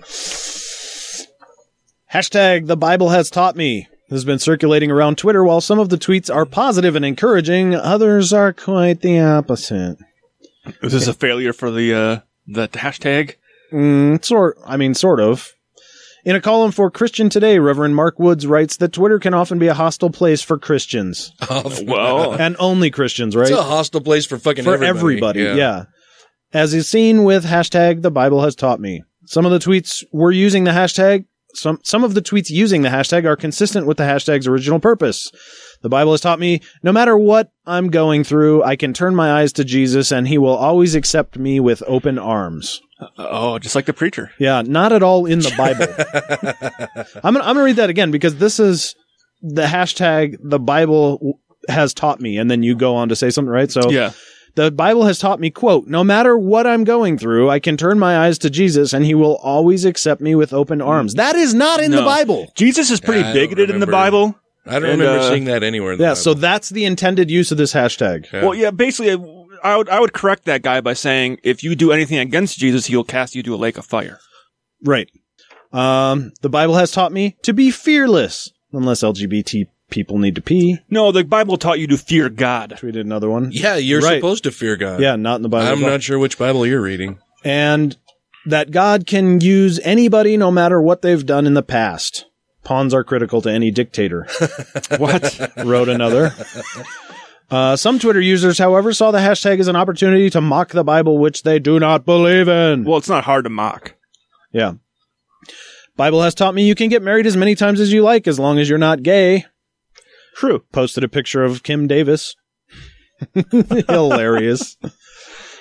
S3: Hashtag the Bible has taught me has been circulating around Twitter while some of the tweets are positive and encouraging, others are quite the opposite.
S2: This is a failure for the uh, the hashtag.
S3: Mm, sort, I mean, sort of. In a column for Christian Today, Reverend Mark Woods writes that Twitter can often be a hostile place for Christians
S2: Well,
S3: and only Christians, right?
S1: It's a hostile place for fucking
S3: for
S1: everybody.
S3: everybody. Yeah. As is seen with hashtag the Bible has taught me. Some of the tweets were using the hashtag. Some some of the tweets using the hashtag are consistent with the hashtag's original purpose. The Bible has taught me no matter what I'm going through, I can turn my eyes to Jesus and he will always accept me with open arms.
S2: oh, just like the preacher.
S3: Yeah, not at all in the Bible. <laughs> I'm gonna, I'm gonna read that again because this is the hashtag the Bible w- has taught me, and then you go on to say something, right? So
S2: Yeah.
S3: the Bible has taught me, quote, no matter what I'm going through, I can turn my eyes to Jesus, and He will always accept me with open arms. That is not in the
S2: No.
S3: Bible.
S2: Jesus is pretty
S1: I don't
S2: bigoted in the
S1: remember.
S2: Bible.
S1: I don't
S2: And,
S1: remember
S2: uh,
S1: seeing that anywhere. In the
S3: Yeah,
S1: Bible.
S3: so that's the intended use of this hashtag.
S1: Yeah.
S2: Well, yeah, basically, I would I would correct that guy by saying if you do anything against Jesus, he'll cast you to a lake of fire.
S3: Right. Um, the Bible has taught me to be fearless, unless LGBT people need to pee.
S2: No, the Bible taught you to fear God.
S3: Tweeted another one.
S1: yeah, you're
S3: Right.
S1: supposed to fear God.
S3: Yeah, not in the Bible.
S1: I'm not sure which Bible you're reading.
S3: and that God can use anybody no matter what they've done in the past. Pawns are critical to any dictator,
S2: <laughs> What?
S3: wrote another. Uh, some Twitter users, however, saw the hashtag as an opportunity to mock the Bible, which they do not believe in.
S2: Well, it's not hard to mock.
S3: Yeah. Bible has taught me you can get married as many times as you like as long as you're not gay.
S2: True.
S3: Posted a picture of Kim
S2: <laughs>
S3: Davis. Hilarious.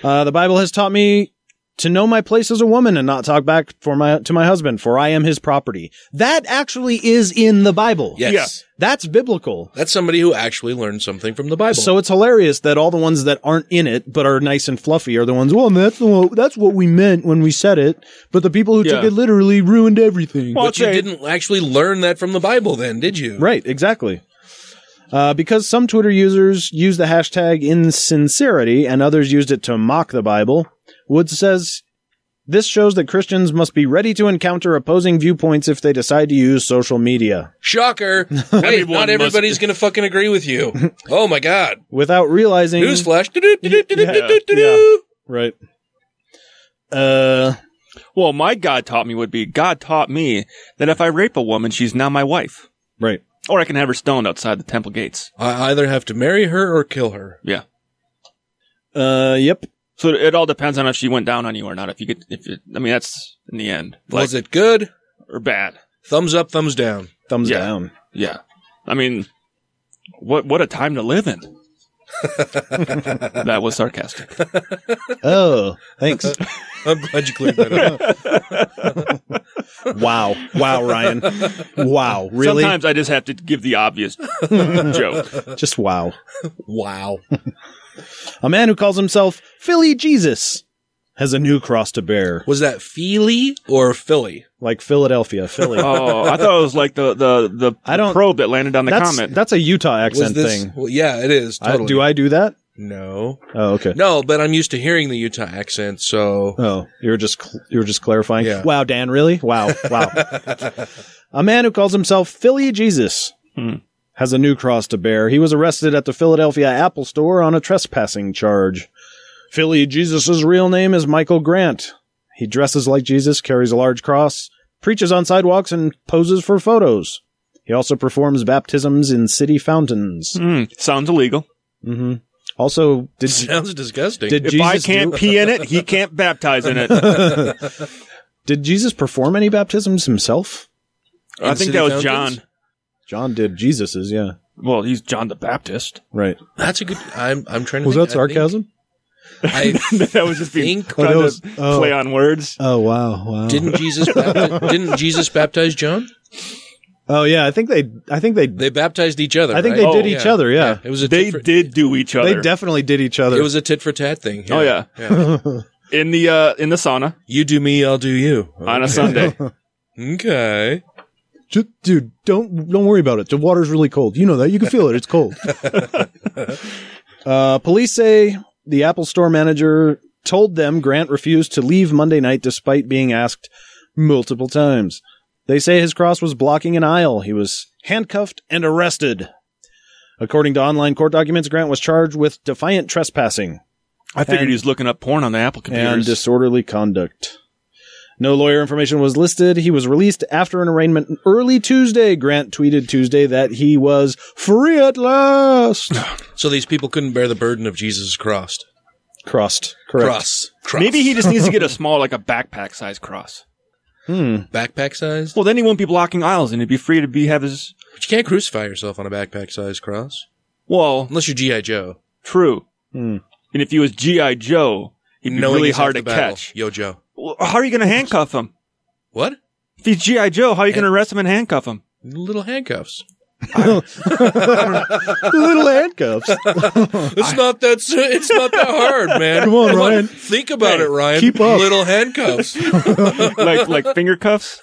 S3: Uh, the Bible has taught me to know my place as a woman and not talk back for my to my husband, for I am his property. That actually is in the Bible.
S1: Yes. Yeah.
S3: That's biblical.
S1: That's somebody who actually learned something from the Bible.
S3: So it's hilarious that all the ones that aren't in it but are nice and fluffy are the ones. Well, that's the one- that's what we meant when we said it. But the people who took
S1: Yeah.
S3: it literally ruined everything.
S1: but you didn't actually learn that from the Bible, then, did you?
S3: Right, exactly. Uh, because some Twitter users use the hashtag insincerity and others used it to mock the Bible, Woods says this shows that Christians must be ready to encounter opposing viewpoints if they decide to use social media. <laughs>
S1: Shocker! Wait,
S3: Everyone
S1: not
S3: must-
S1: everybody's going to fucking agree with
S3: <laughs>
S1: you. Oh my god!
S3: Without realizing.
S1: Newsflash!
S3: Right. Uh,
S2: well, my God taught me would be God taught me that if I rape a woman, she's now my wife.
S3: Right.
S2: Or I can have her stoned outside the temple gates.
S1: I either have to marry her or kill her.
S2: Yeah.
S3: Uh, yep.
S2: So it all depends on if she went down on you or not. If you get, if it, I mean, that's in the end.
S1: Was it good
S2: or bad?
S1: Thumbs up, thumbs down.
S3: Thumbs
S2: yeah.
S3: down.
S2: Yeah. I mean, what what a time to
S1: <laughs>
S2: live in. that was sarcastic.
S3: Oh, thanks.
S1: <laughs> I'm glad you cleared that
S2: up.
S3: <laughs> wow. Wow, Ryan. Wow. Really?
S2: Sometimes I just have to give
S3: <laughs>
S2: the obvious joke.
S3: Just wow.
S1: Wow.
S3: <laughs> a man who calls himself Philly Jesus has a new cross to bear.
S1: Was that Philly or Philly?
S3: Like Philadelphia, Philly.
S2: Oh, I thought it was like the the the I don't, probe that landed on the
S3: that's,
S2: comet.
S3: That's a Utah accent
S1: this-
S3: thing.
S1: well, yeah, it is,
S3: I-
S1: totally.
S3: do I do that?
S1: No.
S3: Oh, okay.
S1: No, but I'm used to hearing the Utah accent, so
S3: Oh, you were just cl- you were just clarifying.
S1: Yeah.
S3: Wow, Dan, really? Wow,
S1: <laughs>
S3: wow. a man who calls himself Philly Jesus has a new cross to bear. He was arrested at the Philadelphia Apple Store on a trespassing charge. Philly Jesus' real name is Michael Grant. He dresses like Jesus, carries a large cross, preaches on sidewalks, and poses for photos. He also performs baptisms in city fountains.
S2: sounds illegal.
S3: hmm Also, did
S1: sounds disgusting.
S3: Did
S2: if
S3: Jesus
S2: I can't
S3: do-
S2: pee in it, he can't baptize in it.
S1: <laughs>
S3: Did Jesus perform any baptisms himself?
S2: I think that was John.
S3: John did Jesus's, yeah.
S2: Well, he's John the Baptist.
S3: Right.
S1: That's a good. I'm I'm trying to.
S3: Was
S1: think,
S3: that sarcasm?
S1: I think-
S2: <laughs> that was just being
S1: think-
S2: trying to play on words.
S3: Oh wow, wow.
S1: Didn't Jesus baptize, didn't Jesus baptize John?
S3: <laughs> Oh yeah, I think they I think they
S1: They baptized each other.
S3: I think
S1: right? Oh,
S3: they did each other, yeah.
S1: It was a
S2: They
S1: tit for,
S2: did do each other.
S3: They definitely did
S1: <laughs>
S3: each other.
S1: it was a tit for tat thing.
S2: Oh yeah. In the uh in the sauna.
S1: You do me, I'll do you.
S2: On a Sunday.
S1: <laughs> Okay.
S3: Ju- Dude, don't don't worry about it. The water's really cold. You know that. You can feel it. It's cold. uh, police say the Apple Store manager told them Grant refused to leave Monday night despite being asked multiple times. They say his cross was blocking an aisle. He was handcuffed and arrested. According to online court documents, Grant was charged with defiant trespassing
S2: I figured
S3: And-
S2: he was looking up porn on the Apple
S3: and
S2: computers.
S3: disorderly conduct. No lawyer information was listed. He was released after an arraignment early Tuesday. Grant tweeted Tuesday that he was free at <laughs> last.
S1: So these people couldn't bear the burden of Jesus' cross.
S3: Crossed. Correct.
S1: Cross. Cross.
S2: Maybe he just needs to get
S3: <laughs>
S2: a small, like a backpack size cross.
S1: backpack size.
S2: Hmm. Well, then he won't be blocking aisles and he'd be free to be have his.
S1: But you can't crucify yourself on a backpack size cross
S2: Well,
S1: unless you're GI Joe.
S2: true.
S3: Hmm.
S2: And if he was GI Joe, he'd be
S1: Knowing
S2: really
S1: he's
S2: hard
S1: after
S2: to
S1: the battle.
S2: catch.
S1: Yo, Joe.
S2: Well, how are you going to handcuff him?
S1: What?
S2: If he's GI Joe, how are you going to arrest him and
S1: <laughs>
S2: handcuff him?
S1: Little
S2: <laughs>
S1: handcuffs. <laughs>
S3: Little handcuffs.
S1: It's not that. s- It's not that hard, man.
S3: Come on, Ryan.
S1: Think about
S2: Hey,
S1: it, Ryan.
S3: keep up. <laughs>
S1: Little
S2: <laughs>
S1: handcuffs.
S2: like
S1: <laughs>
S2: like finger cuffs?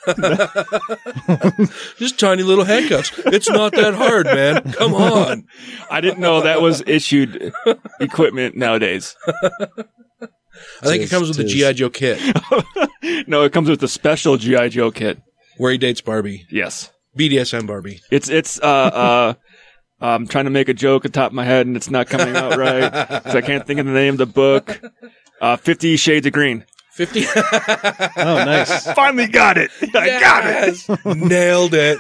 S1: Just tiny little handcuffs. It's not that hard, man. Come on.
S2: <laughs> I didn't know that was issued equipment nowadays.
S1: I think it comes with the GI Joe kit
S2: <laughs> No, it comes with a special GI Joe kit.
S1: where he dates Barbie,
S2: Yes,
S1: BDSM Barbie.
S2: it's it's uh uh. I'm trying to make a joke at the top of my head and it's not coming out right because I can't think of the name of the book. Uh, Fifty Shades of Green.
S1: 50. oh,
S3: nice.
S2: Finally got it. I got
S1: it. Nailed it.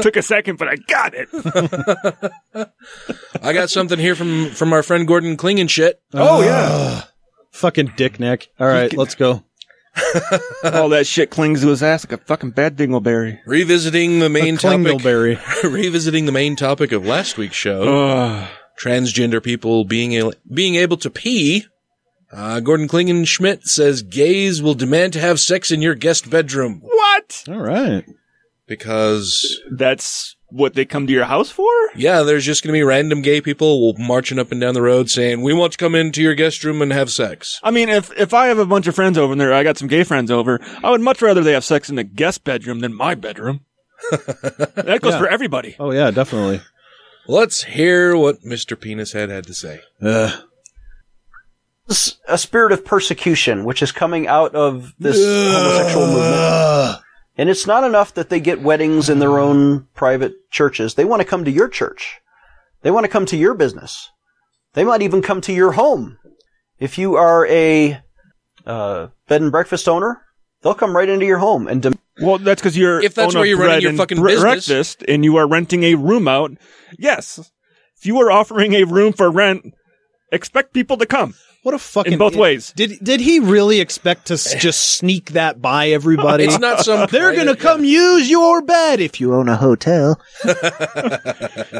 S2: <laughs> Took a second, but I got it.
S1: <laughs> I got something here from from our friend Gordon Klingon shit.
S2: Uh, Oh,
S3: Ugh. fucking dick neck. All right, let's go.
S2: <laughs> All that shit clings to his ass like a fucking bad dingleberry.
S1: Revisiting the main
S2: A
S1: topic.
S2: Klingleberry.
S1: <laughs> revisiting the main topic of last week's show.
S2: Ugh.
S1: transgender people being al- being able to pee. Uh, Gordon Klingon Schmidt says gays will demand to have sex in your guest bedroom
S2: What?
S3: All right.
S1: because
S2: that's what they come to your house for.
S1: Yeah, there's just going to be random gay people marching up and down the road saying, "We want to come into your guest room and have sex."
S2: I mean, if if I have a bunch of friends over and there, I got some gay friends over. I would much rather they have sex in the guest bedroom than my bedroom. that goes
S1: Yeah.
S2: for everybody.
S3: Oh yeah, definitely.
S1: Let's hear what Mr. Penishead had to say.
S15: There's a spirit of persecution which is coming out of this homosexual movement. And it's not enough that they get weddings in their own private churches. They want to come to your church. They want to come to your business. They might even come to your home. If you are a uh, bed and breakfast owner, they'll come right into your home and demand.
S2: Well, that's because you're
S15: If that's
S2: own a
S15: where you're running
S2: bread
S15: your
S2: and
S15: fucking
S2: bre-
S15: business.
S2: breakfast and you are renting a room out, yes. If you are offering a room for rent, expect people to come.
S3: What a fucking
S2: in both ways.
S3: Did did he really expect to s- just sneak that by everybody?
S1: It's not some
S3: <laughs> They're
S1: private-
S3: gonna come use your bed if you own a
S15: <laughs>
S3: hotel.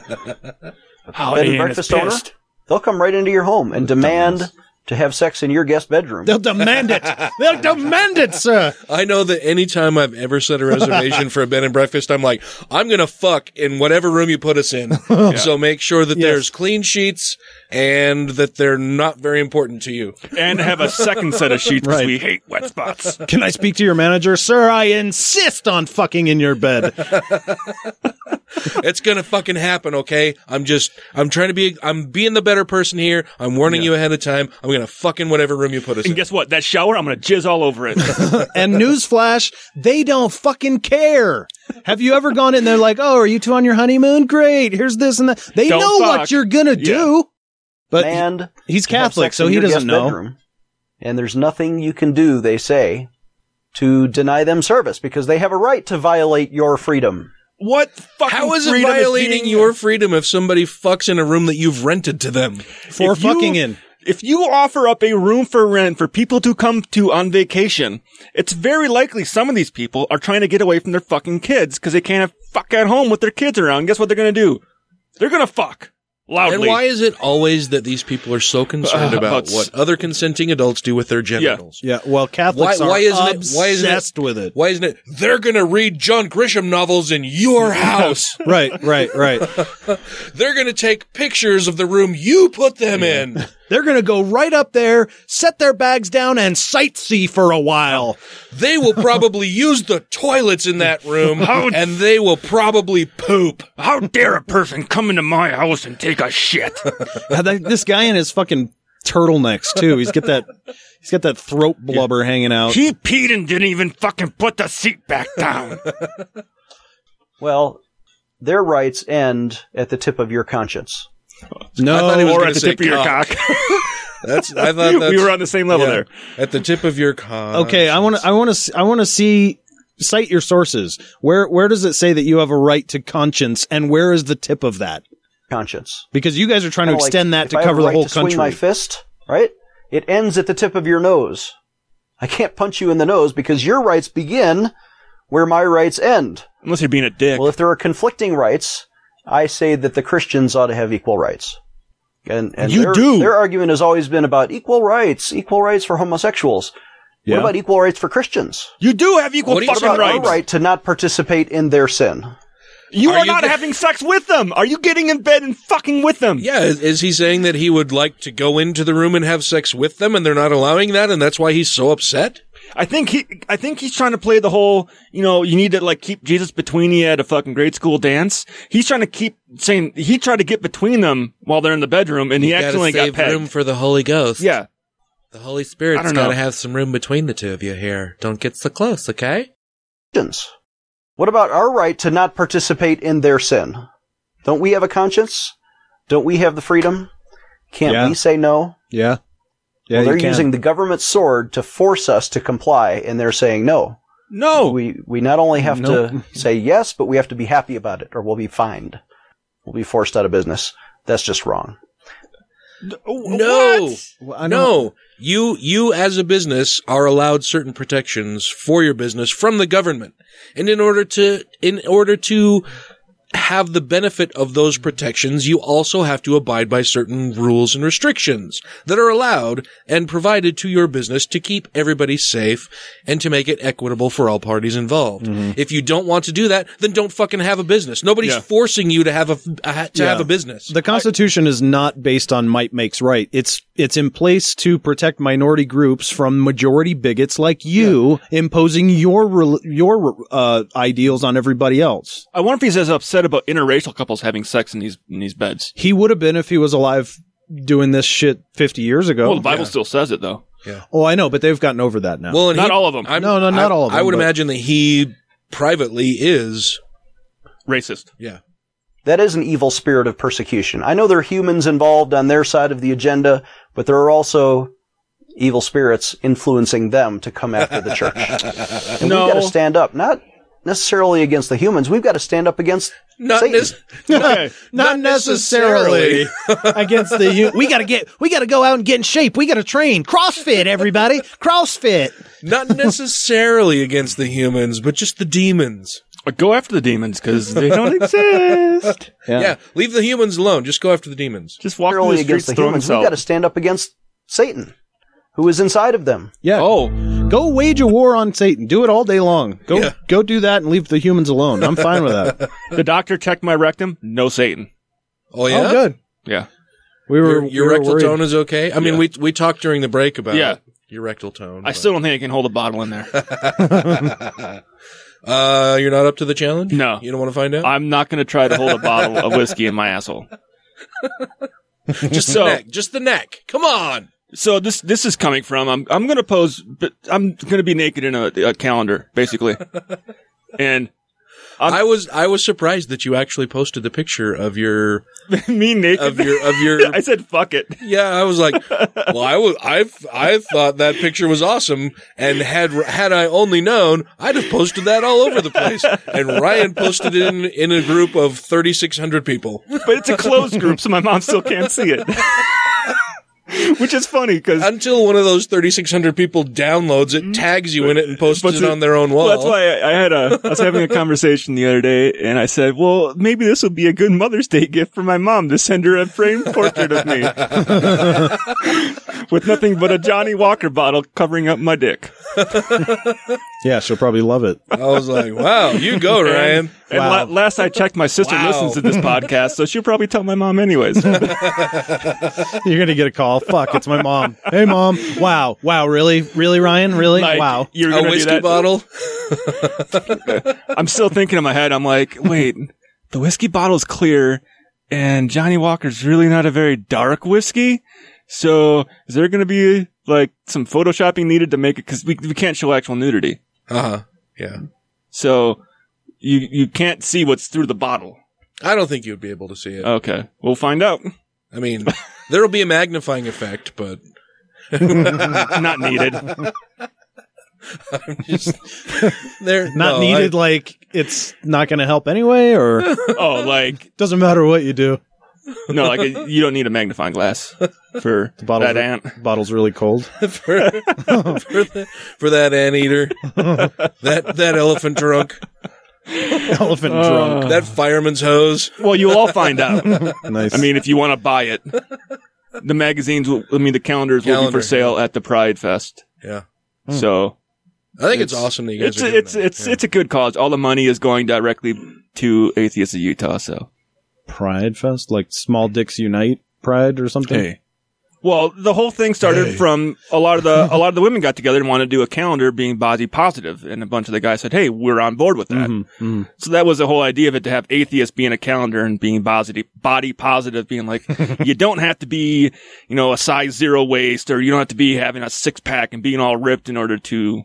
S2: Oh,
S15: bed and
S3: Diana's
S15: breakfast owner,
S3: pissed.
S15: they'll come right into your home and demand to have sex in your guest bedroom.
S3: They'll
S15: <laughs>
S3: demand it.
S1: <laughs>
S3: They'll demand it, sir.
S1: I know that anytime I've ever set a reservation for a bed and breakfast, I'm like, I'm gonna fuck in whatever room you put
S3: <laughs>
S1: us in. So make sure that there's clean sheets and that they're not very important to you.
S2: And have a second set of sheets 'cause
S3: Right.
S2: we hate wet spots.
S3: <laughs> Can I speak to your manager, sir? I insist on fucking in your bed.
S1: it's gonna fucking happen, okay? I'm just, I'm trying to be, I'm being the better person here. I'm warning you ahead of time. I'm gonna fuck in whatever room you put us
S2: And
S1: in.
S2: guess what? That shower, I'm gonna jizz all
S1: <laughs>
S2: over it.
S3: and newsflash, they don't fucking care. Have you ever gone in there like, oh, are you two on your honeymoon? Great. Here's this and that. They
S15: Don't
S3: know
S15: fuck.
S3: what you're gonna do. But
S15: Demand
S3: he's
S15: to have
S3: Catholic,
S15: sex
S3: so
S15: in
S3: he
S15: your
S3: doesn't
S15: guest
S3: know.
S15: bedroom. and there's nothing you can do, they say, to deny them service because they have a right to violate your freedom.
S2: What fucking
S1: How is it
S2: freedom is
S1: violating
S2: being-
S1: your freedom if somebody fucks in a room that you've rented to them?
S3: For
S2: If you- If you offer up a room for rent for people to come to on vacation, it's very likely some of these people are trying to get away from their fucking kids because they can't have fuck at home with their kids around. Guess what they're gonna do? They're gonna fuck loudly.
S1: And why is it always that these people are so concerned
S2: Uh,
S1: about,
S2: about
S1: what
S2: s-
S1: other consenting adults do with their genitals?
S3: Yeah, well,
S1: Why,
S3: Catholics
S1: why
S3: are
S1: isn't it?
S3: obsessed
S1: Why isn't it?
S3: with it.
S1: Why isn't it? They're gonna read John Grisham novels in
S2: <laughs>
S1: your house.
S3: Right, right, right.
S1: <laughs> They're gonna take pictures of the room you put them in.
S3: They're going to go right up there, set their bags down, and sightsee for a while.
S1: They will
S2: <laughs>
S1: probably use the toilets in that room,
S2: How-
S1: and they will probably poop.
S2: How dare a person come
S1: <laughs>
S2: into my house and take a shit?
S3: <laughs> Yeah, that- this guy in his fucking turtlenecks too. He's got that. He's got that throat blubber hanging out.
S2: he peed and didn't even fucking put the seat back down.
S15: Well, their rights end at the tip of your conscience.
S3: No,
S2: or at the tip of your cock.
S1: That's I
S2: <laughs> We
S1: thought Oh, that's,
S2: were on the same level there.
S1: At the tip of your
S15: Uh,
S1: con.
S3: Okay, I want to. I want to. I want to see. Cite your sources. Where Where does it say that you have a right to conscience, and where is the tip of that
S15: conscience?
S3: Because you guys are trying to
S15: Kinda like
S3: extend that
S15: if
S3: to
S15: I have
S3: cover
S15: a
S3: the
S15: right
S3: whole
S15: to
S3: country.
S15: Swing my fist, right? It ends at the tip of your nose. I can't punch you in the nose because your rights begin where my rights end.
S2: Unless you're being a dick.
S15: Well, if there are conflicting rights, I say that the Christians ought to have equal rights. And, and
S2: You
S15: their,
S2: do.
S15: Their argument has always been about equal rights, equal rights for homosexuals.
S2: Yeah.
S15: What about equal rights for Christians?
S2: You do have equal
S15: what
S2: fucking
S15: about our
S2: rights.
S15: right to not participate in their sin?
S2: <laughs> You
S15: Are
S2: are,
S15: you
S2: not
S15: get-
S2: having sex with them. Are you getting in bed and fucking with them?
S1: Yeah, is, is he saying that he would like to go into the room and have sex with them, and they're not allowing that, and that's why he's so upset?
S2: I think he, I think he's trying to play the whole, you know, you need to like keep Jesus between you at a fucking grade school dance. He's trying to keep saying he tried to get between them while they're in the bedroom, and he
S1: gotta
S2: accidentally got
S1: save
S2: pegged.
S1: room for the Holy Ghost.
S2: Yeah,
S1: The Holy Spirit's
S2: I don't
S1: gotta
S2: know.
S1: have some room between the two of you here. Don't get so close, okay?
S15: Christians. What about our right to not participate in their sin? Don't we have a conscience? Don't we have the freedom? Can't
S3: Yeah.
S15: we say no?
S3: yeah, Yeah,
S15: well,
S3: you
S15: they're
S3: can.
S15: using the government sword to force us to comply, and they're saying no.
S2: No.
S15: We we not only have
S3: Nope.
S15: to <laughs> say yes, but we have to be happy about it, or we'll be fined. We'll be forced out of business. That's just wrong.
S1: No, no. You you as a business are allowed certain protections for your business from the government, and in order to in order to have the benefit of those protections, you also have to abide by certain rules and restrictions that are allowed and provided to your business to keep everybody safe and to make it equitable for all parties involved. If you don't want to do that, then don't fucking have a business. Nobody's
S3: Yeah.
S1: forcing you to have a to have a business.
S3: The Constitution is not based on might makes right. It's it's in place to protect minority groups from majority bigots like you imposing your rel- your uh, ideals on everybody else.
S2: I wonder if he's as upset about interracial couples having sex in these in these beds.
S3: He would have been if he was alive doing this shit 50 years ago.
S2: Well, the Bible still says it though.
S3: Oh, I know, but they've gotten over that now.
S1: Well, and
S2: Not
S1: he-
S2: all of them.
S1: I'm-
S3: No, no, not all of
S1: I
S3: them,
S1: would
S3: but-
S1: imagine that he privately is
S2: racist.
S1: Yeah.
S15: That is an evil spirit of persecution. I know there are humans involved on their side of the agenda, but there are also evil spirits influencing them to come after
S3: <laughs>
S15: the church. And
S1: No.
S15: we've got to stand up, not necessarily against the humans. We've got to stand up against
S1: Not
S15: Satan.
S1: nec-
S3: <laughs> not, necessarily <laughs> against the hu- we got to get we got to go out and get in shape. We got to train. CrossFit everybody. CrossFit.
S1: not necessarily against the humans, but just the demons.
S2: Uh, Go after the demons because
S1: <laughs>
S2: they don't
S1: exist.
S2: Yeah.
S1: Yeah. leave the humans alone. Just go after the demons.
S2: Just walk
S15: necessarily against the humans. We've got to stand up against Satan, who is inside of them.
S3: Yeah.
S1: Oh,
S3: go wage a war on Satan. Do it all day long. Go go do that and leave the humans alone. I'm fine with
S2: <laughs>
S3: that.
S2: the doctor checked my rectum. No Satan.
S1: Oh
S3: Oh, good.
S2: Yeah.
S3: We were
S1: your your
S3: we were
S1: rectal
S3: worried.
S1: tone is okay. I mean, we we talked during the break about
S2: Yeah.
S1: your rectal tone.
S2: I still don't think I can hold a bottle in there.
S1: <laughs> uh, you're not up to the challenge.
S2: No.
S1: You don't want to find out.
S2: I'm not going to try to hold a bottle of whiskey in my asshole.
S1: <laughs> just
S2: So-
S1: the neck. Just the neck. Come on.
S2: So this this is coming from I'm I'm going to pose but I'm going to be naked in a, a calendar
S1: <laughs>
S2: basically. and
S1: i was I was surprised that you actually posted the picture of your
S2: <laughs> me naked
S1: of your of your.
S2: <laughs> I said fuck it.
S1: Yeah, I was
S2: <laughs>
S1: like, well, I was I I thought that picture was awesome, and had had I only known, I'd have posted that all over the place. And Ryan posted it in in a group of thirty six hundred people.
S2: But it's a closed group so my mom still can't see it. Which is funny because
S1: until one of those 3,600 people downloads it, tags you in it, and posts
S2: But
S1: it
S2: the-
S1: on their own wall.
S2: Well, that's why I, I had a. I was
S1: <laughs>
S2: having a conversation the other day, and I said, "Well, maybe this would be a good Mother's Day gift for my mom to send her a framed portrait of me with nothing but a Johnny Walker bottle covering up my dick."
S3: Yeah, she'll probably love it.
S1: I was like, wow, you go,
S2: And-
S1: Ryan.
S2: And
S1: Wow.
S2: la- last I checked, my sister
S1: Wow.
S2: listens to this podcast, so she'll probably tell my
S3: <laughs>
S2: mom anyways.
S3: You're gonna get a call. Fuck, it's my mom. Hey mom. Wow. Wow. Really? Really, Ryan? <laughs> Really?
S2: Like,
S3: wow.
S2: you're gonna do that? <laughs>
S1: bottle.
S2: I'm still thinking in my head. I'm like, wait, the whiskey bottle's clear, and Johnny Walker's really not a very dark whiskey. So is there going to be like some photoshopping needed to make it? Because we we can't show actual nudity.
S1: Uh huh. Yeah.
S2: So you you can't see what's through the <laughs> bottle.
S1: I don't think you'd be able to see it.
S2: Okay, we'll find out.
S1: I mean, <laughs> there'll be a magnifying effect,
S3: <laughs>
S1: but
S2: not needed.
S1: I'm just, there,
S3: Not
S1: no,
S3: needed.
S1: I-
S3: like it's not gonna help anyway,
S1: <laughs>
S3: or
S2: Oh, like
S3: doesn't matter what you do.
S2: no, like you don't need a magnifying glass for
S3: Bottle's
S2: that ant.
S3: Bottle's really cold.
S1: <laughs> for, for, the, for that anteater, that that elephant trunk,
S3: Elephant drunk.
S1: that fireman's hose.
S2: Uh. Well, you'll all
S1: <laughs>
S2: find <laughs> out.
S3: Nice.
S2: I mean, if you want to buy it, the magazines will, I mean, the calendars will be
S1: Calendar,
S2: for sale at the Pride Fest.
S1: Yeah,
S2: So
S1: I think it's, awesome that you guys
S2: it's
S1: are doing
S2: it's
S1: that.
S2: it's it's a good cause. All the money is going directly to Atheists of Utah. So
S3: Pride Fest, like Small Dicks Unite Pride or something.
S2: Hey. well, the whole thing started from a lot of the a lot of the women got together and wanted to do a calendar being body positive, and a bunch of the guys said, "Hey, we're on board with that." So that was the whole idea of it to have atheists being a calendar and being positive, body positive, being
S1: <laughs>
S2: like, you don't have to be, you know, a size zero waist or you don't have to be having a six pack and being all ripped in order to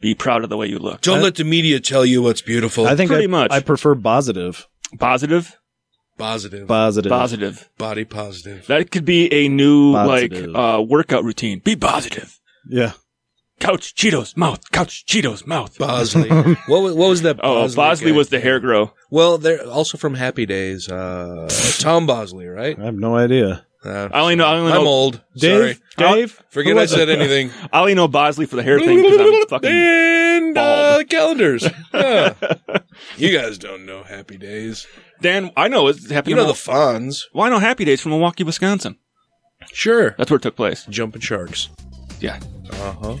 S2: be proud of the way you look.
S1: Don't let the media tell you what's beautiful.
S3: I think
S2: Uh, Pretty
S3: I,
S2: much.
S3: I prefer positive.
S2: Positive?
S1: Positive.
S3: Positive.
S2: Positive.
S1: Body positive.
S2: That could be a new
S1: Positive.
S2: like uh, workout routine. Be positive.
S3: Yeah.
S2: Couch Cheetos mouth. Couch Cheetos
S1: <laughs>
S2: mouth.
S1: Bosley. what was, what was that?
S2: Oh,
S1: Bosley
S2: Bosley
S1: guy?
S2: was the hair grow.
S1: Well, they're also from Happy Days. Uh, Tom Bosley, right?
S3: I have no idea.
S1: Uh,
S2: I only know. I only
S1: I'm
S2: know-
S1: old. Sorry.
S3: Dave?
S1: Forget
S2: Who
S1: I
S2: was
S1: said
S2: it?
S1: anything.
S2: <laughs> I only know Bosley for the hair thing because
S1: <laughs>
S2: I'm fucking.
S1: and uh,
S2: <laughs>
S1: calendars. Yeah. you guys don't know Happy Days.
S2: Dan, I know it's happy.
S1: You know the Fonz.
S2: Why no Happy Days from Milwaukee, Wisconsin?
S1: Sure.
S2: That's where it took place.
S1: Jumping Sharks.
S2: Yeah.
S1: Uh huh.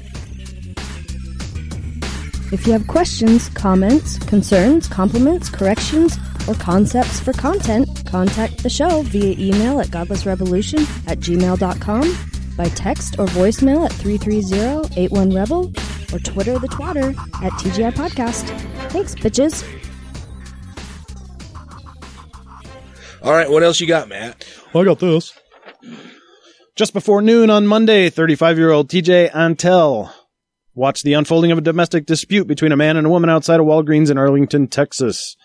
S16: If you have questions, comments, concerns, compliments, corrections, or concepts for content, contact the show via email at godlessrevolution at gmail.com, by text or voicemail at 330-81-REBEL, or Twitter the twatter at TGI Podcast. Thanks, bitches.
S1: All right. What else you got, Matt?
S3: I got this. Just before noon on Monday, 35 year old TJ Antel watched the unfolding of a domestic dispute between a man and a woman outside of Walgreens in Arlington, Texas.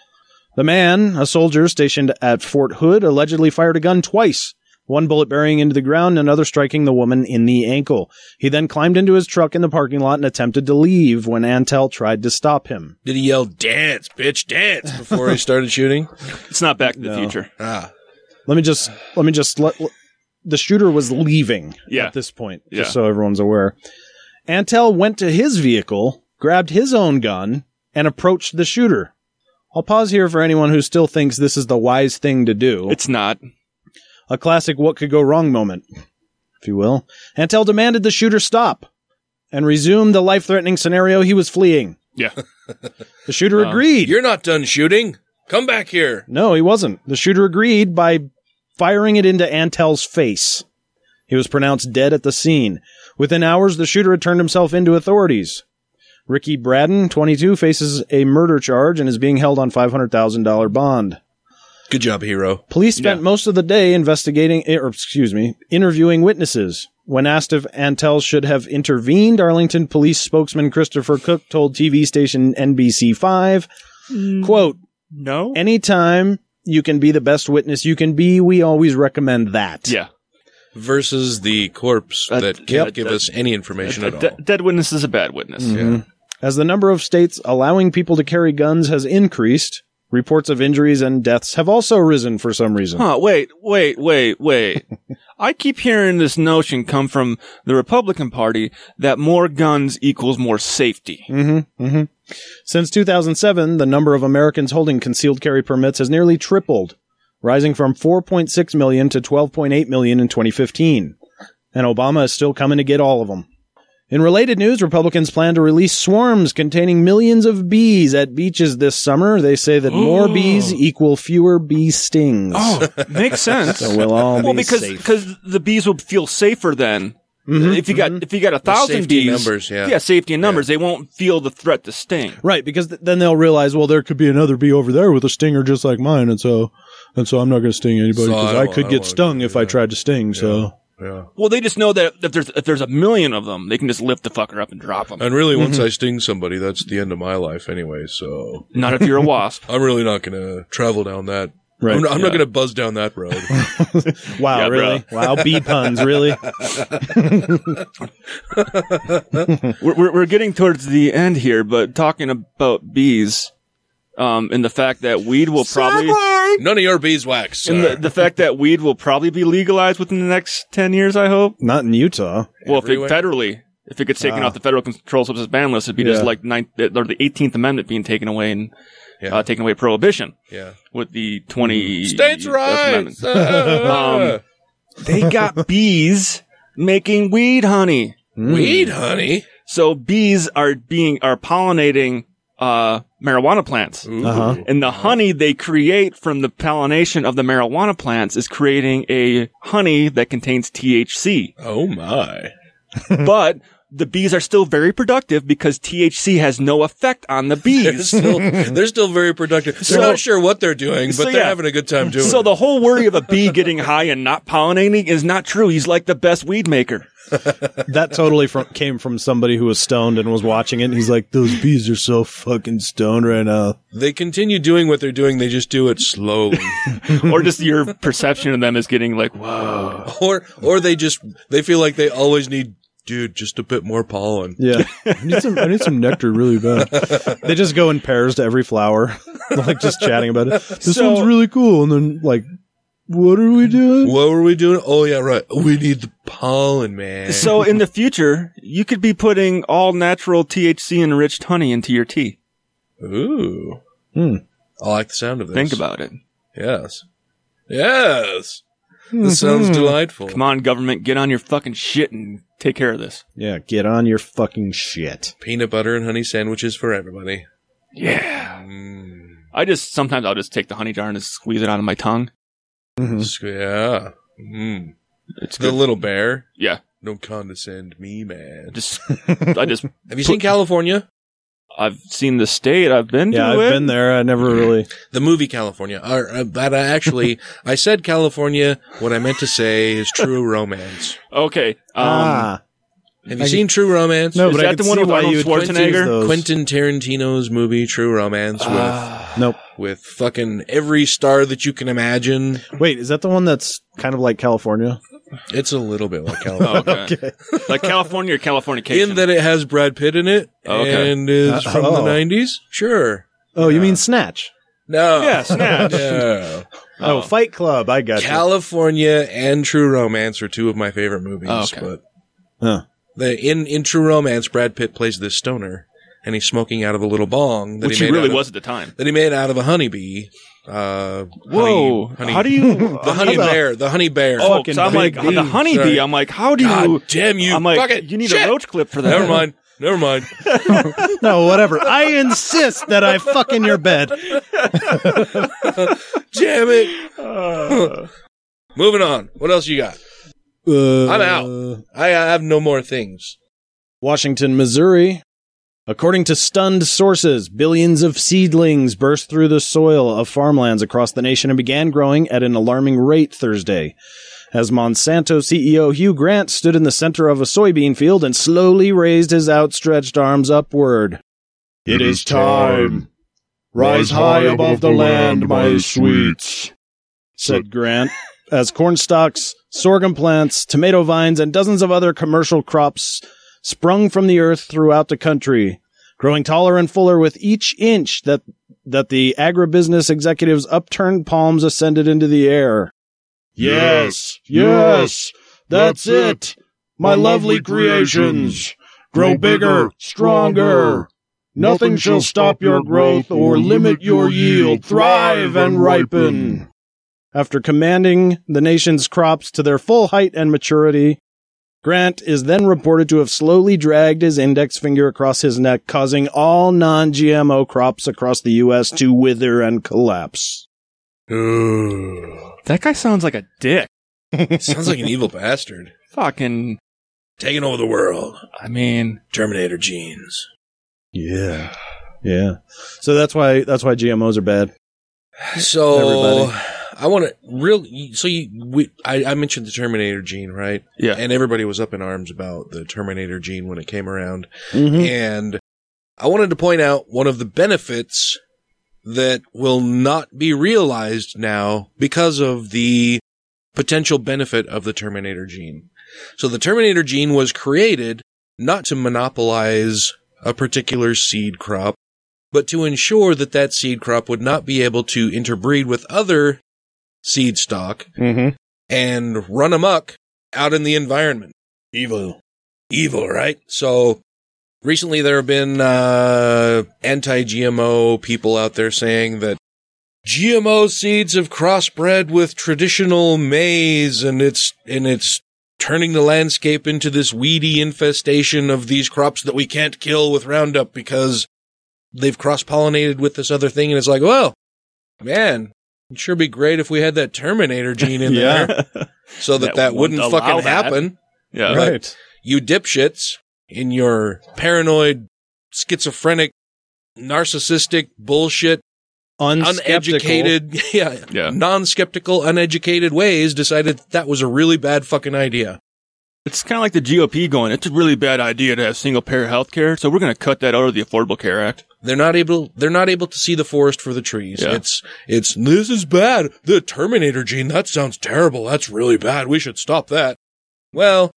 S3: The man, a soldier stationed at Fort Hood, allegedly fired a gun twice, one bullet burying into the ground, another striking the woman in the ankle. He then climbed into his truck in the parking lot and attempted to leave when Antel tried to stop him.
S1: Did he yell "dance, bitch, dance" before he started shooting?
S2: <laughs> It's not Back to the Future.
S1: Ah.
S3: Let me just let me just let, let- the shooter was leaving
S2: Yeah.
S3: at this point,
S2: Yeah.
S1: uh,
S3: just so everyone's aware. Antel went to his vehicle, grabbed his own gun, and approached the shooter. I'll pause here for anyone who still thinks this is the wise thing to do.
S2: It's not.
S3: A classic what could go wrong moment, if you will. Antel demanded the shooter stop and resume the life threatening scenario he was fleeing.
S1: <laughs>
S2: Yeah. Um, Oh.
S3: The shooter agreed.
S1: You're not done shooting. Come back here.
S3: No, he wasn't. The shooter agreed by firing it into Antel's face. He was pronounced dead at the scene. Within hours, the shooter had turned himself into authorities. Ricky Braden, 22, faces a murder charge and is being held on $500,000 bond.
S1: Good job, hero.
S3: Police spent most of the day investigating, eh, or excuse me, interviewing witnesses. When asked if Antel should have intervened, Arlington police spokesman Christopher Cook told TV station NBC5,
S2: Mm-hmm.
S3: quote,
S2: No.
S3: Anytime you can be the best witness you can be, we always recommend that.
S2: Yeah.
S1: Versus the corpse that can't give us any information
S2: A
S1: at all.
S2: de- dead witness is a bad witness.
S1: Mm-hmm.
S3: Mhm. As the number of states allowing people to carry guns has increased, reports of injuries and deaths have also risen for some reason.
S2: Huh, wait, wait, wait, wait. <laughs> I keep hearing this notion come from the Republican Party that more guns equals more safety.
S3: hmm hmm Since 2007, the number of Americans holding concealed carry permits has nearly tripled, rising from 4.6 million to 12.8 million in 2015. And Obama is still coming to get all of them. In related news, Republicans plan to release swarms containing millions of bees at beaches this summer. They say that more bees equal fewer bee stings.
S2: Oh,
S1: <laughs>
S2: makes sense.
S3: So we'll all
S2: well,
S3: be
S2: because
S3: safe.
S2: because the bees will feel safer then. If you got if you got a thousand
S1: Mm-hmm, safety in
S2: bees,
S1: numbers, yeah.
S2: safety in numbers, they won't feel the threat to sting.
S3: Right, because th- then they'll realize, well, there could be another bee over there with a stinger just like mine, and so and so I'm not going to sting anybody
S2: So I
S3: because I,
S2: don't-
S3: could
S2: I
S3: get
S2: don't
S3: stung if I tried to sting. So
S2: Well, they just know that if there's if there's a million of them, they can just lift the fucker up and drop them.
S1: And really,
S3: Mm-hmm.
S1: once I sting somebody, that's the end of my life anyway. So
S2: Not if you're a wasp.
S1: <laughs> I'm really not going to travel down that.
S3: Right.
S1: I'm, not- I'm
S3: Yeah.
S1: not going to buzz down that road.
S3: <laughs> wow,
S1: Yeah,
S3: really?
S1: bruh.
S3: Wow, bee puns,
S2: <laughs>
S3: really?
S2: <laughs> we're, we're we're getting towards the end here, but talking about bees, um, and the fact that weed will probably
S1: None of your beeswax.
S2: and
S1: sir.
S2: the, the fact that weed will probably be legalized within the next ten years, I hope.
S3: Not in Utah.
S2: Well, if
S3: Everywhere?
S2: it federally, if it gets taken
S3: Ah.
S2: off the federal controlled substance ban list, it'd be
S3: Yeah.
S2: just like ninth or the Eighteenth Amendment being taken away and uh, taking away prohibition.
S1: Yeah.
S2: with the twenty
S1: States'
S2: Fifth
S1: rights! <laughs>
S2: Amendment. <laughs> um, they got bees making weed honey.
S1: Weed honey?
S2: Hmm. So bees are being are pollinating uh, marijuana plants,
S3: Uh-huh.
S2: and the honey they create from the pollination of the marijuana plants is creating a honey that contains THC.
S1: Oh my!
S2: but the bees are still very productive because THC has no effect on the bees.
S1: still, they're still very productive. They're
S2: So-
S1: not sure what they're doing, but
S2: So,
S1: they're
S2: yeah.
S1: having a good time doing
S2: So
S1: it.
S2: the whole worry of a bee getting high and not pollinating is not true. He's like the best weed maker.
S3: that totally from, came from somebody who was stoned and was watching it. And he's like, "Those bees are so fucking stoned right now."
S1: They continue doing what they're doing. They just do it slowly,
S2: <laughs> or just your perception of them is getting like, whoa.
S1: or or they just they feel like they always need, dude, just a bit more pollen.
S3: Yeah, I need some. I need some nectar really
S1: <laughs>
S3: bad. They just go in pairs to every flower, <laughs> like just chatting about it. This
S1: So-
S3: one's really cool, and then like, what are we doing?
S1: What were we doing? Oh yeah, right. We need the pollen, man. <laughs>
S2: So in the future, you could be putting all natural THC enriched honey into your tea.
S1: Ooh. I like the sound of this.
S2: Think about it.
S1: Yes. Yes. This sounds
S2: Mhm.
S1: delightful.
S2: Come on, government, get on your fucking shit and take care of this.
S3: Yeah, get on your fucking shit.
S1: Peanut butter and honey sandwiches for everybody. Mm.
S2: Yeah. I just sometimes I'll just take the honey jar and just squeeze it out of my tongue.
S1: Squ- Yeah. Mm.
S2: It's
S1: the
S2: good.
S1: little bear.
S2: Yeah.
S1: Don't condescend me, man. <laughs>
S2: Just I just
S1: Have you seen California?
S2: I've seen the state. I've been
S3: Yeah,
S2: to
S3: I've
S2: it.
S3: been there. I never really.
S1: The movie California. Or, uh, but I
S3: <laughs>
S1: actually, I said California. What I meant to say is True Romance.
S2: Okay. Um,
S3: ah,
S1: Have you seen True Romance?
S3: No, but I can see why you would confuse
S1: Quentin,
S3: those.
S1: Quentin Tarantino's movie True Romance
S2: Ah.
S1: with
S3: nope.
S1: with fucking every star that you can imagine.
S3: Wait, is that the one that's kind of like California?
S1: It's a little
S3: <laughs>
S1: bit like
S2: Oh,
S1: California.
S2: okay. <laughs> like California or Californication.
S1: In that it has Brad Pitt in it
S2: Okay.
S1: and is
S3: Uh,
S1: from
S3: oh.
S1: the 90s? Sure.
S3: Oh, you mean Snatch?
S1: No. <laughs>
S2: Yeah, Snatch.
S1: No.
S3: Oh, Fight Club. I got you.
S1: California and True Romance are two of my favorite movies.
S3: Oh, okay.
S1: But
S3: Huh.
S1: the, in, in True Romance, Brad Pitt plays this stoner and he's smoking out of a little bong that
S2: which
S1: he,
S2: he
S1: made
S2: really
S1: out of-
S2: was at
S3: <laughs>
S2: the time.
S1: that he made out of a honeybee. Uh,
S2: Whoa.
S1: honey- honey-
S2: How do you
S1: <laughs> the honey
S2: How the-
S1: bear? The honey bear.
S2: Oh, so I'm like the honeybee.
S1: Sorry.
S2: I'm like, how do you?
S1: God damn you!
S2: I'm like,
S1: Fuck it.
S2: you need
S1: Shit.
S2: a roach clip for that.
S1: Never mind. Never mind.
S3: No, whatever. I insist <laughs> that I fuck in your
S1: <laughs>
S3: bed.
S1: Damn it.
S3: <laughs>
S1: Moving on. What else you got?
S3: Uh,
S1: I'm out. I, I have no more things.
S3: Washington, Missouri. According to stunned sources, billions of seedlings burst through the soil of farmlands across the nation and began growing at an alarming rate Thursday. As Monsanto CEO Hugh Grant stood in the center of a soybean field and slowly raised his outstretched arms upward.
S17: It is time. Rise high above the land, my sweets.
S3: said Grant, as corn stalks, sorghum plants, tomato vines, and dozens of other commercial crops sprung from the earth throughout the country, growing taller and fuller with each inch that that the agribusiness executives' upturned palms ascended into the air.
S17: Yes, yes, that's it. My lovely creations. Grow bigger, stronger. Nothing shall stop your growth or limit your yield. Thrive and ripen.
S3: After commanding the nation's crops to their full height and maturity, Grant is then reported to have slowly dragged his index finger across his neck, causing all non GMO crops across the U.S. to wither and collapse.
S2: That guy sounds like a dick.
S1: <laughs> Sounds like an evil bastard
S2: <laughs> Fucking.
S1: taking over the world.
S2: I mean,
S1: Terminator genes.
S3: Yeah. Yeah. So that's why that's why GMOs are bad.
S1: So
S3: Everybody.
S1: I want to real. So you, we, I, I mentioned the Terminator gene, right?
S2: Yeah.
S1: And everybody was up in arms about the Terminator gene when it came around,
S3: Mhm.
S1: and I wanted to point out one of the benefits that will not be realized now because of the potential benefit of the Terminator gene. So the Terminator gene was created not to monopolize a particular seed crop, but to ensure that that seed crop would not be able to interbreed with other seed stock
S3: Mm-hmm.
S1: and run amok out in the environment. Evil. Evil, right? So recently there have been uh, anti GMO people out there saying that GMO seeds have crossbred with traditional maize and it's and it's turning the landscape into this weedy infestation of these crops that we can't kill with Roundup because they've cross pollinated with this other thing and it's like, well, man, it'd sure be great if we had that Terminator gene in
S3: Yeah.
S1: there so that that,
S2: won't
S1: wouldn't
S2: allow
S1: fucking
S2: that.
S1: happen.
S2: Yeah.
S1: But You dipshits in your paranoid, schizophrenic, narcissistic bullshit, uneducated, <laughs> yeah,
S14: Yeah.
S1: non-skeptical, uneducated ways decided that was a really bad fucking idea.
S2: It's kind of like the GOP going, it's a really bad idea to have single payer health care, so we're going to cut that out of the Affordable Care Act.
S1: They're not able they're not able to see the forest for the trees.
S2: Yeah.
S1: It's it's this is bad. The Terminator gene, that sounds terrible. That's really bad. We should stop that. Well,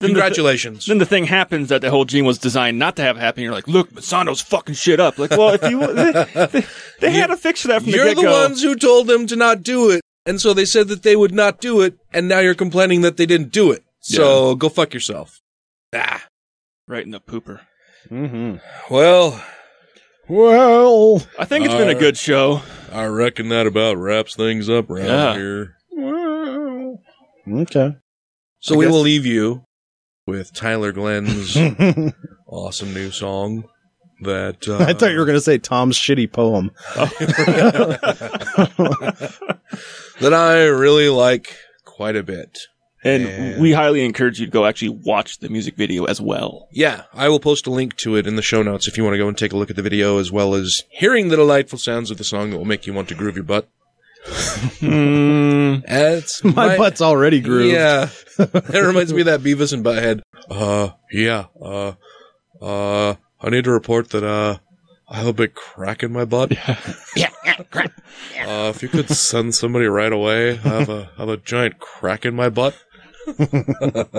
S1: congratulations.
S2: then the thing happens that the whole gene was designed not to have happen. You're like, look, Monsanto's fucking shit up. Like, well, if you, <laughs> they, they, they had to fix that from the
S1: You're
S2: get go.
S1: the ones who told them to not do it. And so they said that they would not do it, and now you're complaining that they didn't do it. So go fuck yourself. Ah.
S2: Right in the pooper.
S1: Mm-hmm. Well.
S3: Well.
S2: I think it's been a good show.
S1: I reckon that about wraps things up around
S2: Yeah.
S1: here.
S3: Okay.
S1: So
S3: I
S1: we
S3: guess-
S1: will leave you with Tyler Glenn's awesome new song that uh,
S3: <laughs> I thought you were going to say Tom's shitty poem. <laughs>
S1: that I really like quite a bit.
S2: And we highly encourage you to go actually watch the music video as well.
S1: Yeah, I will post a link to it in the show notes if you want to go and take a look at the video, as well as hearing the delightful sounds of the song that will make you want to groove your butt. That's
S3: Hmm. <laughs> My butt's already grooved.
S1: Yeah,
S3: <laughs>
S1: that reminds me of that Beavis and Butthead. Uh, yeah. Uh, uh, I need to report that uh, I have a big crack in my butt.
S18: Yeah, crap.
S1: Uh, if you could send somebody right away, I have a I have a giant crack in my butt. <laughs>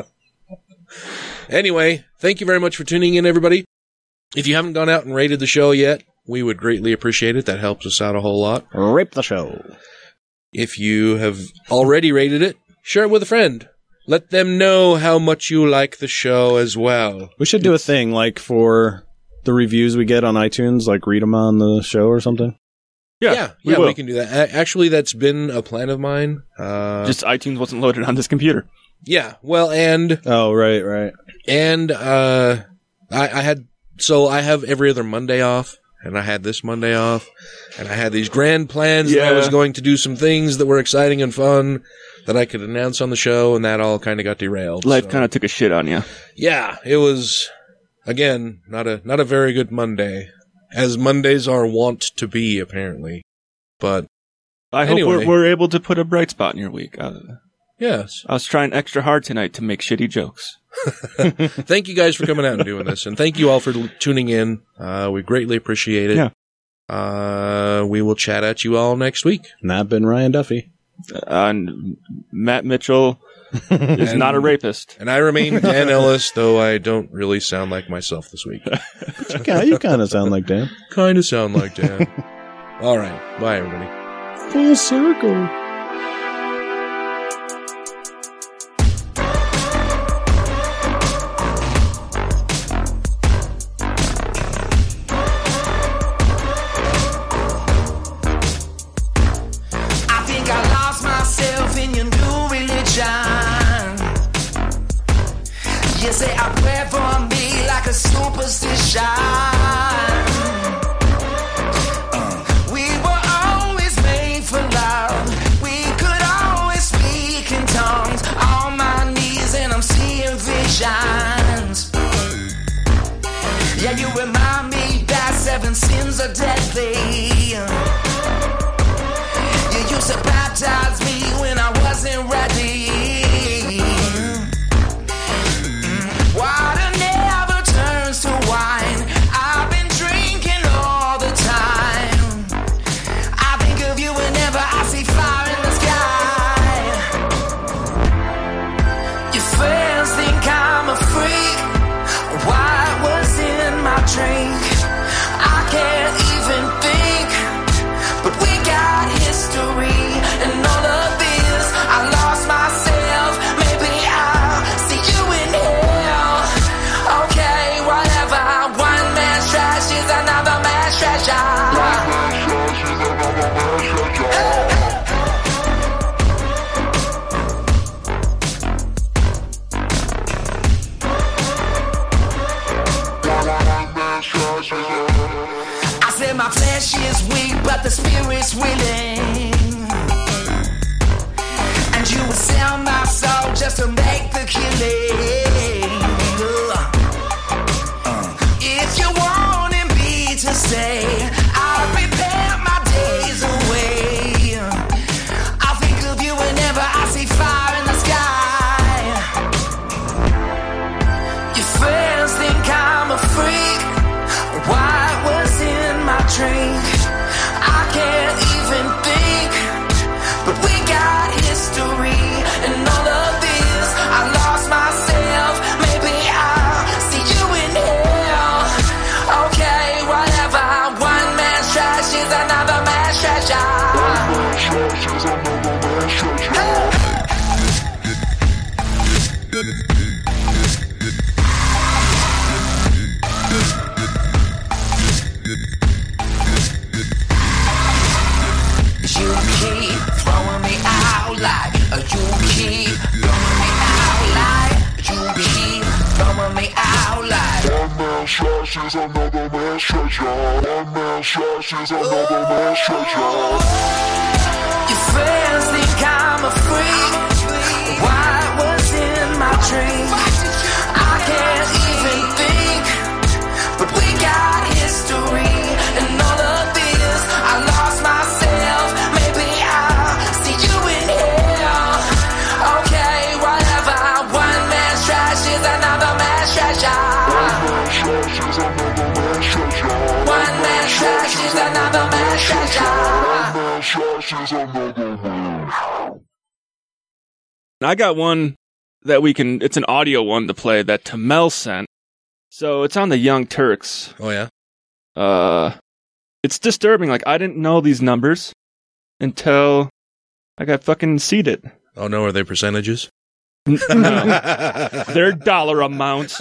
S1: anyway, thank you very much for tuning in, everybody. If you haven't gone out and rated the show yet, we would greatly appreciate it. That helps us out a whole lot.
S3: Rip the show.
S1: If you have already rated it, share it with a friend. Let them know how much you like the show as well.
S3: We should do a thing like for the reviews we get on iTunes, like read them on the show or
S1: <laughs>
S3: something.
S1: Yeah, yeah,
S2: we
S1: we,
S2: will.
S1: can do that. A- Actually, that's been a plan of mine. Uh,
S2: Just iTunes wasn't loaded on this computer.
S1: Yeah. Well, and
S3: oh, right, right.
S1: And uh, I, I had so I have every other Monday off, and I had this Monday off, and I had these grand plans. That I
S2: Yeah.
S1: was going to do some things that were exciting and fun that I could announce on the show, and that all kind of got derailed.
S2: Life
S1: so-
S2: kind of took a shit on you.
S1: yeah, it was again not a not a very good Monday, as Mondays are wont to be apparently. But
S2: I
S1: anyway,
S2: hope we're, we're able to put a bright spot in your week. Uh,
S1: yes.
S2: I was trying extra hard tonight to make shitty jokes.
S1: <laughs> thank you guys for coming out and doing
S2: <laughs>
S1: this, and thank you all for l- tuning in. Uh, we greatly appreciate it.
S3: Yeah.
S1: Uh, we will chat at you all next week.
S3: And I've been Ryan Duffy.
S2: And Uh, Matt Mitchell
S3: <laughs>
S2: is
S1: And-
S2: not a rapist.
S1: And I remain Dan Ellis, though I don't really sound like myself
S3: <laughs>
S1: this week.
S3: Yeah, you kind of sound like Dan.
S1: kind of sound like
S3: <laughs>
S1: Dan. all right. Bye, everybody.
S3: Full circle.
S18: I think I lost myself in your new religion. You say I pray for me like a superstition. Uh, We were always made for love. We could always speak in tongues. On my knees and I'm seeing visions. Yeah, you remind me that seven sins are deadly. You used to baptize me when I wasn't ready. Water never turns to wine. I've been drinking all the time. I think of you whenever I see fire in the sky. Your friends think I'm a freak. Why was in my drink? I can't even think. But we got history and all of this. I lost myself. Maybe I'll see you in hell. Okay, whatever. One man's trash is another man's treasure. I said my flesh is weak, but the spirit's willing. And you would sell my soul just to make the killing. Uh. You keep throwing me out like you keep throwing me out like you keep throwing me out like
S19: One man's trash is another man's treasure. One man's trash is another man's treasure.
S18: your friends think I'm a freak. Why was in my dream? I can't even think, but we got history. And all of this, I lost myself. Maybe I'll see you in hell. Okay, whatever. One man's trash is another man's treasure. One man's trash is another man's treasure.
S19: One man's trash is another man's
S2: I got one that we can, it's an audio one to play that Tamel sent. So it's on the Young Turks.
S1: Oh, yeah?
S2: Uh, it's disturbing. Like, I didn't know these numbers until I got fucking seated.
S1: Oh no, are they percentages? <laughs>
S2: No. They're dollar amounts.